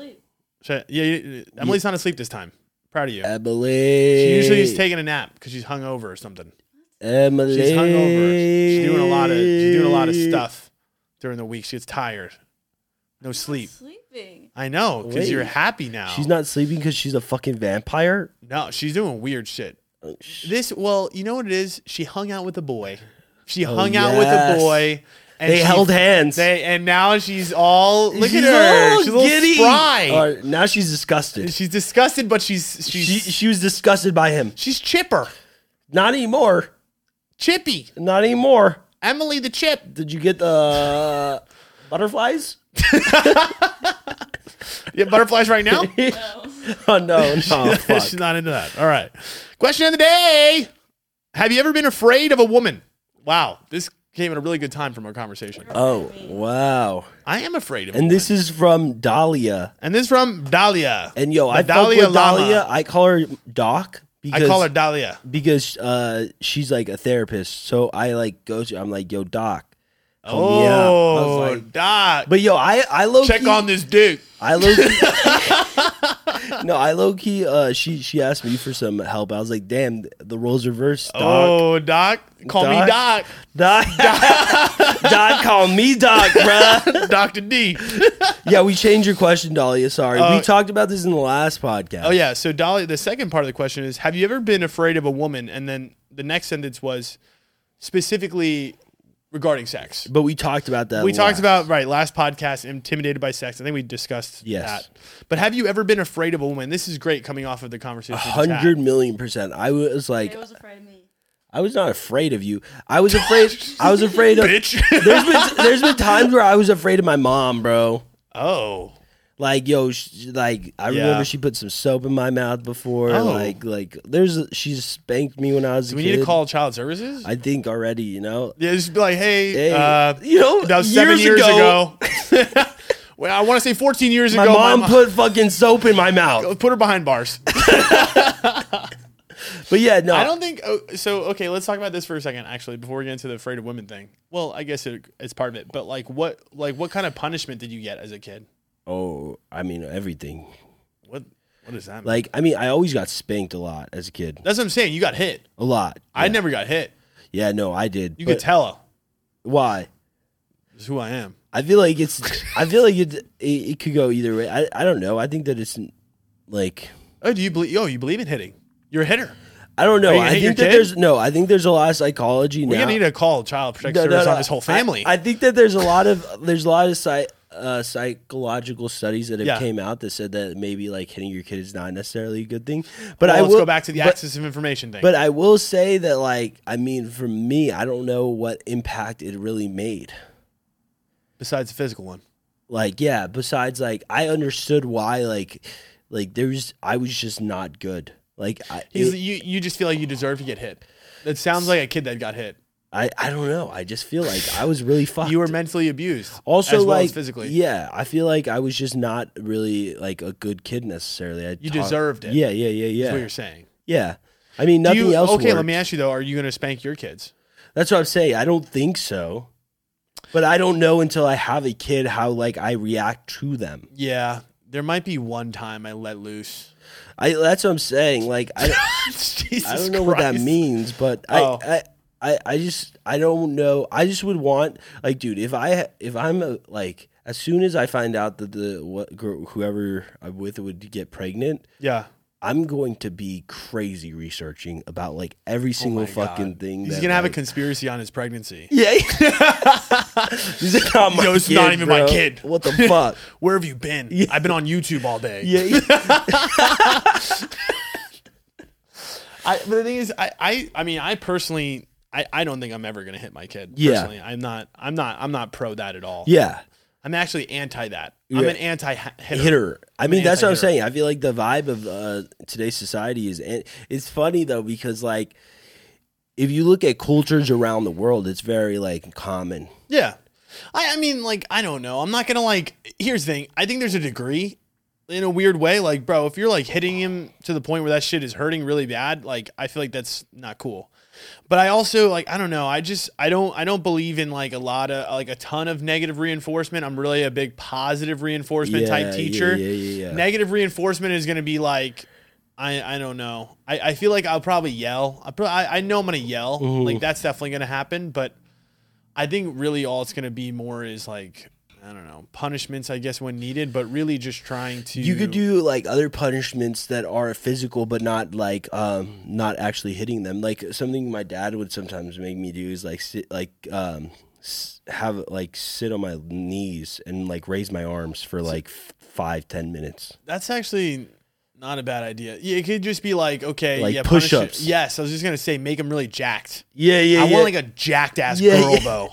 A: Should I- yeah, you- Emily's not asleep this time. Proud of you.
B: Emily.
A: She usually is taking a nap because she's hungover or something.
B: Emily.
A: She's hungover. She's doing a lot of she's doing a lot of stuff during the week. She gets tired, no sleep.
C: Sleeping.
A: I know because you're
B: Wait.
A: happy now.
B: She's not sleeping because she's a fucking vampire.
A: No, she's doing weird shit. This well, you know what it is? She hung out with a boy. She hung out with a
B: Oh, yes.
A: boy. And
B: they
A: she-
B: held hands.
A: They and now she's all look at
B: She's
A: her.
B: all
A: She's a little
B: giddy.
A: spry.
B: Or, now she's disgusted.
A: she's disgusted, but she's
B: She,
A: she's
B: she was disgusted by him.
A: she's chipper,
B: Not anymore.
A: chippy.
B: Not anymore.
A: Emily the chip.
B: Did you get the uh, butterflies?
A: You have butterflies right now.
B: Oh no, no,
A: she's
B: fuck.
A: not into that. All right. Question of the day: Have you ever been afraid of a woman? Wow, this came at a really good time from our conversation.
B: Oh wow.
A: I am afraid of. a
B: And
A: woman.
B: this is from Dahlia.
A: and this from Dahlia.
B: And yo, I
A: The
B: fuck
A: Dahlia
B: with
A: Lama.
B: Dahlia. I call her Doc. Because
A: I call her Dahlia.
B: because uh, she's like a therapist. So I like go to. I'm like, yo, doc. help me out." I
A: Oh,
B: was
A: Doc.
B: But yo, I I low
A: Check on this dick.
B: I low no, I low key. Uh, she she asked me for some help. I was like, damn, the roles reversed. Doc.
A: Oh, Doc, call me
B: Doc.
A: Doc,
B: Doc, Doc, call me Doc, bruh.
A: Doctor D.
B: yeah, we changed your question, Dahlia. Sorry, we talked about this in the last podcast.
A: Oh yeah. So Dolly, the second part of the question is, have you ever been afraid of a woman? And then the next sentence was specifically regarding sex.
B: but we talked about that.
A: We talked
B: last.
A: about right last podcast, intimidated by sex. I think we discussed
B: Yes.
A: that. But have you ever been afraid of a woman? This is great coming off of the conversation. we just had.
B: hundred million percent. I was like,
C: It was afraid of me.
B: I was not afraid of you. I was afraid. I was afraid of.
A: bitch.
B: There's been there's been times where I was afraid of my mom, bro.
A: oh.
B: Like yo, sh like I
A: Yeah.
B: remember she put some soap in my mouth before.
A: Oh.
B: Like like there's she spanked me when I was.
A: Do
B: a
A: we
B: kid.
A: need to call child services?
B: I think already, you know.
A: yeah, just be like, hey,
B: Hey,
A: uh,
B: you know,
A: that was seven
B: years
A: years
B: ago-
A: ago. well, I want to say 14 years
B: My
A: ago.
B: mom
A: mo-
B: put fucking soap in my mouth.
A: put her behind bars.
B: But yeah, no.
A: I don't think oh, so. Okay, let's talk about this for a second, actually, before we get into the afraid of women thing. Well, I guess it, it's part of it, but like, what, like, what kind of punishment did you get as a kid?
B: oh, I mean everything.
A: What, what does that mean?
B: Like I mean, I always got spanked a lot as a kid.
A: That's what I'm saying. You got hit.
B: A lot.
A: I never got hit.
B: Yeah, no, I did.
A: You
B: but
A: could tell.
B: why.
A: It's who I am.
B: I feel like it's. I feel like it. It, it could go either way. I, I don't know. I think that it's like
A: Oh, do you believe? Oh, you believe in hitting? You're a hitter.
B: I don't know.
A: you gonna
B: I
A: hit
B: think
A: your
B: that
A: kid?
B: there's no. I think there's a lot of psychology
A: We're
B: now.
A: gonna need to call child protective
B: No, no,
A: service
B: no.
A: on his whole family.
B: I, I think that there's a lot of there's a lot of psy, uh, psychological studies that have
A: Yeah.
B: came out that said that maybe like hitting your kid is not necessarily a good thing. But
A: Well,
B: I
A: let's
B: will
A: go back to the
B: but-
A: access of information thing.
B: But I will say that, like, I mean, for me, I don't know what impact it really made.
A: besides the physical one,
B: Like, yeah, besides, like, I understood why, like, like there's, I was just not good. Like, I,
A: He's,
B: it-
A: you you just feel like you deserve to get hit. That sounds like a kid that got hit.
B: I, I don't know. I just feel like I was really fucked.
A: You were mentally abused,
B: also
A: as well
B: like
A: as physically.
B: Yeah, I feel like I was just not really like a good kid necessarily. I
A: You
B: talk-
A: deserved it.
B: Yeah, yeah, yeah,
A: That's what
B: yeah,
A: you're saying.
B: yeah. I mean,
A: Do
B: nothing
A: you,
B: else.
A: Okay, let
B: worked.
A: me ask you though: Are you going to spank your kids?
B: That's what I'm saying. I don't think so, but I don't know until I have a kid how like I react to them.
A: Yeah, there might be one time I let loose.
B: I that's what I'm saying. Like I,
A: Jesus
B: I don't know what that
A: Christ.
B: means, but
A: Oh.
B: I, I I I just I don't know. I just would want like, dude, if I if I'm a, like as soon as I find out that the what girl whoever I'm with would get pregnant,
A: Yeah,
B: I'm going to be crazy researching about like every single fucking thing.
A: Oh he's
B: that,
A: gonna have a
B: like-
A: conspiracy on his pregnancy.
B: Yeah. He's like, not my
A: Yo, it's
B: kid,
A: not even my
B: bro.
A: kid.
B: What the fuck?
A: Where have you been? I've been on YouTube all day.
B: yeah.
A: I, but the thing is, I, I, I mean, I personally, I, I don't think I'm ever gonna hit my kid.
B: Yeah.
A: Personally. I'm not, I'm not, I'm not pro that at all.
B: Yeah.
A: I'm actually anti that.
B: Yeah.
A: I'm an anti hitter.
B: hitter. I mean, that's what I'm
A: anti-hitter.
B: saying. I feel like the vibe of uh, today's society is. And it's funny though because like, if you look at cultures around the world, it's very like common.
A: Yeah. I, I mean, like, I don't know. I'm not gonna like. Here's the thing. I think there's a degree, in a weird way. Like, bro, if you're like hitting him to the point where that shit is hurting really bad, like, I feel like that's not cool. But I also like, I don't know. I just, I don't, I don't believe in like a lot of like a ton of negative reinforcement. I'm really a big positive reinforcement
B: Yeah,
A: type
B: yeah,
A: teacher.
B: yeah, yeah, yeah.
A: Negative reinforcement is gonna be like. I, I don't know. I, I feel like I'll probably yell. I, pro- I, I know I'm going to yell. Like, that's definitely going to happen. But I think really all it's going to be more is like I don't know punishments, I guess when needed, but really just trying to.
B: You could do like other punishments that are physical, but not like um, not actually hitting them. Like something my dad would sometimes make me do is like sit like um, s- have like sit on my knees and like raise my arms for like f- five ten minutes.
A: That's actually not a bad idea. Yeah, it could just be like okay,
B: Like
A: yeah, punish it.
B: push-ups.
A: Yes, I was just gonna say make them really jacked.
B: Yeah, yeah.
A: I want like a jacked ass
B: Yeah,
A: girl
B: yeah.
A: though.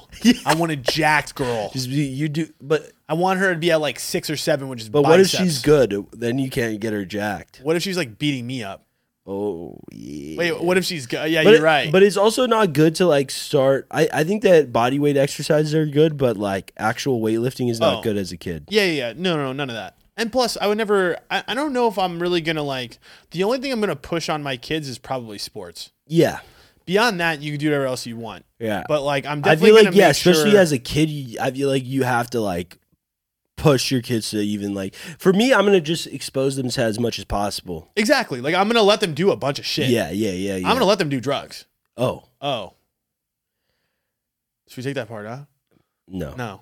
A: I want a jacked girl.
B: Just be- you do, but
A: I want her to be at like six or seven, which is.
B: But what if she's
A: biceps.
B: good? Then you can't get her jacked.
A: What if she's like beating me up?
B: Oh yeah.
A: Wait, what if she's good? Yeah,
B: but
A: you're
B: it-
A: right.
B: But it's also not good to like start. I, I think that body weight exercises are good, but like actual weightlifting is not
A: Oh.
B: good as a kid.
A: Yeah, yeah, yeah. No, no, no, none of that. And plus, I would never. I, I don't know if I'm really gonna like. The only thing I'm gonna push on my kids is probably sports.
B: Yeah,
A: Beyond that, you can do whatever else you want.
B: yeah.
A: But like, I'm
B: I
A: definitely
B: feel like
A: gonna
B: yeah,
A: make
B: especially
A: sure-
B: as a kid, you, I feel like you have to like push your kids to even like. For me, I'm gonna just expose them to as much as possible.
A: Exactly. Like I'm gonna let them do a bunch of shit.
B: Yeah, yeah, yeah, yeah.
A: I'm gonna let them do drugs.
B: Oh
A: Oh. Should we take that part, huh?
B: no,
A: No.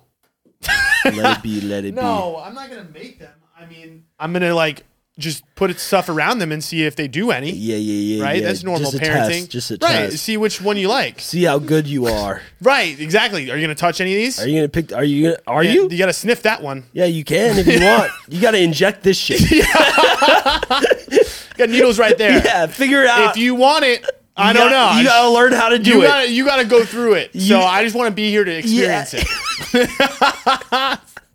B: let it be, let it
A: I'm not gonna make them. I mean I'm gonna like just put stuff around them and see if they do
B: be.
A: any.
B: Yeah, yeah, yeah.
A: Right?
B: yeah.
A: That's normal
B: just a
A: parenting.
B: Test, just a
A: right.
B: test.
A: See which one you like.
B: See how good you are.
A: Right, exactly. Are you gonna touch any of these?
B: Are you gonna pick? Are you? Gonna, are
A: Yeah,
B: you?
A: You gotta sniff that one.
B: Yeah, you can if you want. You gotta inject this shit.
A: You got needles right there.
B: Yeah, figure it out.
A: If you want it, I
B: You
A: don't
B: gotta-
A: know.
B: You gotta learn how to do
A: you
B: it.
A: gotta you gotta go through it.
B: You-
A: so I just want to be here to experience
B: Yeah.
A: it.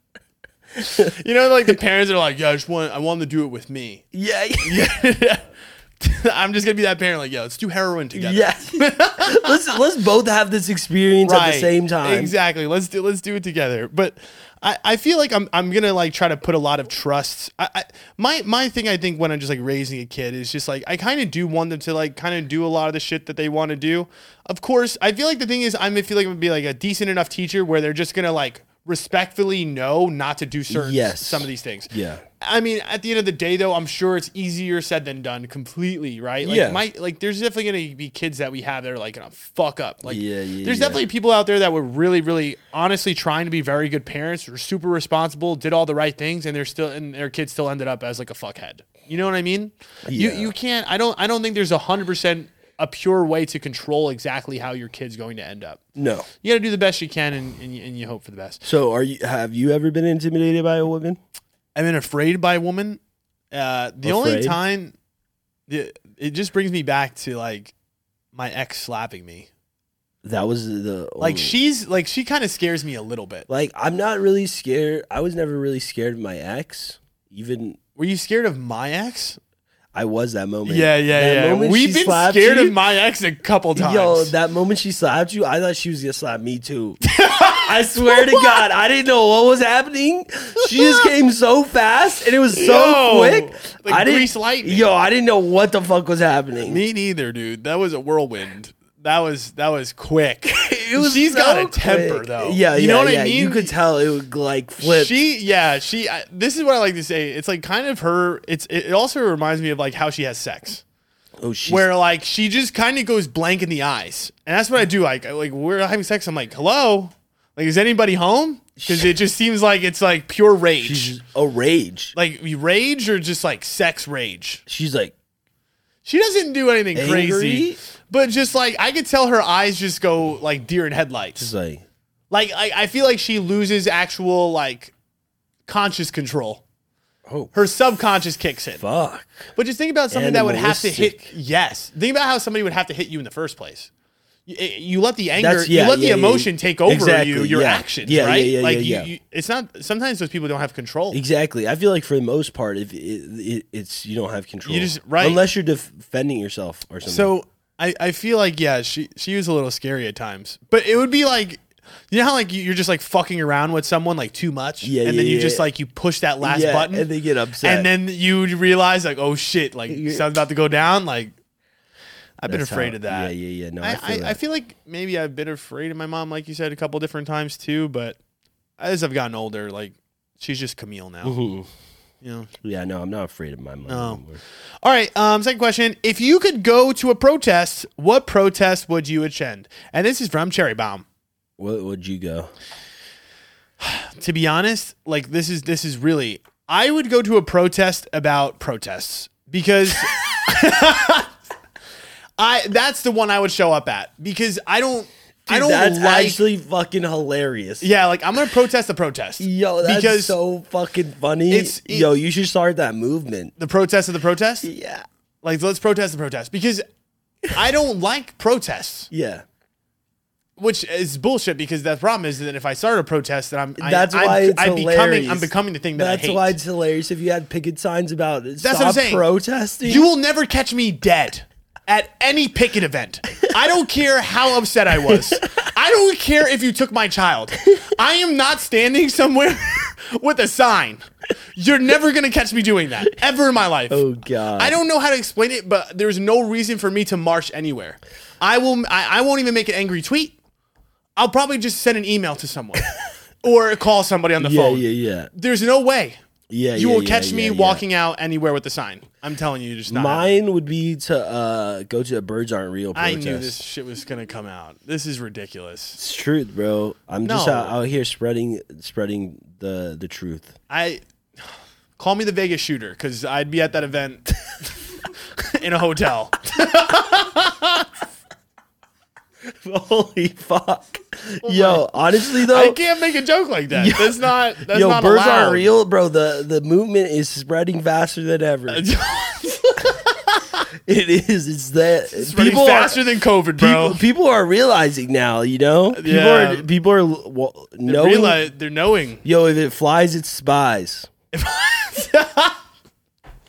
A: you know, like the parents are like, "Yo, I just want I want them to do it with me."
B: yeah,
A: I'm just gonna be that parent, like, "Yo, let's do heroin together."
B: yeah. let's let's both have this experience at the same time.
A: Exactly. Let's do let's do it together. But I, I feel like I'm I'm gonna like try to put a lot of trust. I, I my my thing I think when I'm just like raising a kid is just like I kind of do want them to like kind of do a lot of the shit that they want to do. Of course, I feel like the thing is I'm gonna feel like I'm gonna be like a decent enough teacher where they're just gonna like respectfully know not to do certain
B: Yes.
A: some of these things.
B: Yeah.
A: I mean, at the end of the day, though, I'm sure it's easier said than done. Completely, right? Like,
B: Yeah.
A: My like, there's definitely gonna be kids that we have that are like gonna fuck up. Like,
B: Yeah, yeah,
A: there's
B: yeah.
A: definitely people out there that were really, really, honestly trying to be very good parents, were super responsible, did all the right things, and they're still and their kids still ended up as like a fuckhead. You know what I mean?
B: Yeah.
A: You you can't. I don't. I don't think there's a hundred percent a pure way to control exactly how your kid's going to end up.
B: No.
A: You got to do the best you can, and, and, you, and you hope for the best.
B: So are you? Have you ever been intimidated by a woman?
A: I've been afraid by a woman. Uh, the only
B: Afraid?
A: time, it, it just brings me back to like my ex slapping me.
B: That was the
A: Like
B: only-
A: she's like she kind of scares me a little bit.
B: Like I'm not really scared. I was never really scared of my ex. Even
A: Were you scared of my ex?
B: I was that moment.
A: Yeah, yeah,
B: That
A: yeah.
B: moment
A: We've
B: she
A: been
B: slapped
A: scared
B: you-
A: of my ex a couple times.
B: Yo, that moment she slapped you, I thought she was gonna slap me too. I swear to God, I didn't know what was happening. She just came so fast and it was so
A: Yo,
B: quick.
A: like
B: I didn't,
A: grease lightning.
B: Yo, I didn't know what the fuck was happening.
A: me neither, dude. That was a whirlwind. That was that was quick.
B: It was
A: She's
B: so
A: got a temper
B: quick.
A: though.
B: Yeah,
A: you
B: yeah,
A: know what
B: yeah.
A: I mean.
B: You could tell it would like flip.
A: She, yeah, she. I, this is what I like to say. It's like kind of her. It's it also reminds me of like how she has sex,
B: oh, she's,
A: where like she just kind of goes blank in the eyes, and that's what I do. Like I- like we're having sex, I'm like, hello, like is anybody home? Because it just seems like it's like pure rage,
B: she's a rage.
A: like we rage or just like sex rage.
B: She's like
A: She doesn't do anything
B: angry.
A: crazy, but just like I could tell her eyes just go like deer in headlights.
B: She's like
A: Like I, I feel like she loses actual like conscious control.
B: Oh.
A: Her subconscious kicks in.
B: fuck.
A: But just think about something that would have to hit.
B: Animalistic.
A: Yes, think about how somebody would have to hit you in the first place. You, you let the anger,
B: That's- yeah,
A: you let
B: yeah,
A: the
B: yeah,
A: emotion
B: yeah.
A: take over
B: Exactly,
A: you, your
B: yeah.
A: actions,
B: Yeah, yeah,
A: right?
B: yeah,
A: like
B: yeah,
A: you,
B: yeah.
A: You, it's not. Sometimes those people don't have control.
B: Exactly. I feel like for the most part, if it, it, it's you don't have control.
A: You just- right.
B: unless you're defending yourself or something.
A: So I, I feel like yeah, she she was a little scary at times, but it would be like. You know how like you- you're just like fucking around with someone like too much,
B: Yeah,
A: and
B: yeah,
A: then you
B: yeah.
A: just like you push that last
B: Yeah,
A: button,
B: and they get upset.
A: and then you realize like oh shit, like
B: Yeah.
A: something's about to go down. Like I've been
B: That's
A: afraid
B: how-
A: of that.
B: Yeah, yeah, yeah. No, I,
A: I,
B: feel
A: I, I
B: that.
A: feel like maybe I've been afraid of my mom, like you said, a couple different times too. But as I've gotten older, like she's just Camille now.
B: Mhm.
A: You know.
B: Yeah, no, I'm not afraid of my mom.
A: No.
B: anymore.
A: All right. Um, second question: If you could go to a protest, what protest would you attend? And this is from Cherry Bomb.
B: What would you go?
A: To be honest, like this is this is really. I would go to a protest about protests because. I that's the one I would show up at because I don't I
B: Dude,
A: don't
B: That's
A: like
B: actually fucking hilarious.
A: yeah like I'm gonna protest the protest
B: Yo, that's
A: because
B: so fucking funny.
A: It's- it-
B: Yo, you should start that movement.
A: the protest of the protest?
B: Yeah.
A: Like, let's protest the protest because I don't like protests,
B: Yeah.
A: which is bullshit. Because the problem is that if I start a protest, then I'm I,
B: That's
A: I'm-
B: why it's
A: I'm becoming
B: hilarious.
A: I'm becoming the thing that
B: That's
A: I hate.
B: why it's hilarious if you had picket signs about it.
A: That's
B: Stop
A: what I'm saying.
B: protesting.
A: you will never catch me dead at any picket event. I don't care how upset I was. I don't care if you took my child. I am not standing somewhere with a sign. You're never gonna catch me doing that ever in my life.
B: oh god.
A: I don't know how to explain it, but there's no reason for me to march anywhere. I will. I, I won't even make an angry tweet. I'll probably just send an email to someone, or call somebody on the
B: yeah,
A: phone.
B: yeah, yeah,
A: There's no way
B: yeah.
A: you
B: yeah,
A: will
B: yeah,
A: catch
B: yeah,
A: me
B: yeah.
A: walking out anywhere with the sign. I'm telling you, just not. happening.
B: Mine would be to uh, go to a birds aren't real
A: I
B: protest.
A: knew this shit was gonna come out. This is ridiculous.
B: It's truth, bro. I'm just
A: No.
B: out, out here spreading spreading the the truth.
A: I call me the Vegas shooter because I'd be at that event in a hotel.
B: Holy fuck. Yo, honestly though,
A: I can't make a joke like that. That's not. That's
B: yo,
A: not
B: birds
A: allowed.
B: aren't real, bro. The the movement is spreading faster than ever. it is. It's that
A: Running
B: people
A: faster
B: are,
A: than COVID, bro.
B: people, people are realizing now. You know, people
A: Yeah.
B: are people are well, knowing.
A: Realize they're knowing.
B: Yo, if it flies, it's spies. it's the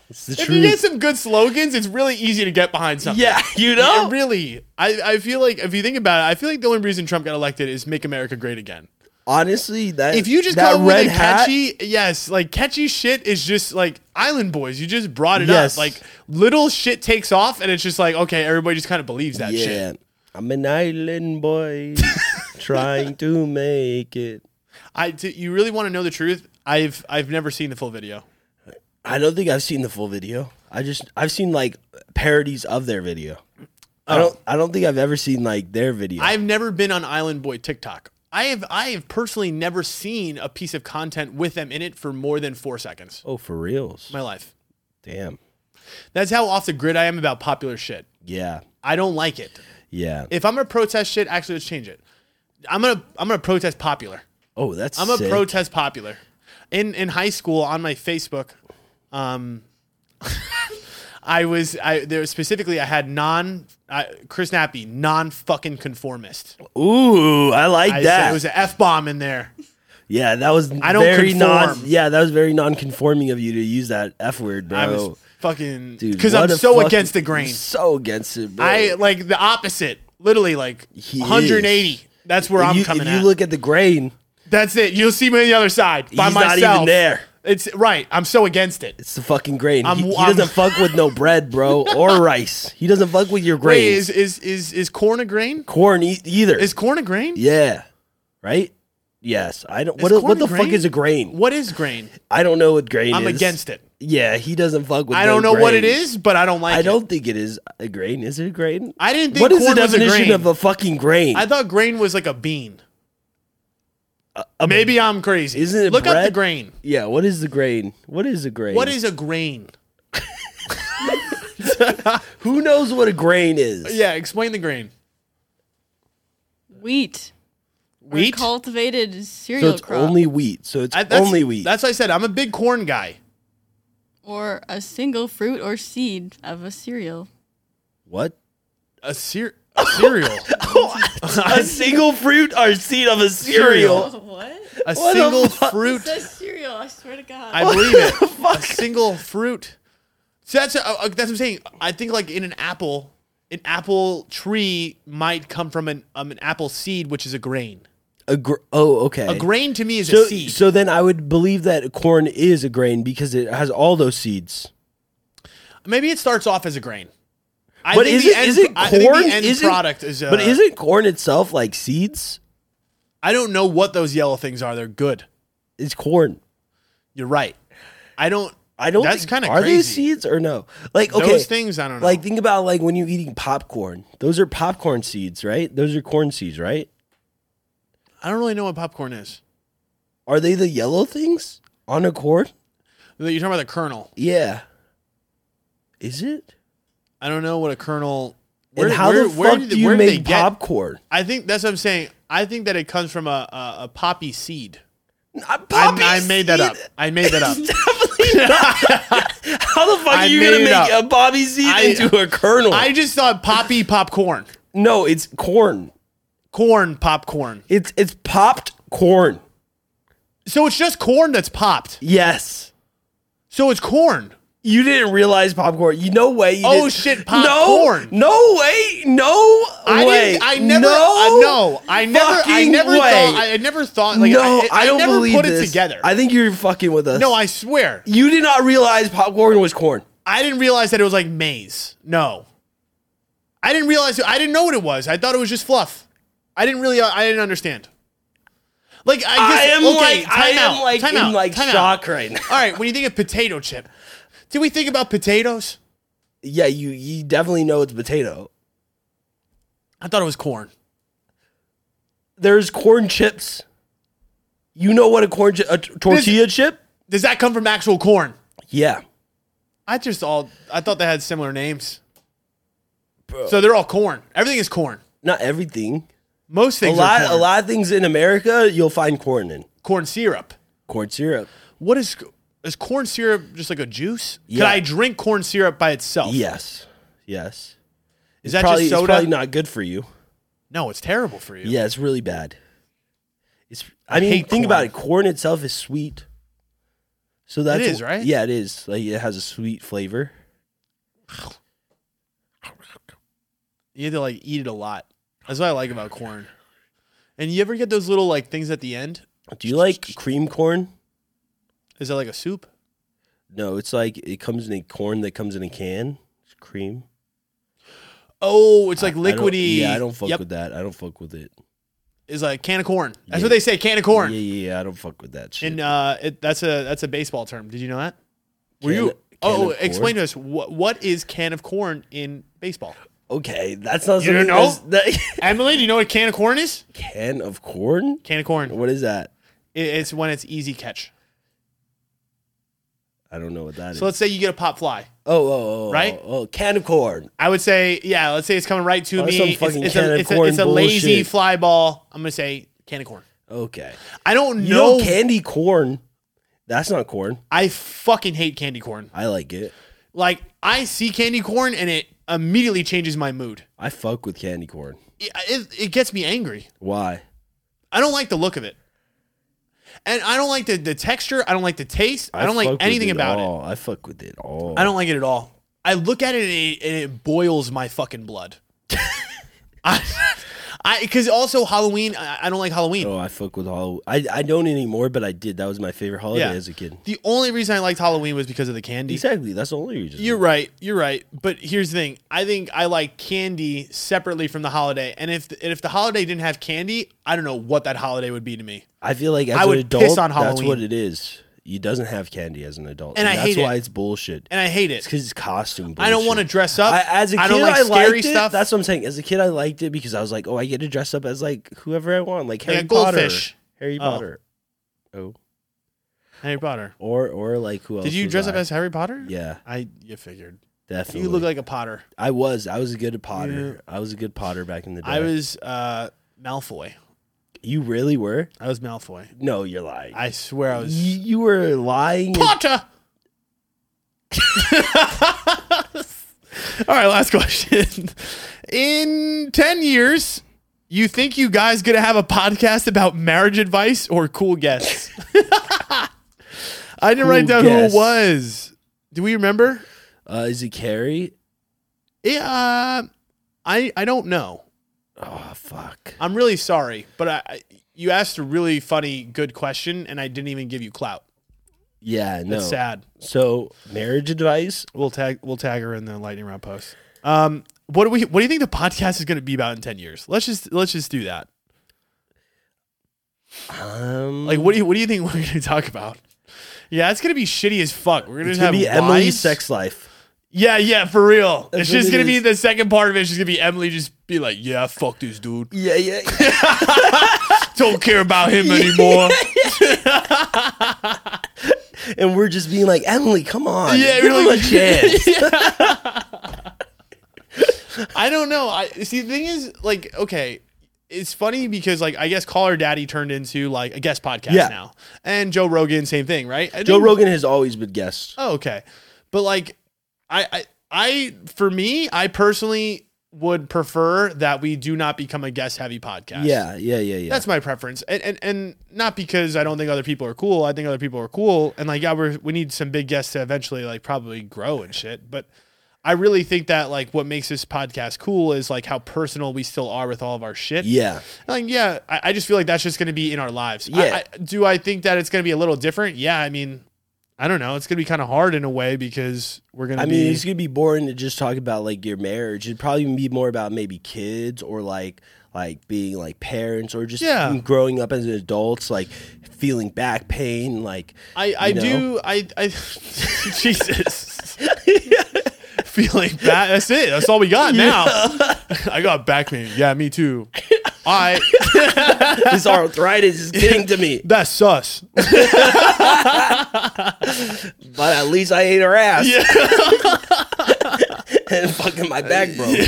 A: If you get
B: truth.
A: some good slogans, it's really easy to get behind something.
B: Yeah, you
A: It
B: know.
A: really, I, I feel like if you think about it, I feel like the only reason Trump got elected is make America great again.
B: Honestly, that
A: If you just
B: that
A: go
B: red
A: with a
B: hat,
A: catchy, yes, like catchy shit is just like Island Boys. You just brought it
B: Yes.
A: up. Like little shit takes off, and it's just like okay, everybody just kind of believes that
B: yeah,
A: shit.
B: I'm an island boy trying to make it.
A: I, t- you really want to know the truth? I've, I've never seen the full video.
B: I don't think I've seen the full video. I just I've seen like parodies of their video.
A: Oh.
B: I don't I don't think I've ever seen like their video.
A: I've never been on Island Boy TikTok. I have, I have personally never seen a piece of content with them in it for more than four seconds.
B: oh, for reals.
A: My life.
B: Damn.
A: That's how off the grid I am about popular shit.
B: Yeah.
A: I don't like it.
B: Yeah.
A: If I'm gonna protest shit, actually let's change it. I'm gonna I'm gonna protest popular.
B: Oh, that's
A: I'm gonna
B: sick.
A: protest popular. In in high school on my Facebook, um, I was I there was specifically I had non I, Chris Nappy non fucking conformist.
B: Ooh, I like
A: I said
B: that.
A: it was an f bomb in there.
B: yeah, that was
A: I don't
B: very non
A: conform.
B: Yeah, that was very non-conforming of you to use that F word, bro.
A: I was fucking
B: Dude,
A: because
B: what
A: I'm
B: a
A: so
B: fuck-
A: against the grain.
B: So against it, bro.
A: I like the opposite. Literally like
B: He
A: 180.
B: is.
A: That's where
B: if
A: I'm
B: you,
A: coming
B: if you
A: at.
B: look at the grain,
A: That's it. You'll see me on the other side by
B: he's
A: myself.
B: not even there.
A: It's right. I'm so against it.
B: It's the fucking grain.
A: I'm-
B: he, he
A: I'm-
B: doesn't fuck with no bread, bro, or rice. He doesn't fuck with your
A: Wait, is
B: grains.
A: is is is corn a grain?
B: corn e- either.
A: Is corn a grain?
B: yeah, right. Yes, I don't. What,
A: Is corn
B: what the
A: grain?
B: fuck is a grain?
A: What is grain?
B: I don't know what grain
A: I'm
B: is.
A: against it.
B: Yeah, he doesn't fuck with.
A: I
B: no
A: don't know what it
B: grain.
A: is, but I don't like
B: I
A: it.
B: don't think it is a grain. Is it a grain?
A: I didn't think
B: What is the
A: corn was a
B: definition
A: grain.
B: of a fucking grain?
A: I thought grain was like a bean. Maybe I'm crazy.
B: Isn't it
A: Look up the
B: bread?
A: grain.
B: yeah. What is the grain? What is a grain?
A: What is a grain?
B: Who knows what a grain is?
A: Yeah, explain the grain.
C: Wheat.
A: Wheat.
C: Cultivated cereal
B: So it's
C: crop.
B: only wheat. So it's
A: I- that's-
B: only wheat.
A: That's what I said. I'm a big corn guy.
C: or a single fruit or seed of a cereal.
B: what?
A: A, cer- a cereal.
B: a single fruit or seed of a cereal.
C: What?
A: A
B: What the
A: single
B: fuck?
A: fruit.
C: That's cereal, I swear to God.
A: I believe it. A single fruit. So that's uh, uh, that's what I'm saying. I think like in an apple, an apple tree might come from an um, an apple seed, which is a grain.
B: A gr- oh, okay.
A: A grain to me is
B: So,
A: a seed.
B: so then I would believe that corn is a grain because it has all those seeds.
A: Maybe it starts off as a grain. I
B: but
A: think
B: is
A: the
B: it,
A: end,
B: is it
A: I think
B: corn?
A: the end
B: Isn't-
A: product is. Uh,
B: but isn't corn itself like seeds?
A: I don't know what those yellow things are. They're good.
B: It's corn.
A: You're right. I don't.
B: I don't.
A: That's
B: think-
A: kind of
B: are
A: crazy.
B: they seeds or no? Like okay,
A: Those things I don't know.
B: Like think about like when you're eating popcorn. Those are popcorn seeds, right? Those are corn seeds, right?
A: I don't really know what popcorn is.
B: Are they the yellow things on a corn?
A: You're talking about the kernel.
B: Yeah. Is it?
A: I don't know what a kernel.
B: and how the fuck
A: did-
B: do you
A: where did they
B: make
A: get-
B: popcorn?
A: I think that's what I'm saying. I think that it comes from a, a, a poppy seed.
B: I,
A: I- I, made that up. I made that up.
B: How the fuck
A: I
B: are you gonna
A: made it
B: make
A: up.
B: a bobby seed
A: I-
B: into a kernel?
A: I just thought poppy popcorn,
B: no, it's corn.
A: corn popcorn.
B: It's it's popped corn.
A: So it's just corn that's popped.
B: Yes.
A: So it's corn.
B: You didn't realize popcorn. You no way. You
A: Oh,
B: didn't-
A: shit, popcorn.
B: No, no way. No
A: I
B: way.
A: didn't, I never.
B: No.
A: I, no. I never. I
B: fucking
A: never
B: way.
A: thought. I, I never thought. Like,
B: no,
A: I, I,
B: don't
A: never
B: believe
A: put
B: this.
A: it together.
B: I think you're fucking with us.
A: no, I swear.
B: You did not realize popcorn was corn.
A: I didn't realize that it was like maize. No. I didn't realize I didn't know what it was. I thought it was just fluff. I didn't really I didn't understand. Like I,
B: I
A: guess,
B: am
A: okay,
B: like I
A: time out,
B: am like
A: time
B: in
A: out,
B: like
A: time out.
B: shock right now.
A: All right, when you think of potato chip, do we think about potatoes?
B: Yeah, you you definitely know it's potato.
A: I thought it was corn.
B: There's corn chips. You know what a corn chi- a t- tortilla chip?
A: Does that come from actual corn?
B: Yeah.
A: I just all I thought they had similar names. So they're all corn. Everything is corn.
B: Not everything.
A: Most
B: A
A: things
B: lot
A: are
B: a
A: corn.
B: lot of things in America you'll find corn in.
A: corn syrup.
B: Corn syrup.
A: What is is corn syrup just like a juice?
B: Yeah.
A: Could I drink corn syrup by itself?
B: Yes. Yes.
A: Is that
B: probably,
A: just
B: It's
A: soda?
B: probably not good for you.
A: No, it's terrible for you.
B: Yeah, it's really bad. It's I,
A: I
B: mean,
A: hate
B: think about
A: corn.
B: it. Corn itself is sweet. So that's
A: is, right?
B: Yeah, it is. Like it has a sweet flavor.
A: You have to like eat it a lot. That's what I like about corn. And you ever get those little like things at the end?
B: Do you like cream corn?
A: Is it like a soup?
B: No, it's like it comes in a corn that comes in a can. It's cream.
A: Oh, it's like
B: I don't-
A: liquidy.
B: yeah, I don't fuck
A: yep,
B: with that. I don't fuck with it.
A: It's like can of corn. That's
B: Yeah.
A: what they say, can of corn.
B: Yeah, yeah, yeah, I don't fuck with that shit.
A: And uh, it, that's a that's a baseball term. Did you know that? Were
B: Can-
A: you?
B: can
A: oh,
B: of
A: explain
B: corn?
A: to us what what is can of corn in baseball?
B: Okay, that's not
A: You don't know?
B: something that's- that
A: Emily, do you know what can of corn is?
B: can of corn.
A: Can of corn.
B: What is that?
A: It- it's when it's easy catch.
B: I don't know what that is.
A: So let's say you get a pop fly.
B: oh, oh, oh,
A: Right?
B: Oh, oh, can of corn.
A: I would say, yeah, let's say it's coming right to
B: Or
A: me.
B: Oh, some
A: It's,
B: fucking
A: it's
B: can
A: a,
B: of
A: it's a,
B: corn
A: it's a lazy
B: bullshit.
A: fly ball. I'm gonna say can of corn.
B: Okay.
A: I don't
B: You know
A: know.
B: candy corn. That's not corn.
A: I fucking hate candy corn.
B: I like it.
A: Like I see candy corn and it immediately changes my mood.
B: I fuck with candy corn.
A: It- it, it gets me angry.
B: Why?
A: I don't like the look of it. And I don't like the, the texture. I don't like the taste. I, don't like
B: fuck with
A: anything about
B: all. I fuck with it all.
A: it. I don't like it at all. I look at it and it, and it boils my fucking blood. I, I, because also Halloween. I, I don't like Halloween.
B: Oh, I fuck with all. I I don't anymore, but I did. That was my favorite holiday
A: Yeah.
B: as a kid.
A: The only reason I liked Halloween was because of the candy.
B: Exactly. That's the only reason.
A: You're right. You're right. But here's the thing. I think I like candy separately from the holiday. And if and if the holiday didn't have candy, I don't know what that holiday would be to me.
B: I feel like as
A: I
B: an
A: would
B: adult,
A: piss on
B: that's
A: Halloween.
B: what it is. You doesn't have candy as an adult,
A: And I
B: that's
A: hate it.
B: why it's bullshit.
A: And I hate
B: It's
A: it.
B: because it's costume. Bullshit.
A: I don't want to dress up.
B: I, as a kid,
A: I
B: I,
A: don't like scary
B: liked
A: stuff.
B: it. That's what I'm saying. As a kid, I liked it because I was like, oh, I get to dress up as like whoever I want, like
A: Like a
B: Harry Potter,
A: goldfish.
B: Harry
A: Oh.
B: Potter, oh,
A: Harry Potter.
B: or or like who else?
A: Did you
B: was
A: dress up
B: I?
A: as Harry Potter?
B: Yeah,
A: I you figured.
B: definitely.
A: You look like a Potter.
B: I was. I was a good Potter. I was a good Potter back in the day.
A: I was uh Malfoy.
B: You really were?
A: I was Malfoy.
B: No, you're lying.
A: I swear I
B: you,
A: was
B: you were lying. and-
A: Potter. All right, last question. In 10 years, you think you guys going to have a podcast about marriage advice or cool guests? I didn't
B: Cool
A: write down
B: guests.
A: who it was. Do we remember?
B: uh, is it Carrie?
A: Yeah, uh, I I don't know.
B: Oh fuck.
A: I'm really sorry, but I, I you asked a really funny good question and I didn't even give you clout.
B: Yeah, no.
A: That's sad.
B: So marriage advice.
A: We'll tag we'll tag her in the lightning round post. Um, what do we what do you think the podcast is going to be about in ten years? Let's just let's just do that.
B: Um,
A: Like, what do you what do you think we're going to talk about? Yeah, it's going to be shitty as fuck. We're going
B: it's
A: to
B: gonna
A: have
B: be
A: wives.
B: Emily's sex life.
A: Yeah, yeah, for real.
B: That's
A: it's
B: what
A: just
B: it
A: going to be
B: is.
A: the second part of it. It's just going to be Emily just be like, yeah, fuck this dude.
B: Yeah, yeah. yeah.
A: Don't care about him anymore.
B: and we're just being like, Emily, come on.
A: Yeah,
B: give
A: we're
B: him
A: like-
B: a chance.
A: I don't know. I see. The thing is, like, okay, it's funny because, like, I guess Caller Daddy turned into like a guest podcast
B: Yeah.
A: now, and Joe Rogan, same thing, right? I
B: Joe
A: think-
B: Rogan has always been guest.
A: Oh, okay, but like, I, I, I, for me, I personally would prefer that we do not become a guest heavy podcast.
B: Yeah, yeah, yeah, yeah.
A: That's my preference, and, and and not because I don't think other people are cool. I think other people are cool, and like yeah, we we need some big guests to eventually like probably grow and shit. But I really think that like what makes this podcast cool is like how personal we still are with all of our shit.
B: yeah.
A: like yeah, I, I just feel like that's just going to be in our lives. I-
B: Yeah.
A: I, do I think that it's going to be a little different? Yeah, I mean, I don't know. It's gonna be kind of hard in a way because we're gonna
B: I
A: be.
B: mean, it's gonna be boring to just talk about like your marriage. It'd probably be more about maybe kids or like like being like parents or just
A: Yeah.
B: growing up as adults, like feeling back pain. Like
A: I, I
B: you know?
A: do I I Jesus feeling bad. That's it. That's all we got now. I got back pain. Yeah, me too. I
B: this arthritis is getting to me,
A: that's sus.
B: but at least I ate her ass. and fucking my back broke.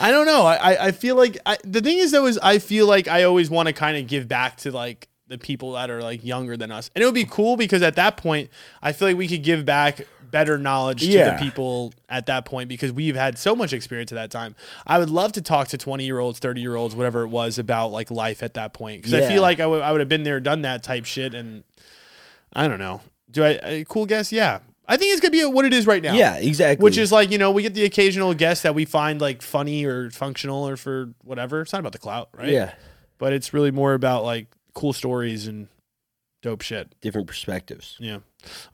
A: I don't know. I I, I feel like I, the thing is though is I feel like I always want to kind of give back to like the people that are like younger than us, and it would be cool because at that point I feel like we could give back better knowledge to
B: Yeah.
A: the people at that point because we've had so much experience at that time. I would love to talk to twenty year olds, thirty year olds, whatever it was about like life at that point because I
B: Yeah.
A: feel like I would I would have been there, done that type shit, and I don't know. Do I a cool guess? Yeah. I think it's gonna be what it is right now.
B: yeah, exactly.
A: Which is like, you know, we get the occasional guest that we find like funny or functional or for whatever. It's not about the clout, right?
B: yeah,
A: But it's really more about like cool stories and dope shit.
B: different perspectives.
A: Yeah.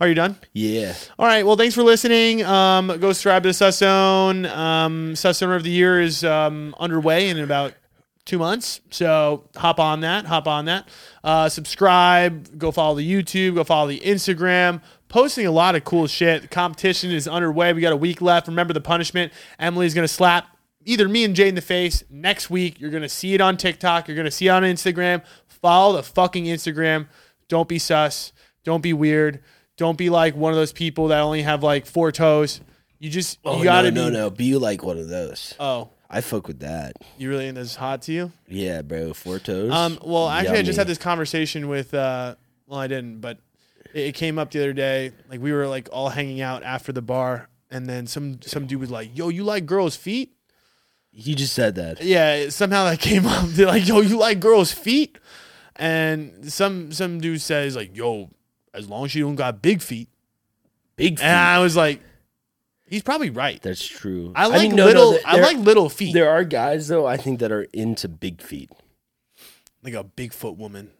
A: Are you done?
B: Yeah.
A: All right. Well, thanks for listening. Um, go subscribe to Suszone. Um, Suszone of the Year is um, underway in about two months. So hop on that. Hop on that. Uh, subscribe. Go follow the YouTube. Go follow the Instagram. Posting a lot of cool shit. The competition is underway. We got a week left. Remember the punishment. Emily's going to slap either me and Jay in the face next week. You're going to see it on TikTok. You're going to see it on Instagram. Follow the fucking Instagram. Don't be sus. Don't be weird. Don't be like one of those people that only have like four toes. You just
B: Oh,
A: you gotta
B: no,
A: be.
B: no, no. Be like one of those.
A: Oh,
B: I fuck with that.
A: you really think this is hot to you?
B: Yeah, bro. Four toes.
A: Um, well, actually, I just
B: Yummy.
A: had this conversation with. Uh, well, I didn't, but it, it came up the other day. Like we were like all hanging out after the bar, and then some some dude was like, "Yo, you like girls' feet?"
B: You just said that.
A: Yeah, somehow that came up. They're like, "Yo, you like girls' feet?" And some some dude says like, "Yo, as long as you don't got big feet."
B: Big
A: And I was like, "He's probably right."
B: That's true.
A: I like
B: mean, no, no,
A: little.
B: there-
A: I
B: there-
A: like little feet,
B: There are guys though I think that are into big feet.
A: like a Bigfoot woman.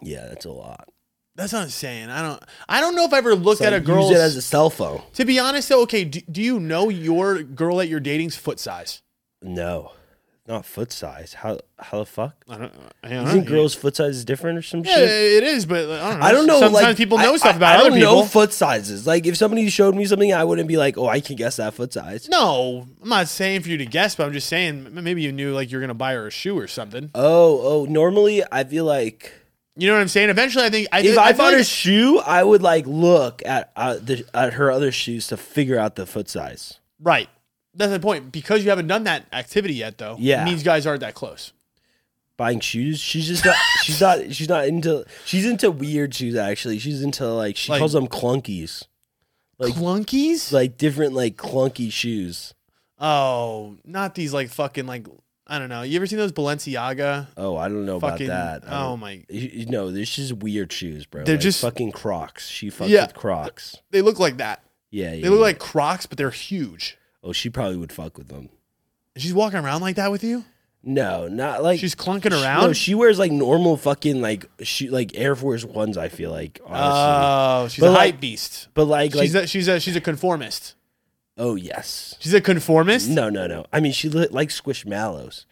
B: Yeah, that's a lot.
A: That's what I'm saying. I don't. I don't know if I ever looked
B: It's
A: at a
B: like,
A: girl's.
B: use it as a cell phone.
A: To be honest, though, okay, do, do you know your girl that you're dating's foot size?
B: No, not foot size. How how the fuck?
A: I don't, I
B: You
A: don't
B: think
A: know.
B: girls' foot size is different or some
A: Yeah,
B: shit?
A: it is, but like, I don't know.
B: I don't know.
A: Sometimes
B: like,
A: people know
B: I-
A: stuff
B: I-
A: about
B: I
A: other
B: don't know
A: people.
B: foot sizes. Like if somebody showed me something, I wouldn't be like, oh, I can guess that foot size.
A: no, I'm not saying for you to guess, but I'm just saying m- maybe you knew like you're gonna buy her a shoe or something.
B: Oh, oh. Normally, I feel like
A: You know what I'm saying? Eventually, I think I,
B: if
A: I,
B: I,
A: feel
B: bought
A: like-
B: a shoe, I would like look at uh, the, at her other shoes to figure out the foot size.
A: right. That's the point because you haven't done that activity yet, though.
B: Yeah.
A: it means guys aren't that close.
B: buying shoes. She's just not. she's not. She's not into. She's into weird shoes. Actually, she's into like she
A: Like-
B: calls them clunkies, Like-
A: Clunkies?
B: like different like clunky shoes.
A: oh, not these like fucking like I don't know. You ever seen those Balenciaga?
B: Oh, I don't know
A: Fucking-
B: about that. I
A: oh
B: don't-
A: my-
B: You- You know, this is weird shoes, bro.
A: They're
B: Like,
A: just-
B: fucking Crocs. She fucked
A: Yeah.
B: with Crocs.
A: They look like that.
B: Yeah, yeah.
A: They look
B: yeah.
A: like Crocs, but they're huge.
B: Oh, she probably would fuck with them.
A: She's walking around like that with you?
B: No, not like
A: She's clunking
B: She-
A: around?
B: no, she wears like normal fucking like she like Air Force Ones. I feel like honestly,
A: Oh, she's
B: But
A: a
B: like-
A: hype beast.
B: but like like
A: she's a, she's a she's a conformist.
B: oh yes.
A: She's a conformist.
B: No, no, no. I mean, she li- likes squishmallows.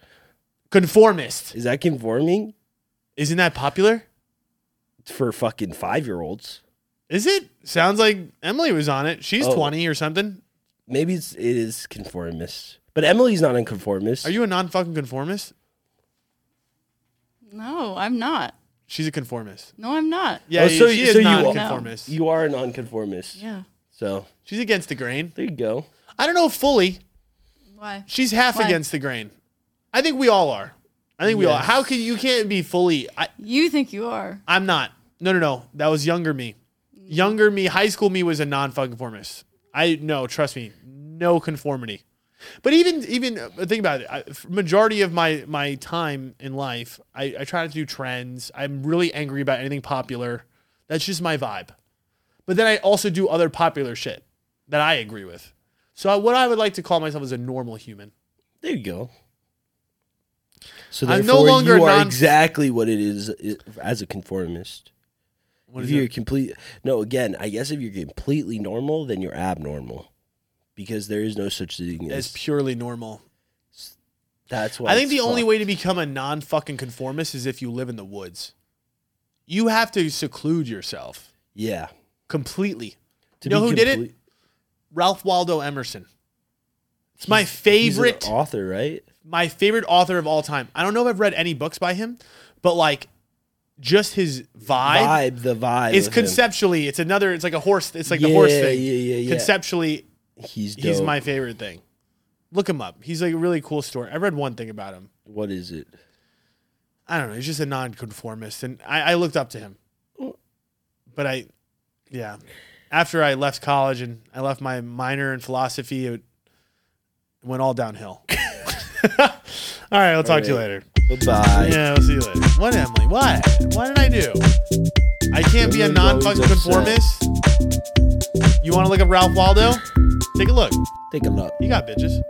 A: Conformist.
B: Is that conforming?
A: Isn't that popular?
B: for fucking five year olds.
A: Is it? Sounds like Emily was on it. She's
B: Oh.
A: 20 or something.
B: Maybe it's, it is conformist, but Emily's not a conformist.
A: Are you a non-fucking conformist?
C: No, I'm not.
A: She's a conformist.
C: No, I'm not.
A: Yeah,
B: Oh, so
A: she
B: you-
A: is
B: so you are-
A: non-conformist.
B: You are a nonconformist.
C: Yeah.
B: So
A: She's against the grain.
B: there you go.
A: I don't know fully.
C: Why?
A: She's half
C: Why?
A: against the grain. I think we all are. I think we all. How can you can't be fully? I,
C: You think you are.
A: I'm not. No, no, no. That was younger me. Younger me, high school me was a non-conformist. I no, trust me, no conformity. But even even uh, think about it. I, f- majority of my my time in life, I, I try to do trends. I'm really angry about anything popular. That's just my vibe. But then I also do other popular shit that I agree with. So I, what I would like to call myself is a normal human.
B: There you go. So
A: I'm no
B: therefore,
A: longer
B: you are
A: non-
B: exactly what it is i- as a conformist.
A: What
B: if
A: is
B: you're
A: it?
B: complete, no, again, I guess if you're completely normal, then you're abnormal, because there is no such thing
A: As
B: as.
A: purely normal.
B: That's why
A: I think
B: it's
A: the only
B: fucked.
A: way to become a non fucking conformist is if you live in the woods. You have to seclude yourself
B: Yeah.
A: completely.
B: To
A: You know
B: be
A: who did it?
B: complete-
A: Ralph Waldo Emerson. It's my
B: he's an
A: favorite
B: author, right?
A: my favorite author of all time. I don't know if I've read any books by him, but like just his vibe,
B: Vibe, the vibe.
A: is
B: of him.
A: conceptually it's another it's like a horse it's like the horse
B: Yeah,
A: thing.
B: yeah, yeah, yeah.
A: Conceptually
B: He's dope.
A: he's my favorite thing. Look him up. He's like a really cool story. I read one thing about him.
B: What is it?
A: I don't know. He's just a nonconformist, and I, I looked up to him. But I, yeah, after I left college and I left my minor in philosophy, it went all downhill. all right, I'll talk to you
B: right.
A: later.
B: Bye.
A: Yeah, I'll see you later. What, Emily? What? What did I do? I can't be a
B: Everyone's
A: non
B: always
A: fucking
B: upset.
A: conformist. You want to look up Ralph Waldo? Take a look.
B: Take a look.
A: You got bitches.